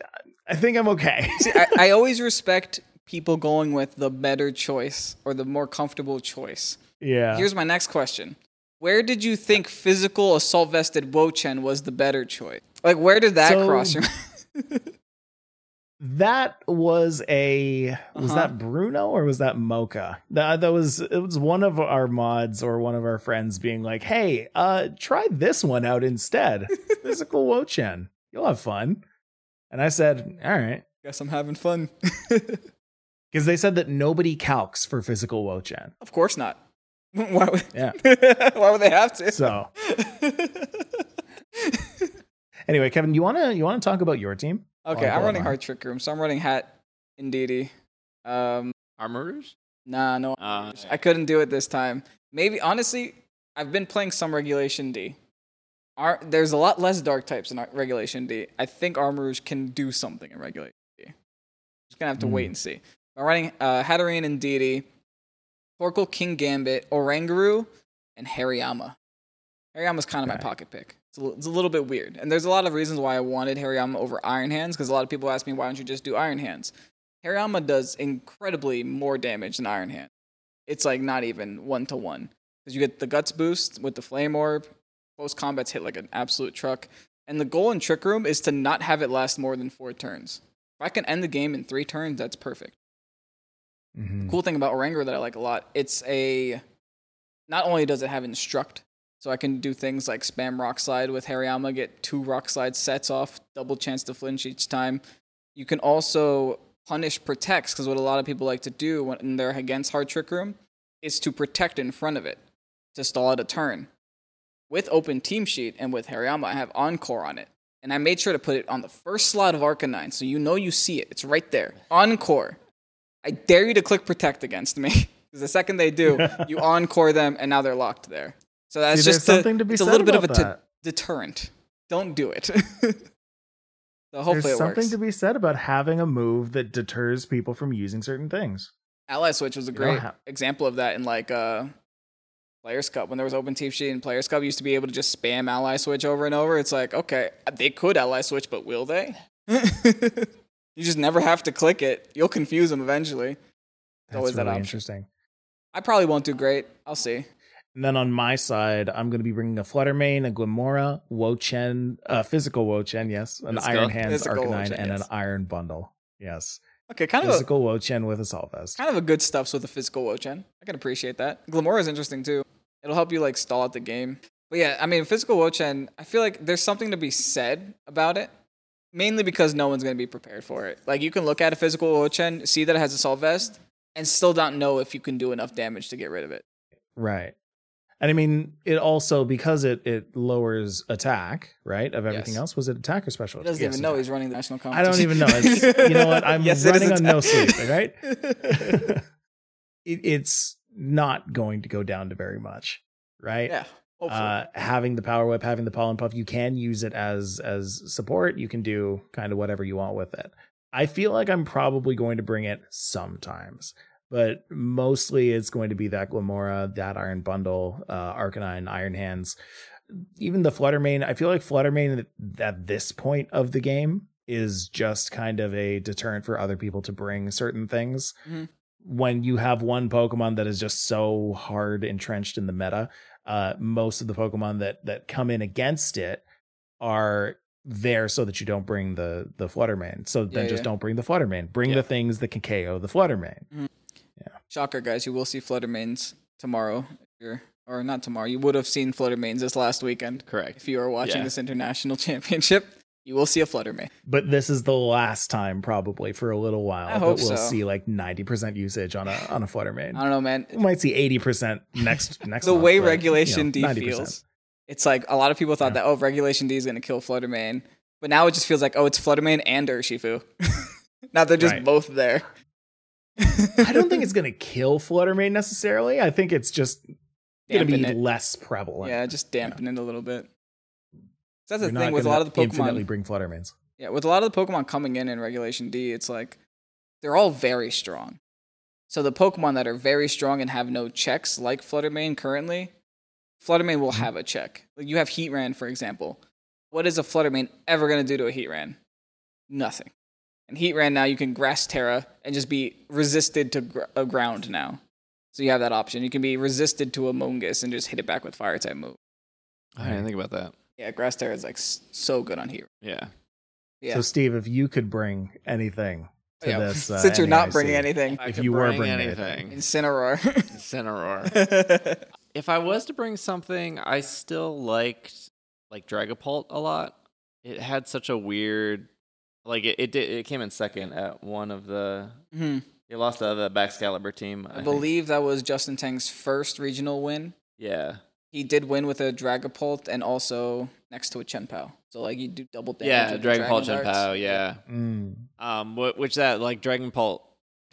[SPEAKER 3] I think I'm okay.
[SPEAKER 2] See, I, I always respect people going with the better choice or the more comfortable choice.
[SPEAKER 3] yeah.
[SPEAKER 2] Here's my next question. Where did you think physical assault vested Wochen was the better choice? Like where did that
[SPEAKER 3] So-
[SPEAKER 2] cross your
[SPEAKER 3] that was a was
[SPEAKER 2] Uh-huh.
[SPEAKER 3] that Bruno or was that Mocha? That that was it was one of our mods or one of our friends being like, "Hey, uh try this one out instead. Physical Wochen. You'll have fun." And I said, "All right."
[SPEAKER 2] Guess I'm having fun.
[SPEAKER 3] Cuz they said that nobody calcs for physical Wochen.
[SPEAKER 2] of course not. Why would,
[SPEAKER 3] Yeah.
[SPEAKER 2] why would they have to?
[SPEAKER 3] So, anyway, Kevin, you want to you want to talk about your team?
[SPEAKER 2] Okay,
[SPEAKER 3] Encore
[SPEAKER 2] I'm running
[SPEAKER 3] line.
[SPEAKER 2] hard trick room, so I'm running hat indeedy. Um,
[SPEAKER 1] Armor Rouge?
[SPEAKER 2] nah, no,
[SPEAKER 1] Uh,
[SPEAKER 2] I couldn't do it this time. Maybe honestly, I've been playing some regulation D. Ar- there's a lot less dark types in Ar- regulation D. I think Armor Rouge can do something in regulation D. Just gonna have to wait
[SPEAKER 3] Hmm.
[SPEAKER 2] and see. I'm running uh, Hatterene and Deity, Torkoal King Gambit, Oranguru, and Hariyama. Hariyama's kind of my pocket pick. It's a, li- it's a little bit weird. And there's a lot of reasons why I wanted Hariyama over Iron Hands because a lot of people ask me, why don't you just do Iron Hands? Hariyama does incredibly more damage than Iron Hand. It's like not even one to one. Because you get the guts boost with the flame orb, close combats hit like an absolute truck. And the goal in Trick Room is to not have it last more than four turns. If I can end the game in three turns, that's perfect
[SPEAKER 3] Mhm.
[SPEAKER 2] cool thing about Orangor that I like a lot, it's a not only does it have instruct, so I can do things like spam rock slide with Hariyama, get two rock slide sets off, double chance to flinch each time. You can also punish protects because what a lot of people like to do when they're against hard trick room is to protect in front of it to stall out a turn. With open team sheet and with Hariyama, I have encore on it. And I made sure to put it on the first slot of Arcanine, so you know you see it. It's right there. Encore. I dare you to click protect against me. Because the second they do, you encore them and now they're locked there. So that's
[SPEAKER 3] See, there's
[SPEAKER 2] just to-
[SPEAKER 3] something to be
[SPEAKER 2] it's a
[SPEAKER 3] said
[SPEAKER 2] little bit of a
[SPEAKER 3] about
[SPEAKER 2] t-
[SPEAKER 3] that.
[SPEAKER 2] deterrent. Don't do it. so hopefully
[SPEAKER 3] There's
[SPEAKER 2] it
[SPEAKER 3] something
[SPEAKER 2] works.
[SPEAKER 3] to be said about having a move that deters people from using certain things.
[SPEAKER 2] Ally Switch was a
[SPEAKER 3] know
[SPEAKER 2] great
[SPEAKER 3] how-
[SPEAKER 2] example of that in like uh Players Cup. When there was open team sheet and Players Cup you used to be able to just spam Ally Switch over and over. It's like, okay, they could Ally Switch, but will they? you just never have to click it. You'll confuse them eventually.
[SPEAKER 3] That's
[SPEAKER 2] always that
[SPEAKER 3] really
[SPEAKER 2] option.
[SPEAKER 3] interesting.
[SPEAKER 2] I probably won't do great. I'll see.
[SPEAKER 3] And then on my side, I'm going to be bringing a Fluttermane, a Glimora, Wochen, a physical Wochen, yes, an
[SPEAKER 1] Physical-
[SPEAKER 3] Iron Hands
[SPEAKER 2] physical
[SPEAKER 3] Arcanine,
[SPEAKER 2] Wochen,
[SPEAKER 3] and an
[SPEAKER 2] yes.
[SPEAKER 3] Iron Bundle. Yes.
[SPEAKER 2] Okay, kind of a,
[SPEAKER 3] Physical Wochen with a Assault Vest.
[SPEAKER 2] kind of a good stuff with the physical Wochen. I can appreciate that. Glamour is interesting too. It'll help you like stall out the game. But yeah, I mean, physical Wochen, I feel like there's something to be said about it, mainly because no one's going to be prepared for it. Like you can look at a physical Wochen, see that it has a salt vest, and still not know if you can do enough damage to get rid of it.
[SPEAKER 3] Right. And I mean, it also, because it, it lowers attack, right, of everything
[SPEAKER 2] Yes.
[SPEAKER 3] else, was it attack or special?
[SPEAKER 2] He doesn't
[SPEAKER 3] Yes,
[SPEAKER 2] even know
[SPEAKER 3] attack.
[SPEAKER 2] he's running the national
[SPEAKER 3] I
[SPEAKER 2] competition.
[SPEAKER 3] don't even know. It's, you know what? I'm
[SPEAKER 2] Yes, it is
[SPEAKER 3] running on no
[SPEAKER 2] attack.
[SPEAKER 3] sleep, right? it, it's not going to go down to very much, right?
[SPEAKER 2] yeah, hopefully.
[SPEAKER 3] Uh, having the power whip, having the pollen puff, you can use it as as support. You can do kind of whatever you want with it. I feel like I'm probably going to bring it sometimes, but mostly it's going to be that Glamora, that Iron Bundle, uh, Arcanine, Iron Hands, even the Fluttermane. I feel like Fluttermane at- at this point of the game is just kind of a deterrent for other people to bring certain things.
[SPEAKER 2] Mhm.
[SPEAKER 3] When you have one Pokemon that is just so hard entrenched in the meta, uh, most of the Pokemon that that come in against it are there so that you don't bring the the Fluttermane. So then
[SPEAKER 2] Yeah,
[SPEAKER 3] just
[SPEAKER 2] yeah.
[SPEAKER 3] don't bring the Fluttermane. Bring
[SPEAKER 1] Yeah.
[SPEAKER 3] the things that can KO the Fluttermane.
[SPEAKER 2] Shocker, guys, you will see Fluttermanes tomorrow. If you're, or not tomorrow. You would have seen Fluttermanes this last weekend.
[SPEAKER 1] Correct.
[SPEAKER 2] If you are watching
[SPEAKER 1] Yeah.
[SPEAKER 2] this international championship, you will see a Fluttermane.
[SPEAKER 3] But this is the last time probably for a little while
[SPEAKER 2] I
[SPEAKER 3] that we'll
[SPEAKER 2] hope so.
[SPEAKER 3] see like 90% usage on a on a Fluttermane.
[SPEAKER 2] I don't know, man.
[SPEAKER 3] we might see 80% next next
[SPEAKER 2] The
[SPEAKER 3] month,
[SPEAKER 2] way
[SPEAKER 3] but, you know,
[SPEAKER 2] Regulation D
[SPEAKER 3] 90%.
[SPEAKER 2] feels, it's like a lot of people thought
[SPEAKER 3] Yeah.
[SPEAKER 2] that, oh, Regulation D is going to kill Fluttermane. But now it just feels like, oh, it's Fluttermane and Urshifu. now they're just
[SPEAKER 3] Right.
[SPEAKER 2] both there.
[SPEAKER 3] I don't think it's going to kill Fluttermane necessarily. I think it's just going to
[SPEAKER 2] Dampen
[SPEAKER 3] be
[SPEAKER 2] it.
[SPEAKER 3] less prevalent.
[SPEAKER 2] Yeah, just dampen it a little bit. That's
[SPEAKER 3] We're
[SPEAKER 2] the
[SPEAKER 3] not
[SPEAKER 2] thing with a
[SPEAKER 3] gonna
[SPEAKER 2] lot of the Pokemon.
[SPEAKER 3] infinitely bring Fluttermanes.
[SPEAKER 2] Yeah, with a lot of the Pokemon coming in in Regulation D, it's like they're all very strong. So the Pokemon that are very strong and have no checks, like Fluttermane currently, Fluttermane will have a check. Like you have Heatran, for example. What is a Fluttermane ever going to do to a Heatran? Nothing. And Heatran now you can grass Terra and just be resisted to gr- uh, ground now. So you have that option. You can be resisted to a Mungus and just hit it back with fire type move.
[SPEAKER 1] I didn't think about that.
[SPEAKER 2] Yeah, grass Terra is like s- so good on Heatran.
[SPEAKER 1] Yeah.
[SPEAKER 2] Yeah. Oh,
[SPEAKER 3] So Steve, if you could bring anything to
[SPEAKER 2] Yeah.
[SPEAKER 3] this, uh,
[SPEAKER 2] Since you're not
[SPEAKER 3] NAIC,
[SPEAKER 2] bringing anything,
[SPEAKER 1] I
[SPEAKER 3] If
[SPEAKER 1] could
[SPEAKER 3] you were
[SPEAKER 1] bring
[SPEAKER 3] bringing
[SPEAKER 1] anything,
[SPEAKER 2] Incineroar.
[SPEAKER 1] Incineroar.
[SPEAKER 2] yeah,
[SPEAKER 1] if I was to bring something, I still liked like Dragapult a lot. It had such a weird, like it it, did, it came in second at one of the.
[SPEAKER 2] Mhm.
[SPEAKER 1] It lost to the Baxcalibur team.
[SPEAKER 2] I
[SPEAKER 1] think.
[SPEAKER 2] believe that was Justin Tang's first regional win.
[SPEAKER 1] Yeah.
[SPEAKER 2] He did win with a Dragapult and also next to a Chen Pao. So like you do double damage.
[SPEAKER 1] Yeah.
[SPEAKER 2] with the
[SPEAKER 1] Dragapult
[SPEAKER 2] Dragon darts.
[SPEAKER 1] Chenpao. Yeah.
[SPEAKER 3] Mm.
[SPEAKER 1] Um. wh- Which that like Dragapult.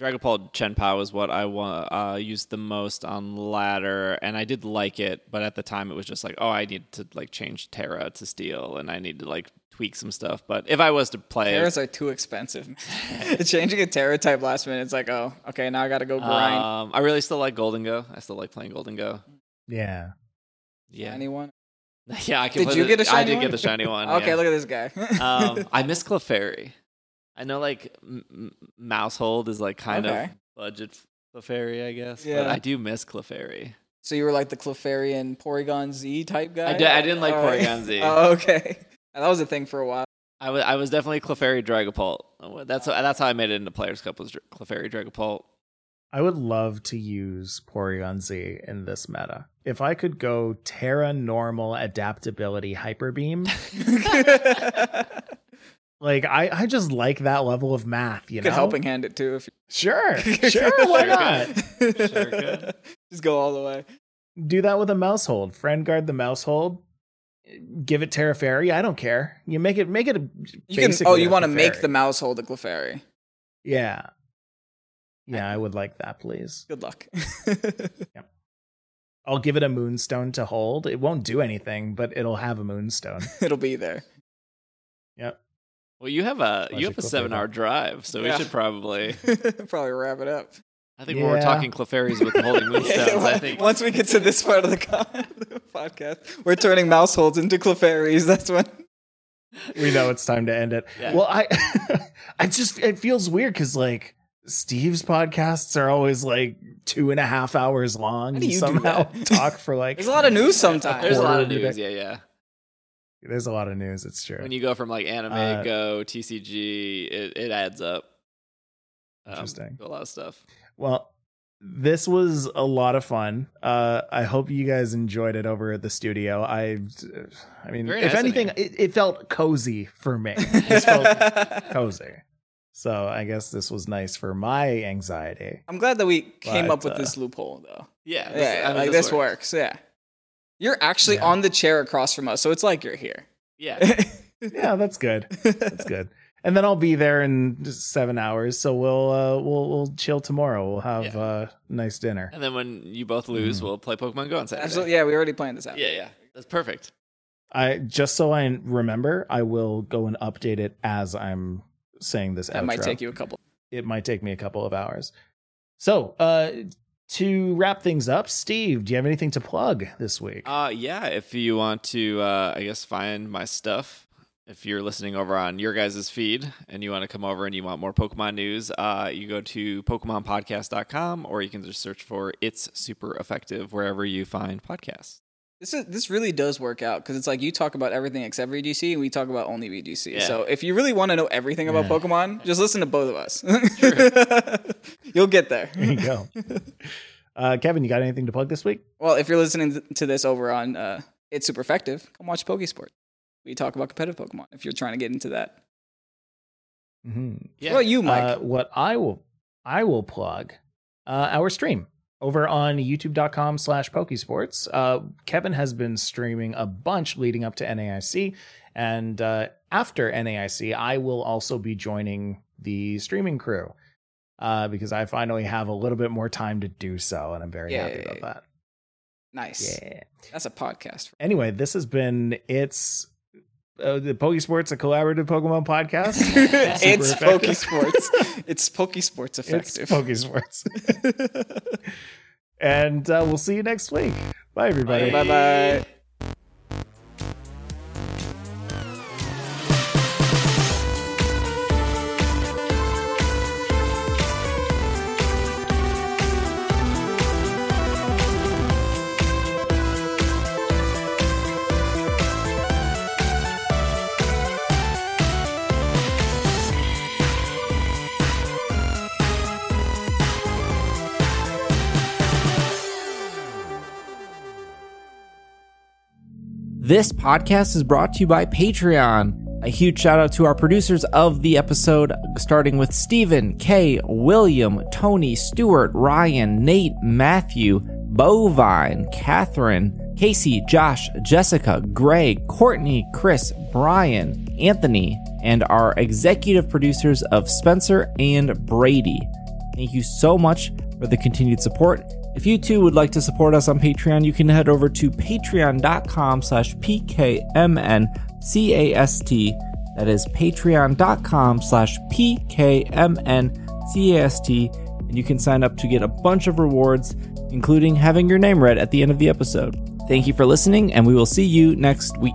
[SPEAKER 1] Dragapult Chenpao is what I wa- uh, used the most on ladder, and I did like it, but at the time it was just like, oh, I need to like change Terra to Steel, and I need to like tweak some stuff. But if I was to play, it,
[SPEAKER 2] Terras are too expensive. Changing a Terra type last minute, it's like, oh, okay, now I gotta go grind.
[SPEAKER 1] Uh, Um, I really still like Golden Go. I still like playing Golden Go.
[SPEAKER 3] Yeah.
[SPEAKER 1] Yeah.
[SPEAKER 2] Anyone?
[SPEAKER 1] Yeah, I can
[SPEAKER 2] Did
[SPEAKER 1] put
[SPEAKER 2] you
[SPEAKER 1] it-
[SPEAKER 2] get a
[SPEAKER 1] I
[SPEAKER 2] shiny
[SPEAKER 1] did
[SPEAKER 2] one?
[SPEAKER 1] get the shiny one.
[SPEAKER 2] okay,
[SPEAKER 1] yeah.
[SPEAKER 2] look at this guy.
[SPEAKER 1] um, I miss Clefairy. I know like M- M- Mousehold is like kind of
[SPEAKER 2] Okay.
[SPEAKER 1] budget Clefairy, I guess. But
[SPEAKER 2] Yeah.
[SPEAKER 1] I do miss Clefairy.
[SPEAKER 2] so you were like the Clefairy Porygon Z type guy.
[SPEAKER 1] I, di- I didn't like
[SPEAKER 2] All right.
[SPEAKER 1] Porygon Z.
[SPEAKER 2] Oh, okay. That was a thing for a while.
[SPEAKER 1] I was I was definitely Clefairy Dragapult. That's how, that's how I made it into Players Cup was Dra- Clefairy Dragapult.
[SPEAKER 3] I would love to use Porygon Z in this meta. If I could go Terra Normal Adaptability Hyper Beam, like I, I just like that level of math. You
[SPEAKER 2] Good
[SPEAKER 3] know,
[SPEAKER 2] helping hand it too. If
[SPEAKER 3] Sure,
[SPEAKER 2] you
[SPEAKER 3] sure, why
[SPEAKER 1] Sure,
[SPEAKER 3] not?
[SPEAKER 1] good. Sure, good.
[SPEAKER 2] Just go all the way.
[SPEAKER 3] Do that with a mouse hold. Friend guard the mouse hold. Give it Terra Fairy. I don't care. You make it make it a
[SPEAKER 2] You can.
[SPEAKER 3] basically
[SPEAKER 2] Oh, you
[SPEAKER 3] a
[SPEAKER 2] want to make
[SPEAKER 3] Clefairy.
[SPEAKER 2] the mouse hold a Clefairy.
[SPEAKER 3] Yeah. Yeah, I would like that, please.
[SPEAKER 2] Good luck.
[SPEAKER 3] I'll give it a moonstone to hold. It won't do anything, but it'll have a moonstone.
[SPEAKER 2] It'll be there.
[SPEAKER 1] Well, you have a you have a
[SPEAKER 3] Clefairy
[SPEAKER 1] seven hour
[SPEAKER 3] Dragapult.
[SPEAKER 1] drive, so
[SPEAKER 2] Yeah.
[SPEAKER 1] we should probably.
[SPEAKER 2] Probably wrap it up.
[SPEAKER 1] I think when we're
[SPEAKER 3] Yeah.
[SPEAKER 1] talking Clefairies with holding moonstones, I think
[SPEAKER 2] Once we get to this part of the con- the podcast, we're turning mouse holds into Clefairies. That's when.
[SPEAKER 3] we know it's time to end it.
[SPEAKER 1] Yeah.
[SPEAKER 3] Well, I I just it feels weird because like Steve's podcasts are always like two and a half hours long.
[SPEAKER 2] How do you do
[SPEAKER 3] somehow
[SPEAKER 2] that?
[SPEAKER 3] talk for like
[SPEAKER 2] There's a lot of news sometimes.
[SPEAKER 1] there's a lot of
[SPEAKER 3] Quarter
[SPEAKER 1] news. Yeah, yeah.
[SPEAKER 3] there's a lot of news, it's true.
[SPEAKER 1] When you go from like anime,
[SPEAKER 3] Uh,
[SPEAKER 1] go TCG, it, it adds up. Um,
[SPEAKER 3] Interesting.
[SPEAKER 1] to a lot of stuff.
[SPEAKER 3] Well, this was a lot of fun. Uh, I hope you guys enjoyed it over at the studio. I, I mean,
[SPEAKER 1] Very
[SPEAKER 3] if
[SPEAKER 1] nice of
[SPEAKER 3] anything,
[SPEAKER 1] you.
[SPEAKER 3] it, it felt cozy for me. It felt cozy. So I guess this was nice for my anxiety.
[SPEAKER 2] I'm glad that we came
[SPEAKER 3] But,
[SPEAKER 2] up with
[SPEAKER 3] uh,
[SPEAKER 2] this loophole, though.
[SPEAKER 1] Yeah,
[SPEAKER 2] yeah,
[SPEAKER 1] I mean,
[SPEAKER 2] like this works. Yeah, you're actually
[SPEAKER 3] Yeah.
[SPEAKER 2] on the chair across from us, so it's like you're here.
[SPEAKER 1] Yeah,
[SPEAKER 3] Yeah, that's good. That's good. And then I'll be there in just seven hours, so we'll uh, we'll we'll chill tomorrow. We'll have
[SPEAKER 1] Yeah.
[SPEAKER 3] uh, nice dinner.
[SPEAKER 1] and then when you both lose,
[SPEAKER 3] Mhm.
[SPEAKER 1] we'll play Pokemon Go on Saturday.
[SPEAKER 2] Absolutely. Yeah, we already planned this out.
[SPEAKER 1] Yeah, yeah, that's perfect.
[SPEAKER 3] I just so I remember, I will go and update it as I'm saying this.
[SPEAKER 2] that might
[SPEAKER 3] outro.
[SPEAKER 2] take you a couple.
[SPEAKER 3] it might take me a couple of hours. So, uh, to wrap things up, Steve, do you have anything to plug this week?
[SPEAKER 1] Uh, yeah, if you want to, uh, I guess find my stuff. If you're listening over on your guys' feed and you want to come over and you want more Pokemon news, uh, you go to PokemonPodcast.com or you can just search for "It's Super Effective" wherever you find podcasts.
[SPEAKER 2] This is this really does work out because it's like you talk about everything except VGC, and we talk about only VGC.
[SPEAKER 1] Yeah.
[SPEAKER 2] So if you really want to know everything about
[SPEAKER 3] Yeah.
[SPEAKER 2] Pokemon, just listen to both of us. You'll get there.
[SPEAKER 3] there you go. uh, Kevin, you got anything to plug this week?
[SPEAKER 2] Well, if you're listening th- to this over on uh, It's Super Effective, come watch Pokesport. We talk about competitive Pokemon if you're trying to get into that.
[SPEAKER 3] Mm-hmm.
[SPEAKER 1] Yeah,
[SPEAKER 2] Well, you, Mike.
[SPEAKER 3] Uh, what I will, I will plug uh, our stream over on youtube.com slash pokesports uh, kevin has been streaming a bunch leading up to naic and uh, after naic i will also be joining the streaming crew uh, because i finally have a little bit more time to do so and i'm very happy
[SPEAKER 2] Yay.
[SPEAKER 3] about that
[SPEAKER 2] nice.
[SPEAKER 3] yeah
[SPEAKER 2] That's a podcast.
[SPEAKER 3] anyway this has been it's uh, the pokesports a collaborative pokemon podcast
[SPEAKER 2] it's
[SPEAKER 3] Super effective.
[SPEAKER 2] Pokesports. It's Pokesports effective.
[SPEAKER 3] It's Pokesports. and uh, we'll see you next week. Bye, everybody.
[SPEAKER 2] Bye bye.
[SPEAKER 4] This podcast is brought to you by Patreon. A huge shout out to our producers of the episode, starting with Stephen, Kay, William, Tony, Stewart, Ryan, Nate, Matthew, Bovine, Catherine, Casey, Josh, Jessica, Greg, Courtney, Chris, Brian, Anthony, and our executive producers of Spencer and Brady. Thank you so much for the continued support. If you too would like to support us on Patreon, you can head over to patreon.com slash pkmncast. That is patreon.com slash pkmncast. And you can sign up to get a bunch of rewards, including having your name read at the end of the episode. Thank you for listening, and we will see you next week.